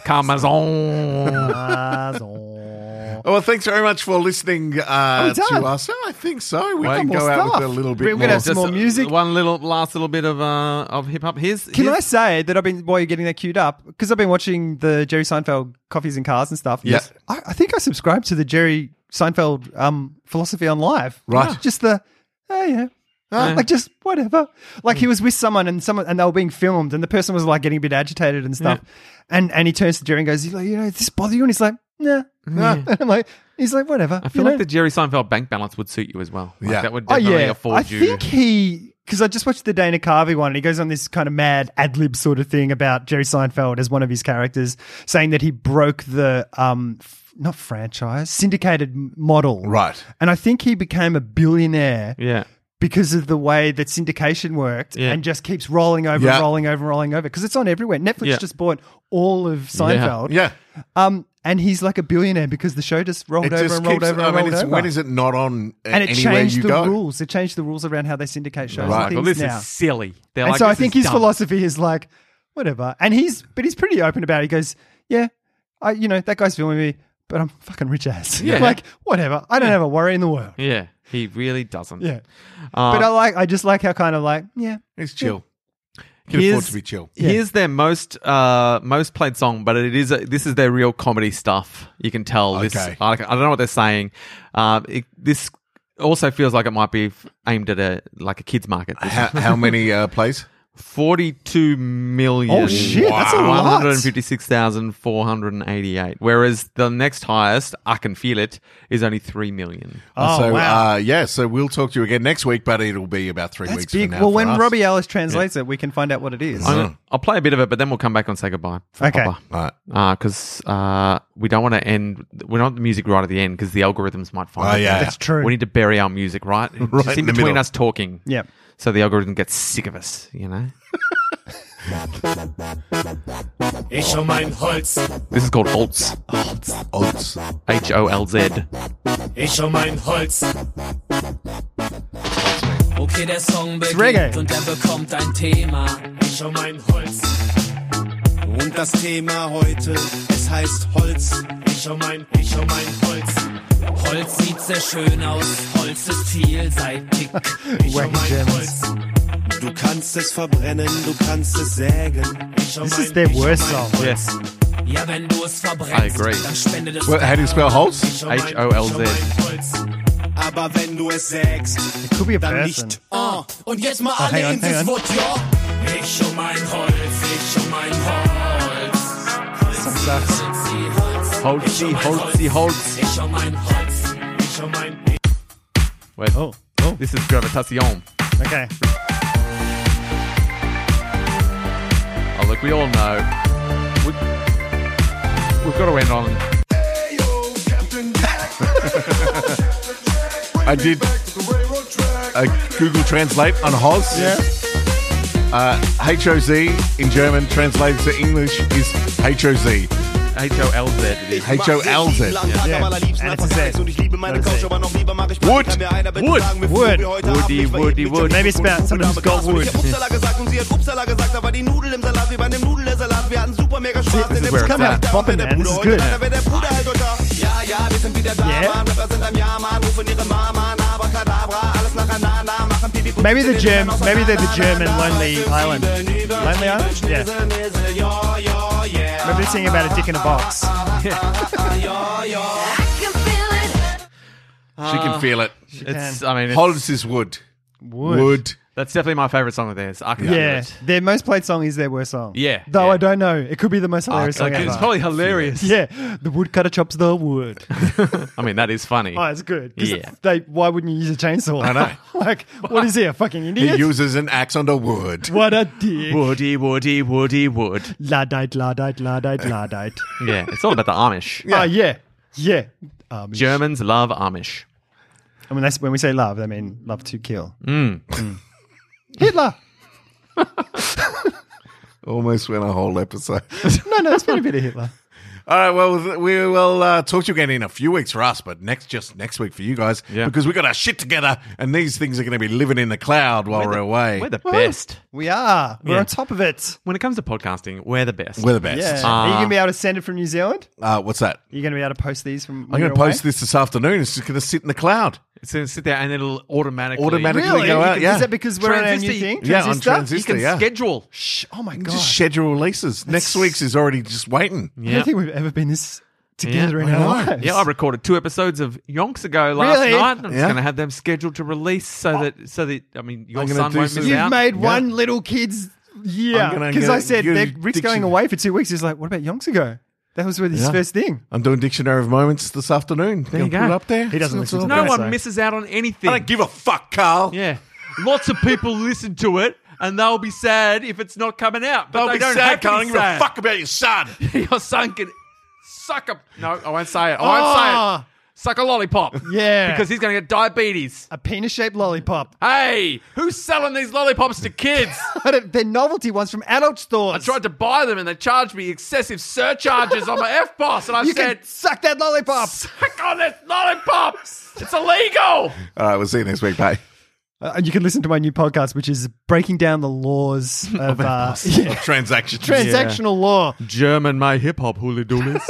[SPEAKER 4] Carl Mazon.
[SPEAKER 3] Mazon.
[SPEAKER 1] Oh, well, thanks very much for listening uh,
[SPEAKER 3] we done?
[SPEAKER 1] to us. Oh, I think so. We can
[SPEAKER 3] more
[SPEAKER 1] go out
[SPEAKER 3] stuff.
[SPEAKER 1] with a little
[SPEAKER 3] We're
[SPEAKER 1] bit
[SPEAKER 3] gonna
[SPEAKER 1] more.
[SPEAKER 3] have some more music.
[SPEAKER 4] uh, One little last little bit of uh, of hip hop. Here's
[SPEAKER 3] Can
[SPEAKER 4] here's-
[SPEAKER 3] I say that I've been while you're getting that queued up because I've been watching the Jerry Seinfeld coffees and cars and stuff.
[SPEAKER 1] Yeah.
[SPEAKER 3] I, I think I subscribed to the Jerry Seinfeld um, philosophy on live.
[SPEAKER 1] Right.
[SPEAKER 3] just the oh yeah. Like just whatever. Like he was with someone and someone and they were being filmed and the person was like getting a bit agitated and stuff. And and he turns to Jerry and goes, "You like, you know, does this bother you?" And he's like, "Nah." nah." And I'm like, he's like, "Whatever."
[SPEAKER 4] I feel like the Jerry Seinfeld bank balance would suit you as well. Like,
[SPEAKER 1] Yeah.
[SPEAKER 4] that would
[SPEAKER 3] Oh
[SPEAKER 4] definitely
[SPEAKER 3] yeah,
[SPEAKER 4] afford
[SPEAKER 3] I
[SPEAKER 4] you.
[SPEAKER 3] think he because I just watched the Dana Carvey one, and he goes on this kind of mad ad lib sort of thing about Jerry Seinfeld as one of his characters, saying that he broke the um f- not franchise syndicated m- model,
[SPEAKER 1] Right.
[SPEAKER 3] And I think he became a billionaire
[SPEAKER 4] yeah,
[SPEAKER 3] because of the way that syndication worked,
[SPEAKER 4] Yeah.
[SPEAKER 3] and just keeps rolling over,
[SPEAKER 1] Yeah.
[SPEAKER 3] and rolling over, and rolling over because it's on everywhere. Netflix
[SPEAKER 4] Yeah.
[SPEAKER 3] just bought all of Seinfeld,
[SPEAKER 1] Yeah.
[SPEAKER 3] Um, and he's like a billionaire because the show just rolled
[SPEAKER 1] It
[SPEAKER 3] over
[SPEAKER 1] just
[SPEAKER 3] and rolled
[SPEAKER 1] keeps.
[SPEAKER 3] over.
[SPEAKER 1] I
[SPEAKER 3] And
[SPEAKER 1] mean,
[SPEAKER 3] rolled
[SPEAKER 1] it's,
[SPEAKER 3] over
[SPEAKER 1] when is it not on uh,
[SPEAKER 3] and it
[SPEAKER 1] anywhere
[SPEAKER 3] changed
[SPEAKER 1] you
[SPEAKER 3] the
[SPEAKER 1] go?
[SPEAKER 3] rules. It changed the rules around how they syndicate shows
[SPEAKER 1] Right.
[SPEAKER 3] and
[SPEAKER 4] well,
[SPEAKER 3] things
[SPEAKER 4] this
[SPEAKER 3] now.
[SPEAKER 4] is silly. They're
[SPEAKER 3] and
[SPEAKER 4] like,
[SPEAKER 3] so I
[SPEAKER 4] this
[SPEAKER 3] think
[SPEAKER 4] is
[SPEAKER 3] his
[SPEAKER 4] dumb.
[SPEAKER 3] philosophy is like, whatever. And he's, but he's pretty open about it. He goes, yeah, I, you know, that guy's filming me, but I'm fucking rich ass.
[SPEAKER 4] Yeah.
[SPEAKER 3] like whatever. I don't have a worry in the world.
[SPEAKER 4] Yeah, he really doesn't.
[SPEAKER 3] Yeah.
[SPEAKER 4] Uh,
[SPEAKER 3] But I like, I just like how kind of like, yeah,
[SPEAKER 1] It's chill. Can afford
[SPEAKER 4] Here's-
[SPEAKER 1] to be chill.
[SPEAKER 4] Here's their most uh, most played song, but it is a, this is their real comedy stuff. You can tell this.
[SPEAKER 1] Okay.
[SPEAKER 4] I, I don't know what they're saying. Um, it, this also feels like it might be f- aimed at a like a kids market. This
[SPEAKER 1] How, how many uh, plays?
[SPEAKER 4] Forty-two million.
[SPEAKER 3] Oh, shit, that's a
[SPEAKER 4] One
[SPEAKER 3] lot.
[SPEAKER 4] hundred fifty-six thousand four hundred and eighty-eight. Whereas the next highest, I can feel it, is only three million.
[SPEAKER 3] oh
[SPEAKER 1] so,
[SPEAKER 3] wow,
[SPEAKER 1] uh, yeah, so we'll talk to you again next week, but it'll be about three
[SPEAKER 3] that's
[SPEAKER 1] weeks
[SPEAKER 3] big.
[SPEAKER 1] from now.
[SPEAKER 3] Well,
[SPEAKER 1] for
[SPEAKER 3] when
[SPEAKER 1] us.
[SPEAKER 3] Robbie Ellis translates it, we can find out what it is.
[SPEAKER 4] I'm gonna- I'll play a bit of it, but then we'll come back and say goodbye. for
[SPEAKER 3] Okay.
[SPEAKER 4] Papa.
[SPEAKER 1] All right.
[SPEAKER 4] because uh, we don't want to end. We're not the music right at the end because the algorithms might find.
[SPEAKER 1] Oh,
[SPEAKER 4] it.
[SPEAKER 1] yeah. That's
[SPEAKER 3] true.
[SPEAKER 4] We need to bury our music right,
[SPEAKER 1] Right
[SPEAKER 4] just
[SPEAKER 1] in
[SPEAKER 4] in
[SPEAKER 1] the
[SPEAKER 4] between
[SPEAKER 1] middle.
[SPEAKER 4] us talking.
[SPEAKER 3] Yep.
[SPEAKER 4] So the algorithm gets sick of us, you know.
[SPEAKER 9] Ich um mein Holz,
[SPEAKER 4] This is called Holz.
[SPEAKER 1] Olds.
[SPEAKER 4] H O L Z.
[SPEAKER 9] ich um mein Holz.
[SPEAKER 10] Okay, der Song
[SPEAKER 3] Reggae.
[SPEAKER 10] beginnt und er bekommt ein Thema.
[SPEAKER 9] Ich um mein Holz,
[SPEAKER 6] Und das Thema heute, es heißt Holz. Oh,
[SPEAKER 9] ich um mein, ich um mein Holz.
[SPEAKER 10] Holz sieht sehr schön aus, Holz ist vielseitig.
[SPEAKER 9] Ich um mein Holz,
[SPEAKER 6] Du kannst es verbrennen, du kannst es sägen.
[SPEAKER 9] ich um
[SPEAKER 3] This
[SPEAKER 9] mein,
[SPEAKER 3] is their
[SPEAKER 9] ich um
[SPEAKER 3] worst
[SPEAKER 9] mein-
[SPEAKER 3] song.
[SPEAKER 4] Yes.
[SPEAKER 10] Ja, wenn du es
[SPEAKER 4] I
[SPEAKER 10] verbrennst,
[SPEAKER 4] agree.
[SPEAKER 10] dann spendet es
[SPEAKER 1] Well, how do you spell Holz?
[SPEAKER 9] ich um mein-
[SPEAKER 4] H O L Z.
[SPEAKER 9] ich um mein Holz.
[SPEAKER 6] Aber wenn du es sägst,
[SPEAKER 3] It could be a
[SPEAKER 6] dann
[SPEAKER 3] person.
[SPEAKER 6] nicht.
[SPEAKER 10] Ah, und jetzt mal
[SPEAKER 3] hang
[SPEAKER 10] alle
[SPEAKER 3] on,
[SPEAKER 10] ins
[SPEAKER 3] hang on.
[SPEAKER 10] Wort, ja.
[SPEAKER 9] Ich um mein Holz, ich um mein Holz.
[SPEAKER 3] Some sucks.
[SPEAKER 4] Holzi, Holzi, Holz.
[SPEAKER 9] Ich um mein Holz, ich um mein,
[SPEAKER 4] Wait.
[SPEAKER 3] Oh, oh,
[SPEAKER 4] This is Gravitation.
[SPEAKER 3] okay.
[SPEAKER 4] Oh, look, we all know. We, we've got to end on.
[SPEAKER 1] I did a Google Translate on Holz. Yeah. Uh, HOZ in German translates to English is HOZ.
[SPEAKER 4] H O L Z. it is.
[SPEAKER 1] H-O-L-Z.
[SPEAKER 3] Yeah. And it's a Z. Not a Z.
[SPEAKER 1] Wood.
[SPEAKER 4] Wood.
[SPEAKER 3] Wood.
[SPEAKER 4] Woody, Woody, Wood.
[SPEAKER 3] Maybe it's about someone who's got wood.
[SPEAKER 6] Upsala gesagt und sie hat Upsala gesagt, da war die Nudel im Salat wie bei einem Nudelsalat. Wir hatten super mega Spaß.
[SPEAKER 4] this is
[SPEAKER 6] denn der
[SPEAKER 4] where
[SPEAKER 6] Bruder
[SPEAKER 4] it's
[SPEAKER 6] war
[SPEAKER 4] at.
[SPEAKER 6] nicht da und
[SPEAKER 3] Poppin',
[SPEAKER 6] wenn der
[SPEAKER 3] man, this
[SPEAKER 6] Bruder
[SPEAKER 3] is
[SPEAKER 6] heute
[SPEAKER 3] good.
[SPEAKER 6] da, wäre der Bruder halt heute da. Ja, ja, wir sind wieder da,
[SPEAKER 3] Yeah.
[SPEAKER 6] Mann. Rapper sind am Ja, Mann. Rufen ihre Mama, Mann. Abracadabra, alles nacheinander. Machen Pipi, Putz,
[SPEAKER 3] Maybe the
[SPEAKER 6] Pipi,
[SPEAKER 3] Germ-
[SPEAKER 6] Pipi,
[SPEAKER 3] maybe they're the
[SPEAKER 6] auseinander.
[SPEAKER 3] German Lonely Island. Lonely Island? Yeah.
[SPEAKER 6] Ja, ja, yeah.
[SPEAKER 3] Maybe it's singing about a dick in a box.
[SPEAKER 7] I can feel it.
[SPEAKER 1] She can feel it.
[SPEAKER 4] It's, I mean, it's,
[SPEAKER 1] Holz is wood. Ah. Wood.
[SPEAKER 4] that's definitely my favorite song of theirs. I can feel
[SPEAKER 3] Yeah,
[SPEAKER 4] it.
[SPEAKER 3] their most played song is their worst song.
[SPEAKER 4] Yeah,
[SPEAKER 3] though
[SPEAKER 4] yeah.
[SPEAKER 3] I don't know. It could be the most hilarious
[SPEAKER 4] Like,
[SPEAKER 3] song ever.
[SPEAKER 4] it's probably hilarious.
[SPEAKER 3] yeah, the woodcutter chops the wood.
[SPEAKER 4] I mean, that is funny.
[SPEAKER 3] Oh, it's good. 'Cause
[SPEAKER 4] Yeah.
[SPEAKER 3] They, why wouldn't you use a chainsaw?
[SPEAKER 1] I know.
[SPEAKER 3] like, what is he, a fucking
[SPEAKER 1] He
[SPEAKER 3] idiot?
[SPEAKER 1] uses an axe on the wood.
[SPEAKER 3] what a dick.
[SPEAKER 4] Woody, Woody, Woody, Wood.
[SPEAKER 3] Ladite, ladite, ladite, ladite.
[SPEAKER 4] Yeah, it's all about the Amish.
[SPEAKER 3] yeah. Oh, yeah. Yeah. Um,
[SPEAKER 4] Germans love Amish.
[SPEAKER 3] I mean, that's when we say love, I mean love to kill. Mm. Hitler.
[SPEAKER 1] Almost went a whole episode.
[SPEAKER 3] No, no, it's been a bit of Hitler.
[SPEAKER 1] All right. Well, we will uh, talk to you again in a few weeks for us, but next just next week for you guys
[SPEAKER 4] Yeah.
[SPEAKER 1] because we got our shit together, and these things are going to be living in the cloud while we're,
[SPEAKER 4] the-
[SPEAKER 1] away.
[SPEAKER 4] We're the best.
[SPEAKER 3] We are. We're
[SPEAKER 4] Yeah.
[SPEAKER 3] on top of it.
[SPEAKER 4] When it comes to podcasting, we're the best.
[SPEAKER 1] We're the best.
[SPEAKER 3] Yeah. are you
[SPEAKER 4] Uh,
[SPEAKER 3] going to be able to send it from New Zealand?
[SPEAKER 1] Uh, what's that?
[SPEAKER 3] You're going to be able to post these from.
[SPEAKER 1] I'm going to post this this afternoon. It's just going to sit in the cloud.
[SPEAKER 4] It's going to sit there and it'll automatically.
[SPEAKER 1] Automatically
[SPEAKER 3] Really?
[SPEAKER 1] go out.
[SPEAKER 3] You can-
[SPEAKER 1] Yeah.
[SPEAKER 3] Is that because we're on our new
[SPEAKER 4] Transistor-
[SPEAKER 3] thing?
[SPEAKER 1] Yeah, on
[SPEAKER 3] Transistor?
[SPEAKER 4] You
[SPEAKER 1] Transistor,
[SPEAKER 4] can
[SPEAKER 1] yeah.
[SPEAKER 4] schedule.
[SPEAKER 3] Shh, oh my god!
[SPEAKER 1] Just schedule releases. Next week's is already just waiting.
[SPEAKER 3] I
[SPEAKER 4] Yeah.
[SPEAKER 3] don't think we've ever been this together
[SPEAKER 4] Yeah,
[SPEAKER 3] in
[SPEAKER 1] I
[SPEAKER 3] our
[SPEAKER 1] know.
[SPEAKER 3] lives.
[SPEAKER 4] Yeah, I recorded two episodes of Yonks ago last
[SPEAKER 3] Really?
[SPEAKER 4] night. I'm just
[SPEAKER 1] Yeah.
[SPEAKER 4] going to have them scheduled to release so that so that I mean your
[SPEAKER 1] I'm gonna
[SPEAKER 4] son
[SPEAKER 1] do
[SPEAKER 4] won't
[SPEAKER 1] some-
[SPEAKER 4] miss
[SPEAKER 3] You've
[SPEAKER 4] out.
[SPEAKER 3] made one little kid's
[SPEAKER 1] I'm
[SPEAKER 3] year
[SPEAKER 1] gonna
[SPEAKER 3] because
[SPEAKER 1] go-
[SPEAKER 3] I said
[SPEAKER 1] go
[SPEAKER 3] they're- Rick's
[SPEAKER 1] diction-
[SPEAKER 3] going away for two weeks. He's like, what about Yonks ago? That was with his
[SPEAKER 1] Yeah.
[SPEAKER 3] first thing.
[SPEAKER 1] I'm doing Dictionary of Moments this afternoon. There
[SPEAKER 4] you go.
[SPEAKER 1] Put it up there.
[SPEAKER 3] He doesn't
[SPEAKER 1] It's
[SPEAKER 3] listen
[SPEAKER 1] all
[SPEAKER 3] to
[SPEAKER 4] no
[SPEAKER 1] good.
[SPEAKER 3] that.
[SPEAKER 4] one
[SPEAKER 3] so-
[SPEAKER 4] misses out on anything.
[SPEAKER 1] I don't give a fuck, Carl.
[SPEAKER 4] yeah, lots of people listen to it and they'll be sad if it's not coming out. But
[SPEAKER 1] I'll
[SPEAKER 4] they
[SPEAKER 1] be
[SPEAKER 4] don't
[SPEAKER 1] sad,
[SPEAKER 4] have
[SPEAKER 1] Carl. I
[SPEAKER 4] to
[SPEAKER 1] don't
[SPEAKER 4] be
[SPEAKER 1] give a
[SPEAKER 4] sad.
[SPEAKER 1] fuck about your son.
[SPEAKER 4] Your son can suck a. No, I won't say it. I
[SPEAKER 1] Ah.
[SPEAKER 4] won't say it. Suck a lollipop.
[SPEAKER 3] Ah, Yeah.
[SPEAKER 4] because he's going to get diabetes.
[SPEAKER 3] a penis shaped lollipop.
[SPEAKER 4] Hey, who's selling these lollipops to kids?
[SPEAKER 3] I don't- They're novelty ones from adult stores.
[SPEAKER 4] I tried to buy them and they charged me excessive surcharges on my F boss, and I
[SPEAKER 3] You
[SPEAKER 4] said,
[SPEAKER 3] can suck that lollipop.
[SPEAKER 4] "Suck on this lollipop! It's illegal."
[SPEAKER 1] All right. We'll see you next week. Bye.
[SPEAKER 3] Uh, and you can listen to my new podcast, which is breaking down the
[SPEAKER 1] Oh,
[SPEAKER 3] laws of uh, yeah,
[SPEAKER 1] Transaction.
[SPEAKER 3] transactional law.
[SPEAKER 4] German, my hip hop hooligans.